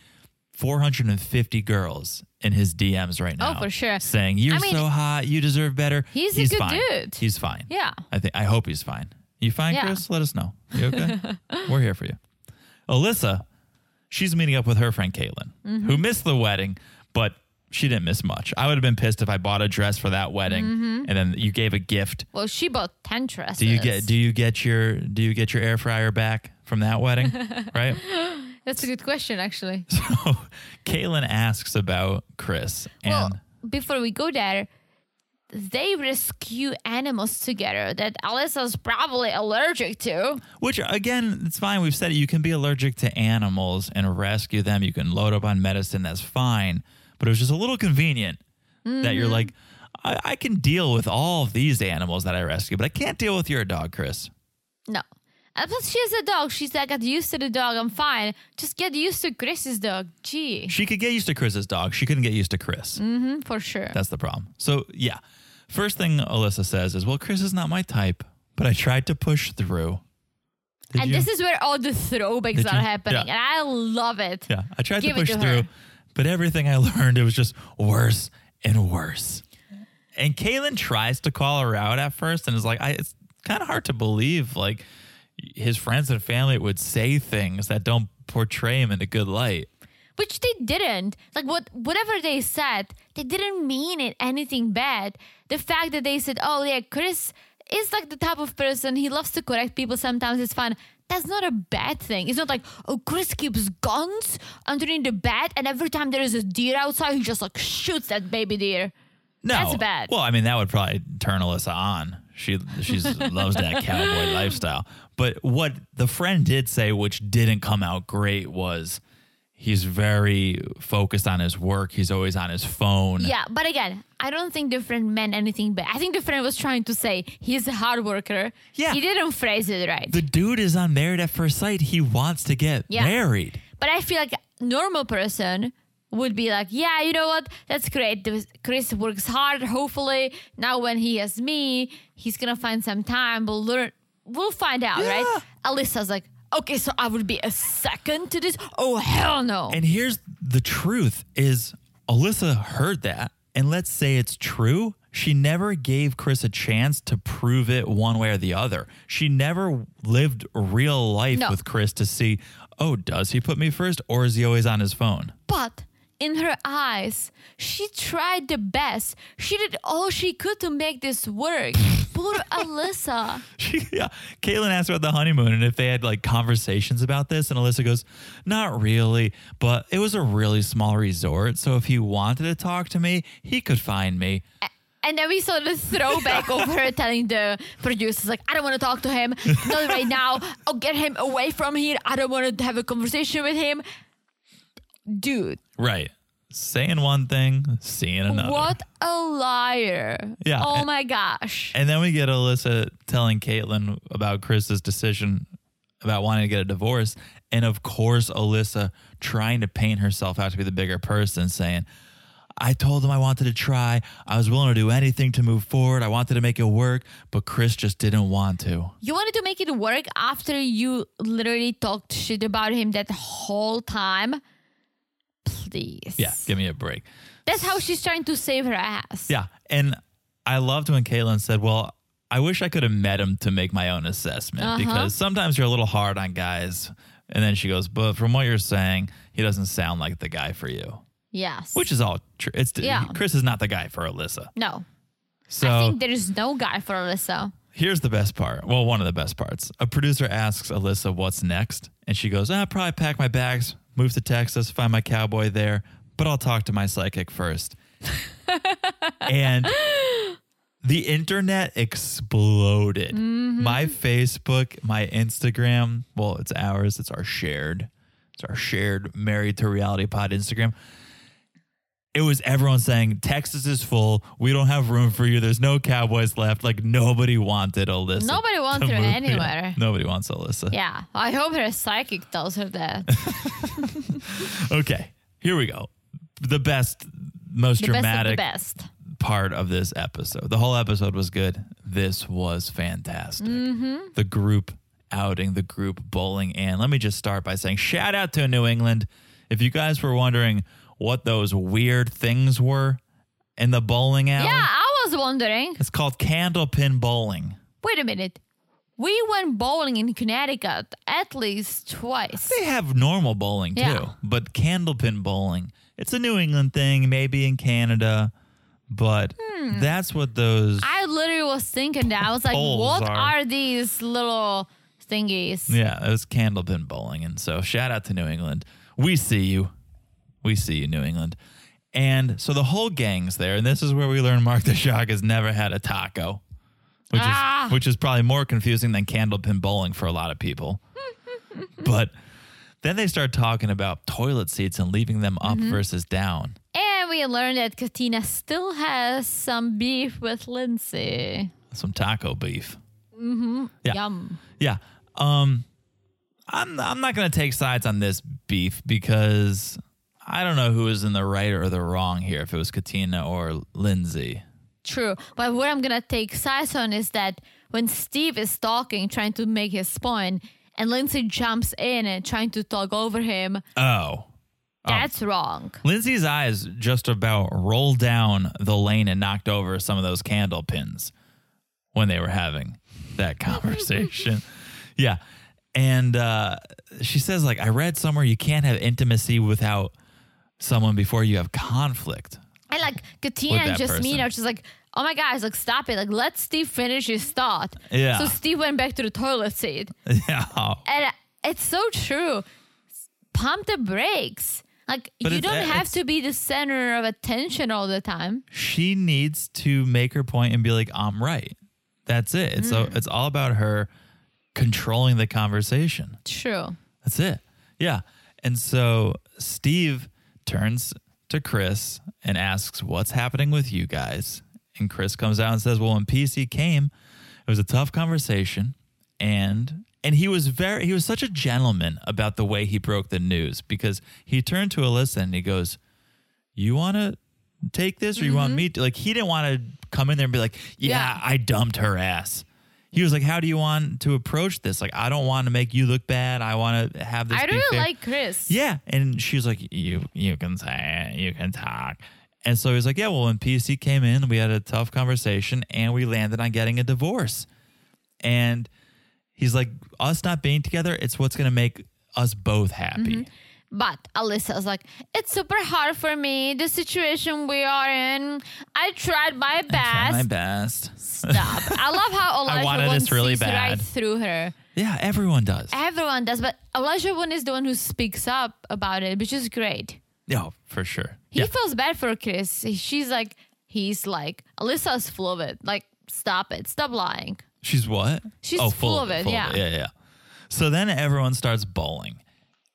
[SPEAKER 5] 450 girls in his DMs right now.
[SPEAKER 6] Oh, for sure.
[SPEAKER 5] Saying, you're
[SPEAKER 6] I mean,
[SPEAKER 5] so hot, you deserve better.
[SPEAKER 6] he's a good
[SPEAKER 5] fine.
[SPEAKER 6] dude.
[SPEAKER 5] He's fine.
[SPEAKER 6] Yeah.
[SPEAKER 5] I think I hope he's fine. You fine,
[SPEAKER 6] Yeah.
[SPEAKER 5] Chris? Let us know. You okay? We're here for you. Alyssa, she's meeting up with her friend Caitlin,
[SPEAKER 6] Mm-hmm.
[SPEAKER 5] who missed the wedding, but she didn't miss much. I would have been pissed if I bought a dress for that wedding
[SPEAKER 6] Mm-hmm.
[SPEAKER 5] and then you gave a gift.
[SPEAKER 6] Well, she bought ten dresses.
[SPEAKER 5] Do you get do you get your do you get your air fryer back from that wedding? right?
[SPEAKER 6] That's a good question, actually.
[SPEAKER 5] So Caitlin asks about Chris
[SPEAKER 6] Well,
[SPEAKER 5] and
[SPEAKER 6] before we go there, they rescue animals together that Alyssa's probably allergic to.
[SPEAKER 5] Which again, it's fine. We've said it. You can be allergic to animals and rescue them. You can load up on medicine. That's fine. But it was just a little convenient that
[SPEAKER 6] Mm-hmm.
[SPEAKER 5] you're like, I, I can deal with all of these animals that I rescue, but I can't deal with your dog, Chris.
[SPEAKER 6] No. And plus, she has a dog. She's like, I got used to the dog. I'm fine. Just get used to Chris's dog. Gee, Mm.
[SPEAKER 5] She could get used to Chris's dog. She couldn't get used to Chris.
[SPEAKER 6] for sure.
[SPEAKER 5] That's the problem. So yeah, First thing Alyssa says is, "Well, Chris is not my type, but I tried to push through." Did
[SPEAKER 6] and
[SPEAKER 5] you?
[SPEAKER 6] this is where all the throwbacks
[SPEAKER 5] Did
[SPEAKER 6] are
[SPEAKER 5] you-
[SPEAKER 6] happening,
[SPEAKER 5] yeah.
[SPEAKER 6] and I love it.
[SPEAKER 5] yeah, I tried to
[SPEAKER 6] Give it
[SPEAKER 5] push
[SPEAKER 6] to
[SPEAKER 5] through,
[SPEAKER 6] her.
[SPEAKER 5] but everything I learned it was just worse and worse. And Kaylin tries to call her out at first, and is like, I, "It's kind of hard to believe like his friends and family would say things that don't portray him in a good light."
[SPEAKER 6] which they didn't. Like what whatever they said, they didn't mean it anything bad. The fact that they said, "Oh yeah, Chris is like the type of person he loves to correct people. Sometimes it's fun." That's not a bad thing. It's not like, oh, Chris keeps guns underneath the bed, and every time there is a deer outside, he just like shoots that baby deer.
[SPEAKER 5] No,
[SPEAKER 6] That's bad.
[SPEAKER 5] Well, I mean, that would probably turn Alyssa on. She she loves that cowboy lifestyle. But what the friend did say, which didn't come out great, was he's very focused on his work. He's always on his phone.
[SPEAKER 6] Yeah, but again, I don't think the friend meant anything bad. I think the friend was trying to say he's a hard worker.
[SPEAKER 5] Yeah.
[SPEAKER 6] He didn't phrase it right.
[SPEAKER 5] The dude is on Married at First Sight. He wants to get
[SPEAKER 6] Yeah.
[SPEAKER 5] married.
[SPEAKER 6] But I feel like a normal person would be like, yeah, you know what? That's great. This- Chris works hard. Hopefully, now when he has me, he's gonna find some time. We'll learn. We'll find out, right? Alyssa's like, okay, so I would be a second to this. Oh hell no!
[SPEAKER 5] And here's the truth is Alyssa heard that and let's say it's true, she never gave Chris a chance to prove it one way or the other. She never lived real life
[SPEAKER 6] No.
[SPEAKER 5] with Chris to see, oh, does he put me first or is he always on his phone?
[SPEAKER 6] but in her eyes, she tried the best. She did all she could to make this work. Poor Alyssa.
[SPEAKER 5] She, yeah. Caitlin asked about the honeymoon and if they had like conversations about this. And Alyssa goes, Not really, but it was a really small resort. So if he wanted to talk to me, he could find me.
[SPEAKER 6] And then we saw the throwback of her telling the producers, like, I don't want to talk to him. Not right now. I'll get him away from here. I don't want to have a conversation with him. Dude,
[SPEAKER 5] Right. Saying one thing, seeing another.
[SPEAKER 6] what a liar.
[SPEAKER 5] Yeah,
[SPEAKER 6] Oh
[SPEAKER 5] and-
[SPEAKER 6] my gosh.
[SPEAKER 5] And then we get Alyssa telling Caitlin about Chris's decision about wanting to get a divorce. And of course, Alyssa trying to paint herself out to be the bigger person, saying, I told him I wanted to try. I was willing to do anything to move forward. I wanted to make it work, but Chris just didn't want to.
[SPEAKER 6] you wanted to make it work after you literally talked shit about him that whole time? Please.
[SPEAKER 5] Yeah, give me a break.
[SPEAKER 6] That's how she's trying to save her ass.
[SPEAKER 5] Yeah. And I loved when Caitlin said, Well, I wish I could have met him to make my own assessment
[SPEAKER 6] Uh-huh.
[SPEAKER 5] because sometimes you're a little hard on guys. And then she goes, But from what you're saying, he doesn't sound like the guy for you,
[SPEAKER 6] Yes.
[SPEAKER 5] which is all true. It's
[SPEAKER 6] Yeah.
[SPEAKER 5] Chris is not the guy for Alyssa.
[SPEAKER 6] no.
[SPEAKER 5] So
[SPEAKER 6] I think there is no guy for Alyssa.
[SPEAKER 5] here's the best part. Well, one of the best parts. A producer asks Alyssa what's next, and she goes, "I probably pack my bags, move to Texas, find my cowboy there, but I'll talk to my psychic first. and the internet exploded.
[SPEAKER 6] Mm-hmm.
[SPEAKER 5] My Facebook, my Instagram, well, it's ours, it's our shared, it's our shared married to reality pod Instagram it was everyone saying Texas is full. We don't have room for you. There's no Cowboys left. Like nobody wanted Alyssa.
[SPEAKER 6] Nobody
[SPEAKER 5] to
[SPEAKER 6] wants her
[SPEAKER 5] move here.
[SPEAKER 6] anywhere.
[SPEAKER 5] Nobody wants Alyssa.
[SPEAKER 6] Yeah, I hope her psychic tells her that.
[SPEAKER 5] Okay, here we go. The best, most
[SPEAKER 6] The best of the
[SPEAKER 5] dramatic
[SPEAKER 6] best.
[SPEAKER 5] part of this episode. The whole episode was good. This was fantastic.
[SPEAKER 6] Mm-hmm.
[SPEAKER 5] The group outing, the group bowling. And let me just start by saying shout out to New England. If you guys were wondering what those weird things were in the bowling alley.
[SPEAKER 6] Yeah, I was wondering.
[SPEAKER 5] It's called Candlepin Bowling.
[SPEAKER 6] Wait a minute. We went bowling in Connecticut at least twice.
[SPEAKER 5] They have normal bowling too,
[SPEAKER 6] Yeah.
[SPEAKER 5] but Candlepin Bowling, it's a New England thing, maybe in Canada, but that's what those.
[SPEAKER 6] Hmm. I literally was thinking that. I was like,
[SPEAKER 5] Bowls
[SPEAKER 6] what
[SPEAKER 5] are-
[SPEAKER 6] are, these little thingies?
[SPEAKER 5] yeah, it was Candlepin Bowling. And so shout out to New England. We see you. We see you, New England. And so the whole gang's there, and this is where we learn Mark the Shock has never had a taco, which
[SPEAKER 6] Ah.
[SPEAKER 5] is which is probably more confusing than candlepin bowling for a lot of people. but then they start talking about toilet seats and leaving them up versus down.
[SPEAKER 6] And we learned that Katina still has some beef with Lindsay.
[SPEAKER 5] Some taco beef. Yeah.
[SPEAKER 6] Yum.
[SPEAKER 5] Yeah. Um I'm I'm not going to take sides on this beef because I don't know who is in the right or the wrong here if it was Katina or Lindsay.
[SPEAKER 6] True. But where I'm gonna take sides on is that when Steve is talking, trying to make his point, and Lindsay jumps in and trying to talk over him,
[SPEAKER 5] Oh.
[SPEAKER 6] that's wrong.
[SPEAKER 5] Lindsay's eyes just about rolled down the lane and knocked over some of those candle pins when they were having that conversation. yeah. And uh, she says, like, I read somewhere you can't have intimacy without someone before you have conflict.
[SPEAKER 6] And like Katina
[SPEAKER 5] With
[SPEAKER 6] and
[SPEAKER 5] that person.
[SPEAKER 6] Jasmine are just like, oh my gosh, like stop it. Like let Steve finish his thought.
[SPEAKER 5] Yeah.
[SPEAKER 6] So Steve went back to the toilet seat.
[SPEAKER 5] yeah.
[SPEAKER 6] And uh, it's so true. Pump the brakes. Like
[SPEAKER 5] But
[SPEAKER 6] you
[SPEAKER 5] it's-
[SPEAKER 6] don't
[SPEAKER 5] uh,
[SPEAKER 6] have
[SPEAKER 5] it's-
[SPEAKER 6] to be the center of attention all the time.
[SPEAKER 5] she needs to make her point and be like, I'm right. That's it. It's so it's all about her controlling the conversation.
[SPEAKER 6] True.
[SPEAKER 5] That's it. Yeah. And so Steve turns to Chris and asks, What's happening with you guys? And Chris comes out and says, Well, when PC came, it was a tough conversation. And and he was very he was such a gentleman about the way he broke the news because he turned to Alyssa and he goes, You wanna take this or you want me to like he didn't want to come in there and be like, yeah,
[SPEAKER 6] Yeah.
[SPEAKER 5] I dumped her ass. He was like, How do you want to approach this? Like, I don't want to make you look bad. I want to have this.
[SPEAKER 6] I
[SPEAKER 5] be
[SPEAKER 6] really
[SPEAKER 5] fair."
[SPEAKER 6] like Chris.
[SPEAKER 5] Yeah. And she was like, You you can say it, you can talk. And so he's like, Yeah, well, when PC came in, we had a tough conversation and we landed on getting a divorce. And he's like, Us not being together, it's what's gonna make us both happy.
[SPEAKER 6] Mm-hmm. But Alyssa was like, it's super hard for me, the situation we are in. I tried my best.
[SPEAKER 5] Try my best.
[SPEAKER 6] Stop. I love how Elijah
[SPEAKER 5] wanted
[SPEAKER 6] Wood
[SPEAKER 5] this really
[SPEAKER 6] sees right
[SPEAKER 5] bad.
[SPEAKER 6] through her.
[SPEAKER 5] Yeah, everyone does.
[SPEAKER 6] Everyone does, but Elijah Wood is the one who speaks up about it, which is great.
[SPEAKER 5] Yeah, for sure.
[SPEAKER 6] He
[SPEAKER 5] yeah.
[SPEAKER 6] feels bad for Chris. She's like, he's like, Alyssa's full of it. Like, stop it. Stop lying.
[SPEAKER 5] She's what? Oh,
[SPEAKER 6] She's full of it, yeah.
[SPEAKER 5] Yeah, yeah. So then everyone starts bowling,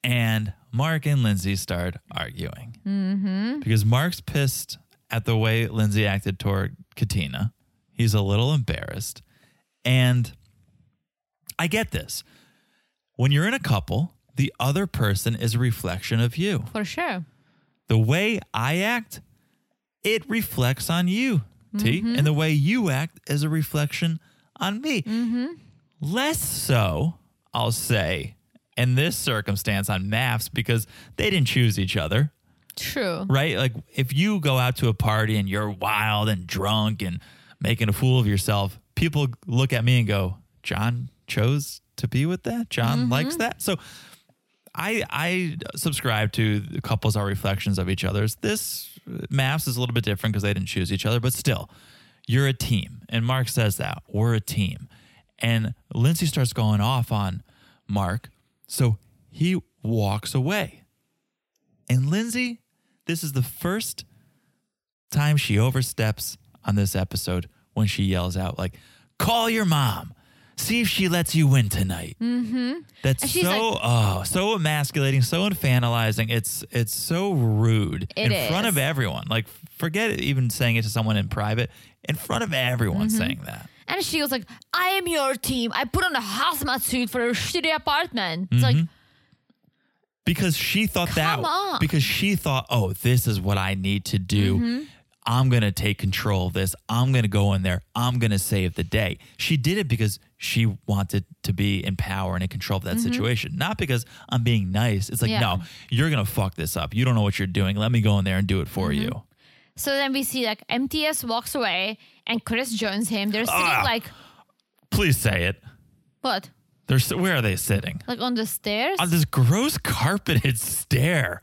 [SPEAKER 5] and Mark and Lindsay start arguing mm-hmm. because Mark's pissed at the way Lindsay acted toward Katina. He's a little embarrassed, and I get this. When you're in a couple, the other person is a reflection of you.
[SPEAKER 6] For sure.
[SPEAKER 5] The way I act, it reflects on you, T. And the way you act is a reflection on me. Less so, I'll say, in this circumstance on maths because they didn't choose each other,
[SPEAKER 6] True.
[SPEAKER 5] right? Like if you go out to a party and you're wild and drunk and making a fool of yourself, people look at me and go, John chose to be with that. John likes that. So I I subscribe to the couples are reflections of each other's. This maps is a little bit different because they didn't choose each other, but still, you're a team. And Mark says that we're a team. And Lindsay starts going off on Mark, so he walks away. And Lindsay, this is the first time she oversteps on this episode when she yells out like, "Call your mom." See if she lets you win tonight. That's
[SPEAKER 6] Mm-hmm. And she's
[SPEAKER 5] so oh, so emasculating, so infantilizing. It's it's so rude
[SPEAKER 6] It
[SPEAKER 5] in front
[SPEAKER 6] is.
[SPEAKER 5] of everyone. Like forget it, even saying it to someone in private. In front of everyone
[SPEAKER 6] Mm-hmm.
[SPEAKER 5] saying that.
[SPEAKER 6] And she was like, I am your team. I put on a hazmat suit for a shitty apartment. It's like,
[SPEAKER 5] Because she thought that
[SPEAKER 6] Come on.
[SPEAKER 5] because she thought, "Oh, this is what I need to do."
[SPEAKER 6] Mm-hmm.
[SPEAKER 5] I'm going to take control of this. I'm going to go in there. I'm going to save the day. She did it because she wanted to be in power and in control of that situation, not because I'm being nice. It's like,
[SPEAKER 6] Mm-hmm. Yeah.
[SPEAKER 5] no, you're going to fuck this up. You don't know what you're doing. Let me go in there and do it for
[SPEAKER 6] Mm-hmm.
[SPEAKER 5] you.
[SPEAKER 6] so then we see like MTS walks away and Chris joins him. They're sitting
[SPEAKER 5] Ah.
[SPEAKER 6] like,
[SPEAKER 5] Please say it.
[SPEAKER 6] what?
[SPEAKER 5] They're s- where are they sitting?
[SPEAKER 6] Like on the stairs?
[SPEAKER 5] On this gross carpeted stair.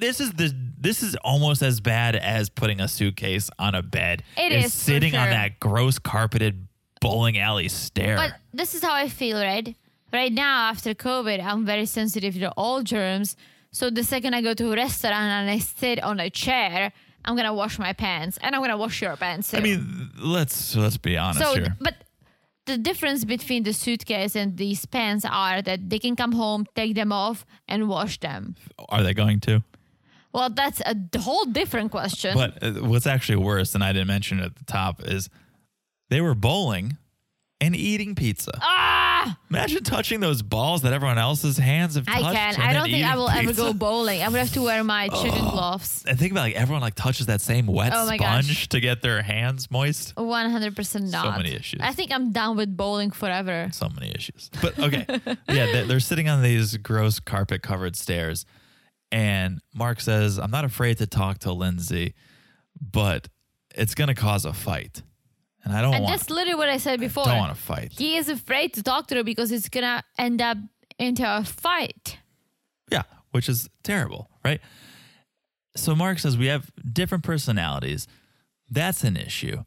[SPEAKER 5] This is the this is almost as bad as putting a suitcase on a bed.
[SPEAKER 6] It
[SPEAKER 5] is
[SPEAKER 6] is, for
[SPEAKER 5] sitting on
[SPEAKER 6] sure.
[SPEAKER 5] that gross carpeted bowling alley stair.
[SPEAKER 6] But this is how I feel, right? Right now, after COVID, I'm very sensitive to all germs. So the second I go to a restaurant and I sit on a chair, I'm gonna wash my pants and I'm gonna wash your pants. Too.
[SPEAKER 5] I mean, let's let's be honest
[SPEAKER 6] so
[SPEAKER 5] here.
[SPEAKER 6] but the difference between the suitcase and these pants are that they can come home, take them off, and wash them.
[SPEAKER 5] Are they going to?
[SPEAKER 6] Well, that's a d- whole different question.
[SPEAKER 5] But uh, what's actually worse, and I didn't mention it at the top, is they were bowling and eating pizza.
[SPEAKER 6] ah, Ah,
[SPEAKER 5] Imagine touching those balls that everyone else's hands have
[SPEAKER 6] I
[SPEAKER 5] touched.
[SPEAKER 6] can.
[SPEAKER 5] and
[SPEAKER 6] I
[SPEAKER 5] then
[SPEAKER 6] don't think I
[SPEAKER 5] eating
[SPEAKER 6] will ever
[SPEAKER 5] pizza. Oh.
[SPEAKER 6] go bowling. I would have to wear my chicken gloves.
[SPEAKER 5] And think about like everyone like touches that same wet
[SPEAKER 6] Oh my
[SPEAKER 5] sponge
[SPEAKER 6] gosh.
[SPEAKER 5] to get their hands moist.
[SPEAKER 6] One hundred percent not.
[SPEAKER 5] many issues.
[SPEAKER 6] I think I'm done with bowling forever.
[SPEAKER 5] So many issues. But okay, yeah, they're, they're sitting on these gross carpet covered stairs, and Mark says, "I'm not afraid to talk to Lindsay, but it's gonna cause a fight, and I don't
[SPEAKER 6] And
[SPEAKER 5] want
[SPEAKER 6] that's literally what I said before.
[SPEAKER 5] don't want to fight."
[SPEAKER 6] he is afraid to talk to her because it's gonna end up into a fight.
[SPEAKER 5] Yeah, which is terrible, right? So Mark says we have different personalities. That's an issue.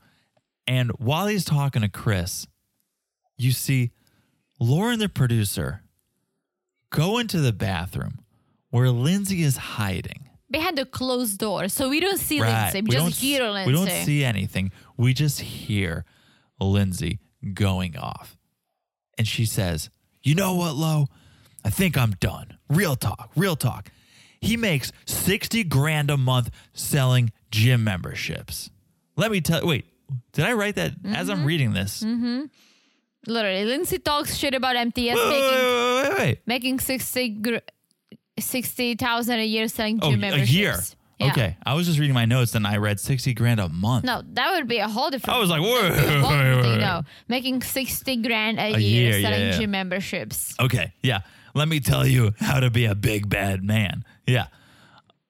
[SPEAKER 5] And while he's talking to Chris, you see Lauren, the producer, go into the bathroom where Lindsay is hiding.
[SPEAKER 6] Behind a closed door, so we don't see Lindsay. We,
[SPEAKER 5] We don't
[SPEAKER 6] just
[SPEAKER 5] s-
[SPEAKER 6] hear Lindsay.
[SPEAKER 5] We don't see anything. We just hear Lindsay going off. And she says, You know what, Lo? I think I'm done. Real talk, real talk. He makes 60 grand a month selling gym memberships. Let me tell wait, did I write that as
[SPEAKER 6] Mm-hmm.
[SPEAKER 5] I'm reading this?
[SPEAKER 6] Literally, Lindsay talks shit about MTS
[SPEAKER 5] Wait,
[SPEAKER 6] making
[SPEAKER 5] wait, wait, wait, wait.
[SPEAKER 6] making 60 gr- 60,000 a year selling
[SPEAKER 5] Oh,
[SPEAKER 6] gym
[SPEAKER 5] a
[SPEAKER 6] memberships.
[SPEAKER 5] year.
[SPEAKER 6] Yeah.
[SPEAKER 5] Okay. I was just reading my notes and I read 60 grand a month.
[SPEAKER 6] No, that would be a whole different.
[SPEAKER 5] I was like, wait,
[SPEAKER 6] whole
[SPEAKER 5] wait, wait,
[SPEAKER 6] thing,
[SPEAKER 5] wait.
[SPEAKER 6] no, making 60 grand a,
[SPEAKER 5] A
[SPEAKER 6] year,
[SPEAKER 5] year, yeah,
[SPEAKER 6] selling
[SPEAKER 5] yeah.
[SPEAKER 6] gym memberships.
[SPEAKER 5] Okay. Yeah. Let me tell you how to be a big bad man. Yeah.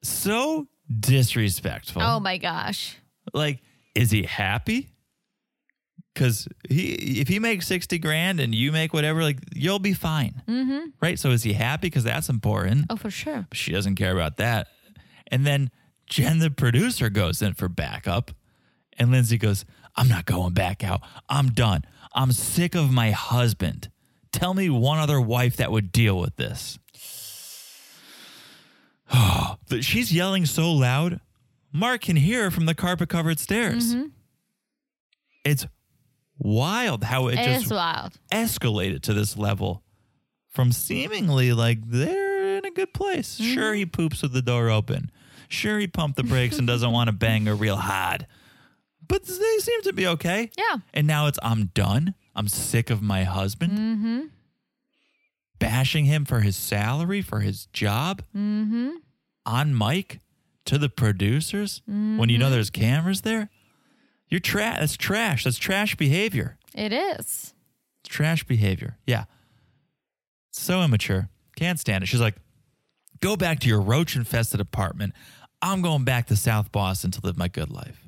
[SPEAKER 5] So disrespectful.
[SPEAKER 6] Oh my gosh.
[SPEAKER 5] Like, is he happy? Because he, if he makes 60 grand and you make whatever, like, you'll be fine. Mm-hmm. Right. So is he happy? Because that's important.
[SPEAKER 6] Oh, for sure.
[SPEAKER 5] She doesn't care about that. And then Jen, the producer, goes in for backup. And Lindsay goes, I'm not going back out. I'm done. I'm sick of my husband. Tell me one other wife that would deal with this. But She's yelling so loud, Mark can hear her from the carpet covered stairs. It's wild how it,
[SPEAKER 6] It
[SPEAKER 5] just
[SPEAKER 6] is wild.
[SPEAKER 5] escalated to this level from seemingly like they're in a good place. Sure, he poops with the door open. Sure, he pumped the brakes and doesn't want to bang her real hard. But they seem to be okay.
[SPEAKER 6] Yeah.
[SPEAKER 5] And now it's I'm done. I'm sick of my husband. Bashing him for his salary, for his job, mm-hmm. on mic to the producers when you know there's cameras there. You're trash. That's trash. That's trash behavior.
[SPEAKER 6] It is.
[SPEAKER 5] It's trash behavior. Yeah. So immature. Can't stand it. She's like, go back to your roach infested apartment. I'm going back to South Boston to live my good life.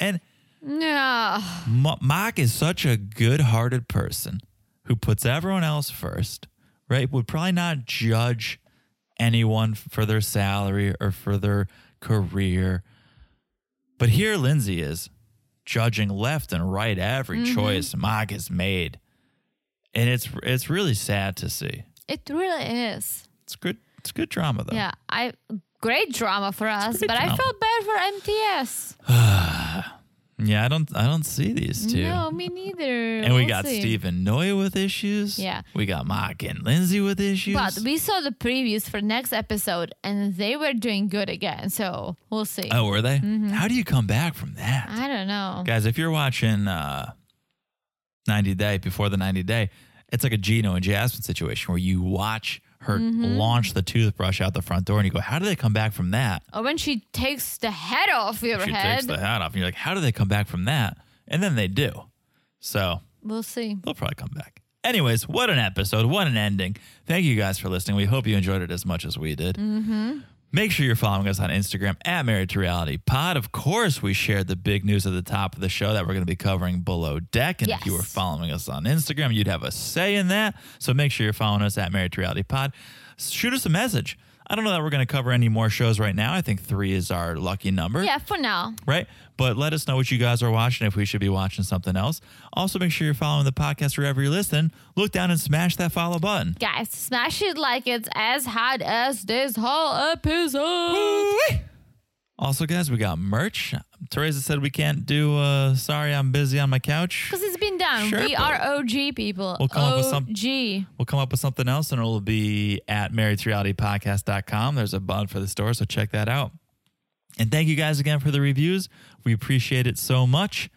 [SPEAKER 5] And
[SPEAKER 6] No.
[SPEAKER 5] Ma- Mike is such a good hearted person who puts everyone else first, right? Would probably not judge anyone f- for their salary or for their career. But here Lindsay is judging left and right every
[SPEAKER 6] Mm-hmm.
[SPEAKER 5] choice Mike has made. And it's it's really sad to see.
[SPEAKER 6] It really is.
[SPEAKER 5] It's good it's good drama though.
[SPEAKER 6] Yeah. I great drama for us,
[SPEAKER 5] great
[SPEAKER 6] but I
[SPEAKER 5] drama.
[SPEAKER 6] felt bad for MTS.
[SPEAKER 5] Yeah, I don't I don't see these two.
[SPEAKER 6] No, me neither.
[SPEAKER 5] And we
[SPEAKER 6] We'll
[SPEAKER 5] got
[SPEAKER 6] see.
[SPEAKER 5] Stephen Noy with issues.
[SPEAKER 6] Yeah.
[SPEAKER 5] We got Mike and Lindsay with issues.
[SPEAKER 6] But we saw the previews for next episode and they were doing good again. So we'll see.
[SPEAKER 5] Oh, were they? How do you come back from that?
[SPEAKER 6] Mm-hmm. I don't know.
[SPEAKER 5] Guys, if you're watching uh, 90 Day before the 90 Day, it's like a Gino and Jasmine situation where you watch her
[SPEAKER 6] Mm-hmm.
[SPEAKER 5] launch the toothbrush out the front door and you go, How do they come back from that?
[SPEAKER 6] Or when she takes the head off your
[SPEAKER 5] she
[SPEAKER 6] head.
[SPEAKER 5] takes the hat off and you're like, How do they come back from that? And then they do. So
[SPEAKER 6] We'll see.
[SPEAKER 5] they'll probably come back. Anyways, what an episode. What an ending. Thank you guys for listening. We hope you enjoyed it as much as we did. Mm-hmm. Make sure you're following us on Instagram at Married to Reality Pod. Of course, we shared the big news at the top of the show that we're going to be covering below deck. And if you were
[SPEAKER 6] Yes.
[SPEAKER 5] following us on Instagram, you'd have a say in that. So make sure you're following us at Married to Reality Pod. Shoot us a message. I don't know that we're going to cover any more shows right now. I think three is our lucky number
[SPEAKER 6] Yeah, for now.
[SPEAKER 5] right? But let us know what you guys are watching if we should be watching something else. Also, make sure you're following the podcast wherever you're listening. Look down and smash that follow button.
[SPEAKER 6] Guys, smash it like it's as hot as this whole episode.
[SPEAKER 5] Also, guys, we got merch. Teresa said we can't do. Uh, sorry, I'm busy on my couch.
[SPEAKER 6] Because it's been done.
[SPEAKER 5] Sure,
[SPEAKER 6] we
[SPEAKER 5] but-
[SPEAKER 6] are OG people.
[SPEAKER 5] We'll come
[SPEAKER 6] OG.
[SPEAKER 5] up with some- We'll come up with something else, and it'll be at marriedtorealitypodcast.com. There's a button for the store, so check that out. And thank you guys again for the reviews. We appreciate it so much.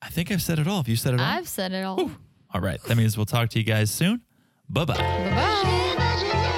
[SPEAKER 5] I think I've said it all. Have you said it all?
[SPEAKER 6] I've said it all.
[SPEAKER 5] All right. That means we'll talk to you guys soon. Bye bye.
[SPEAKER 7] Bye-bye.
[SPEAKER 8] Imagine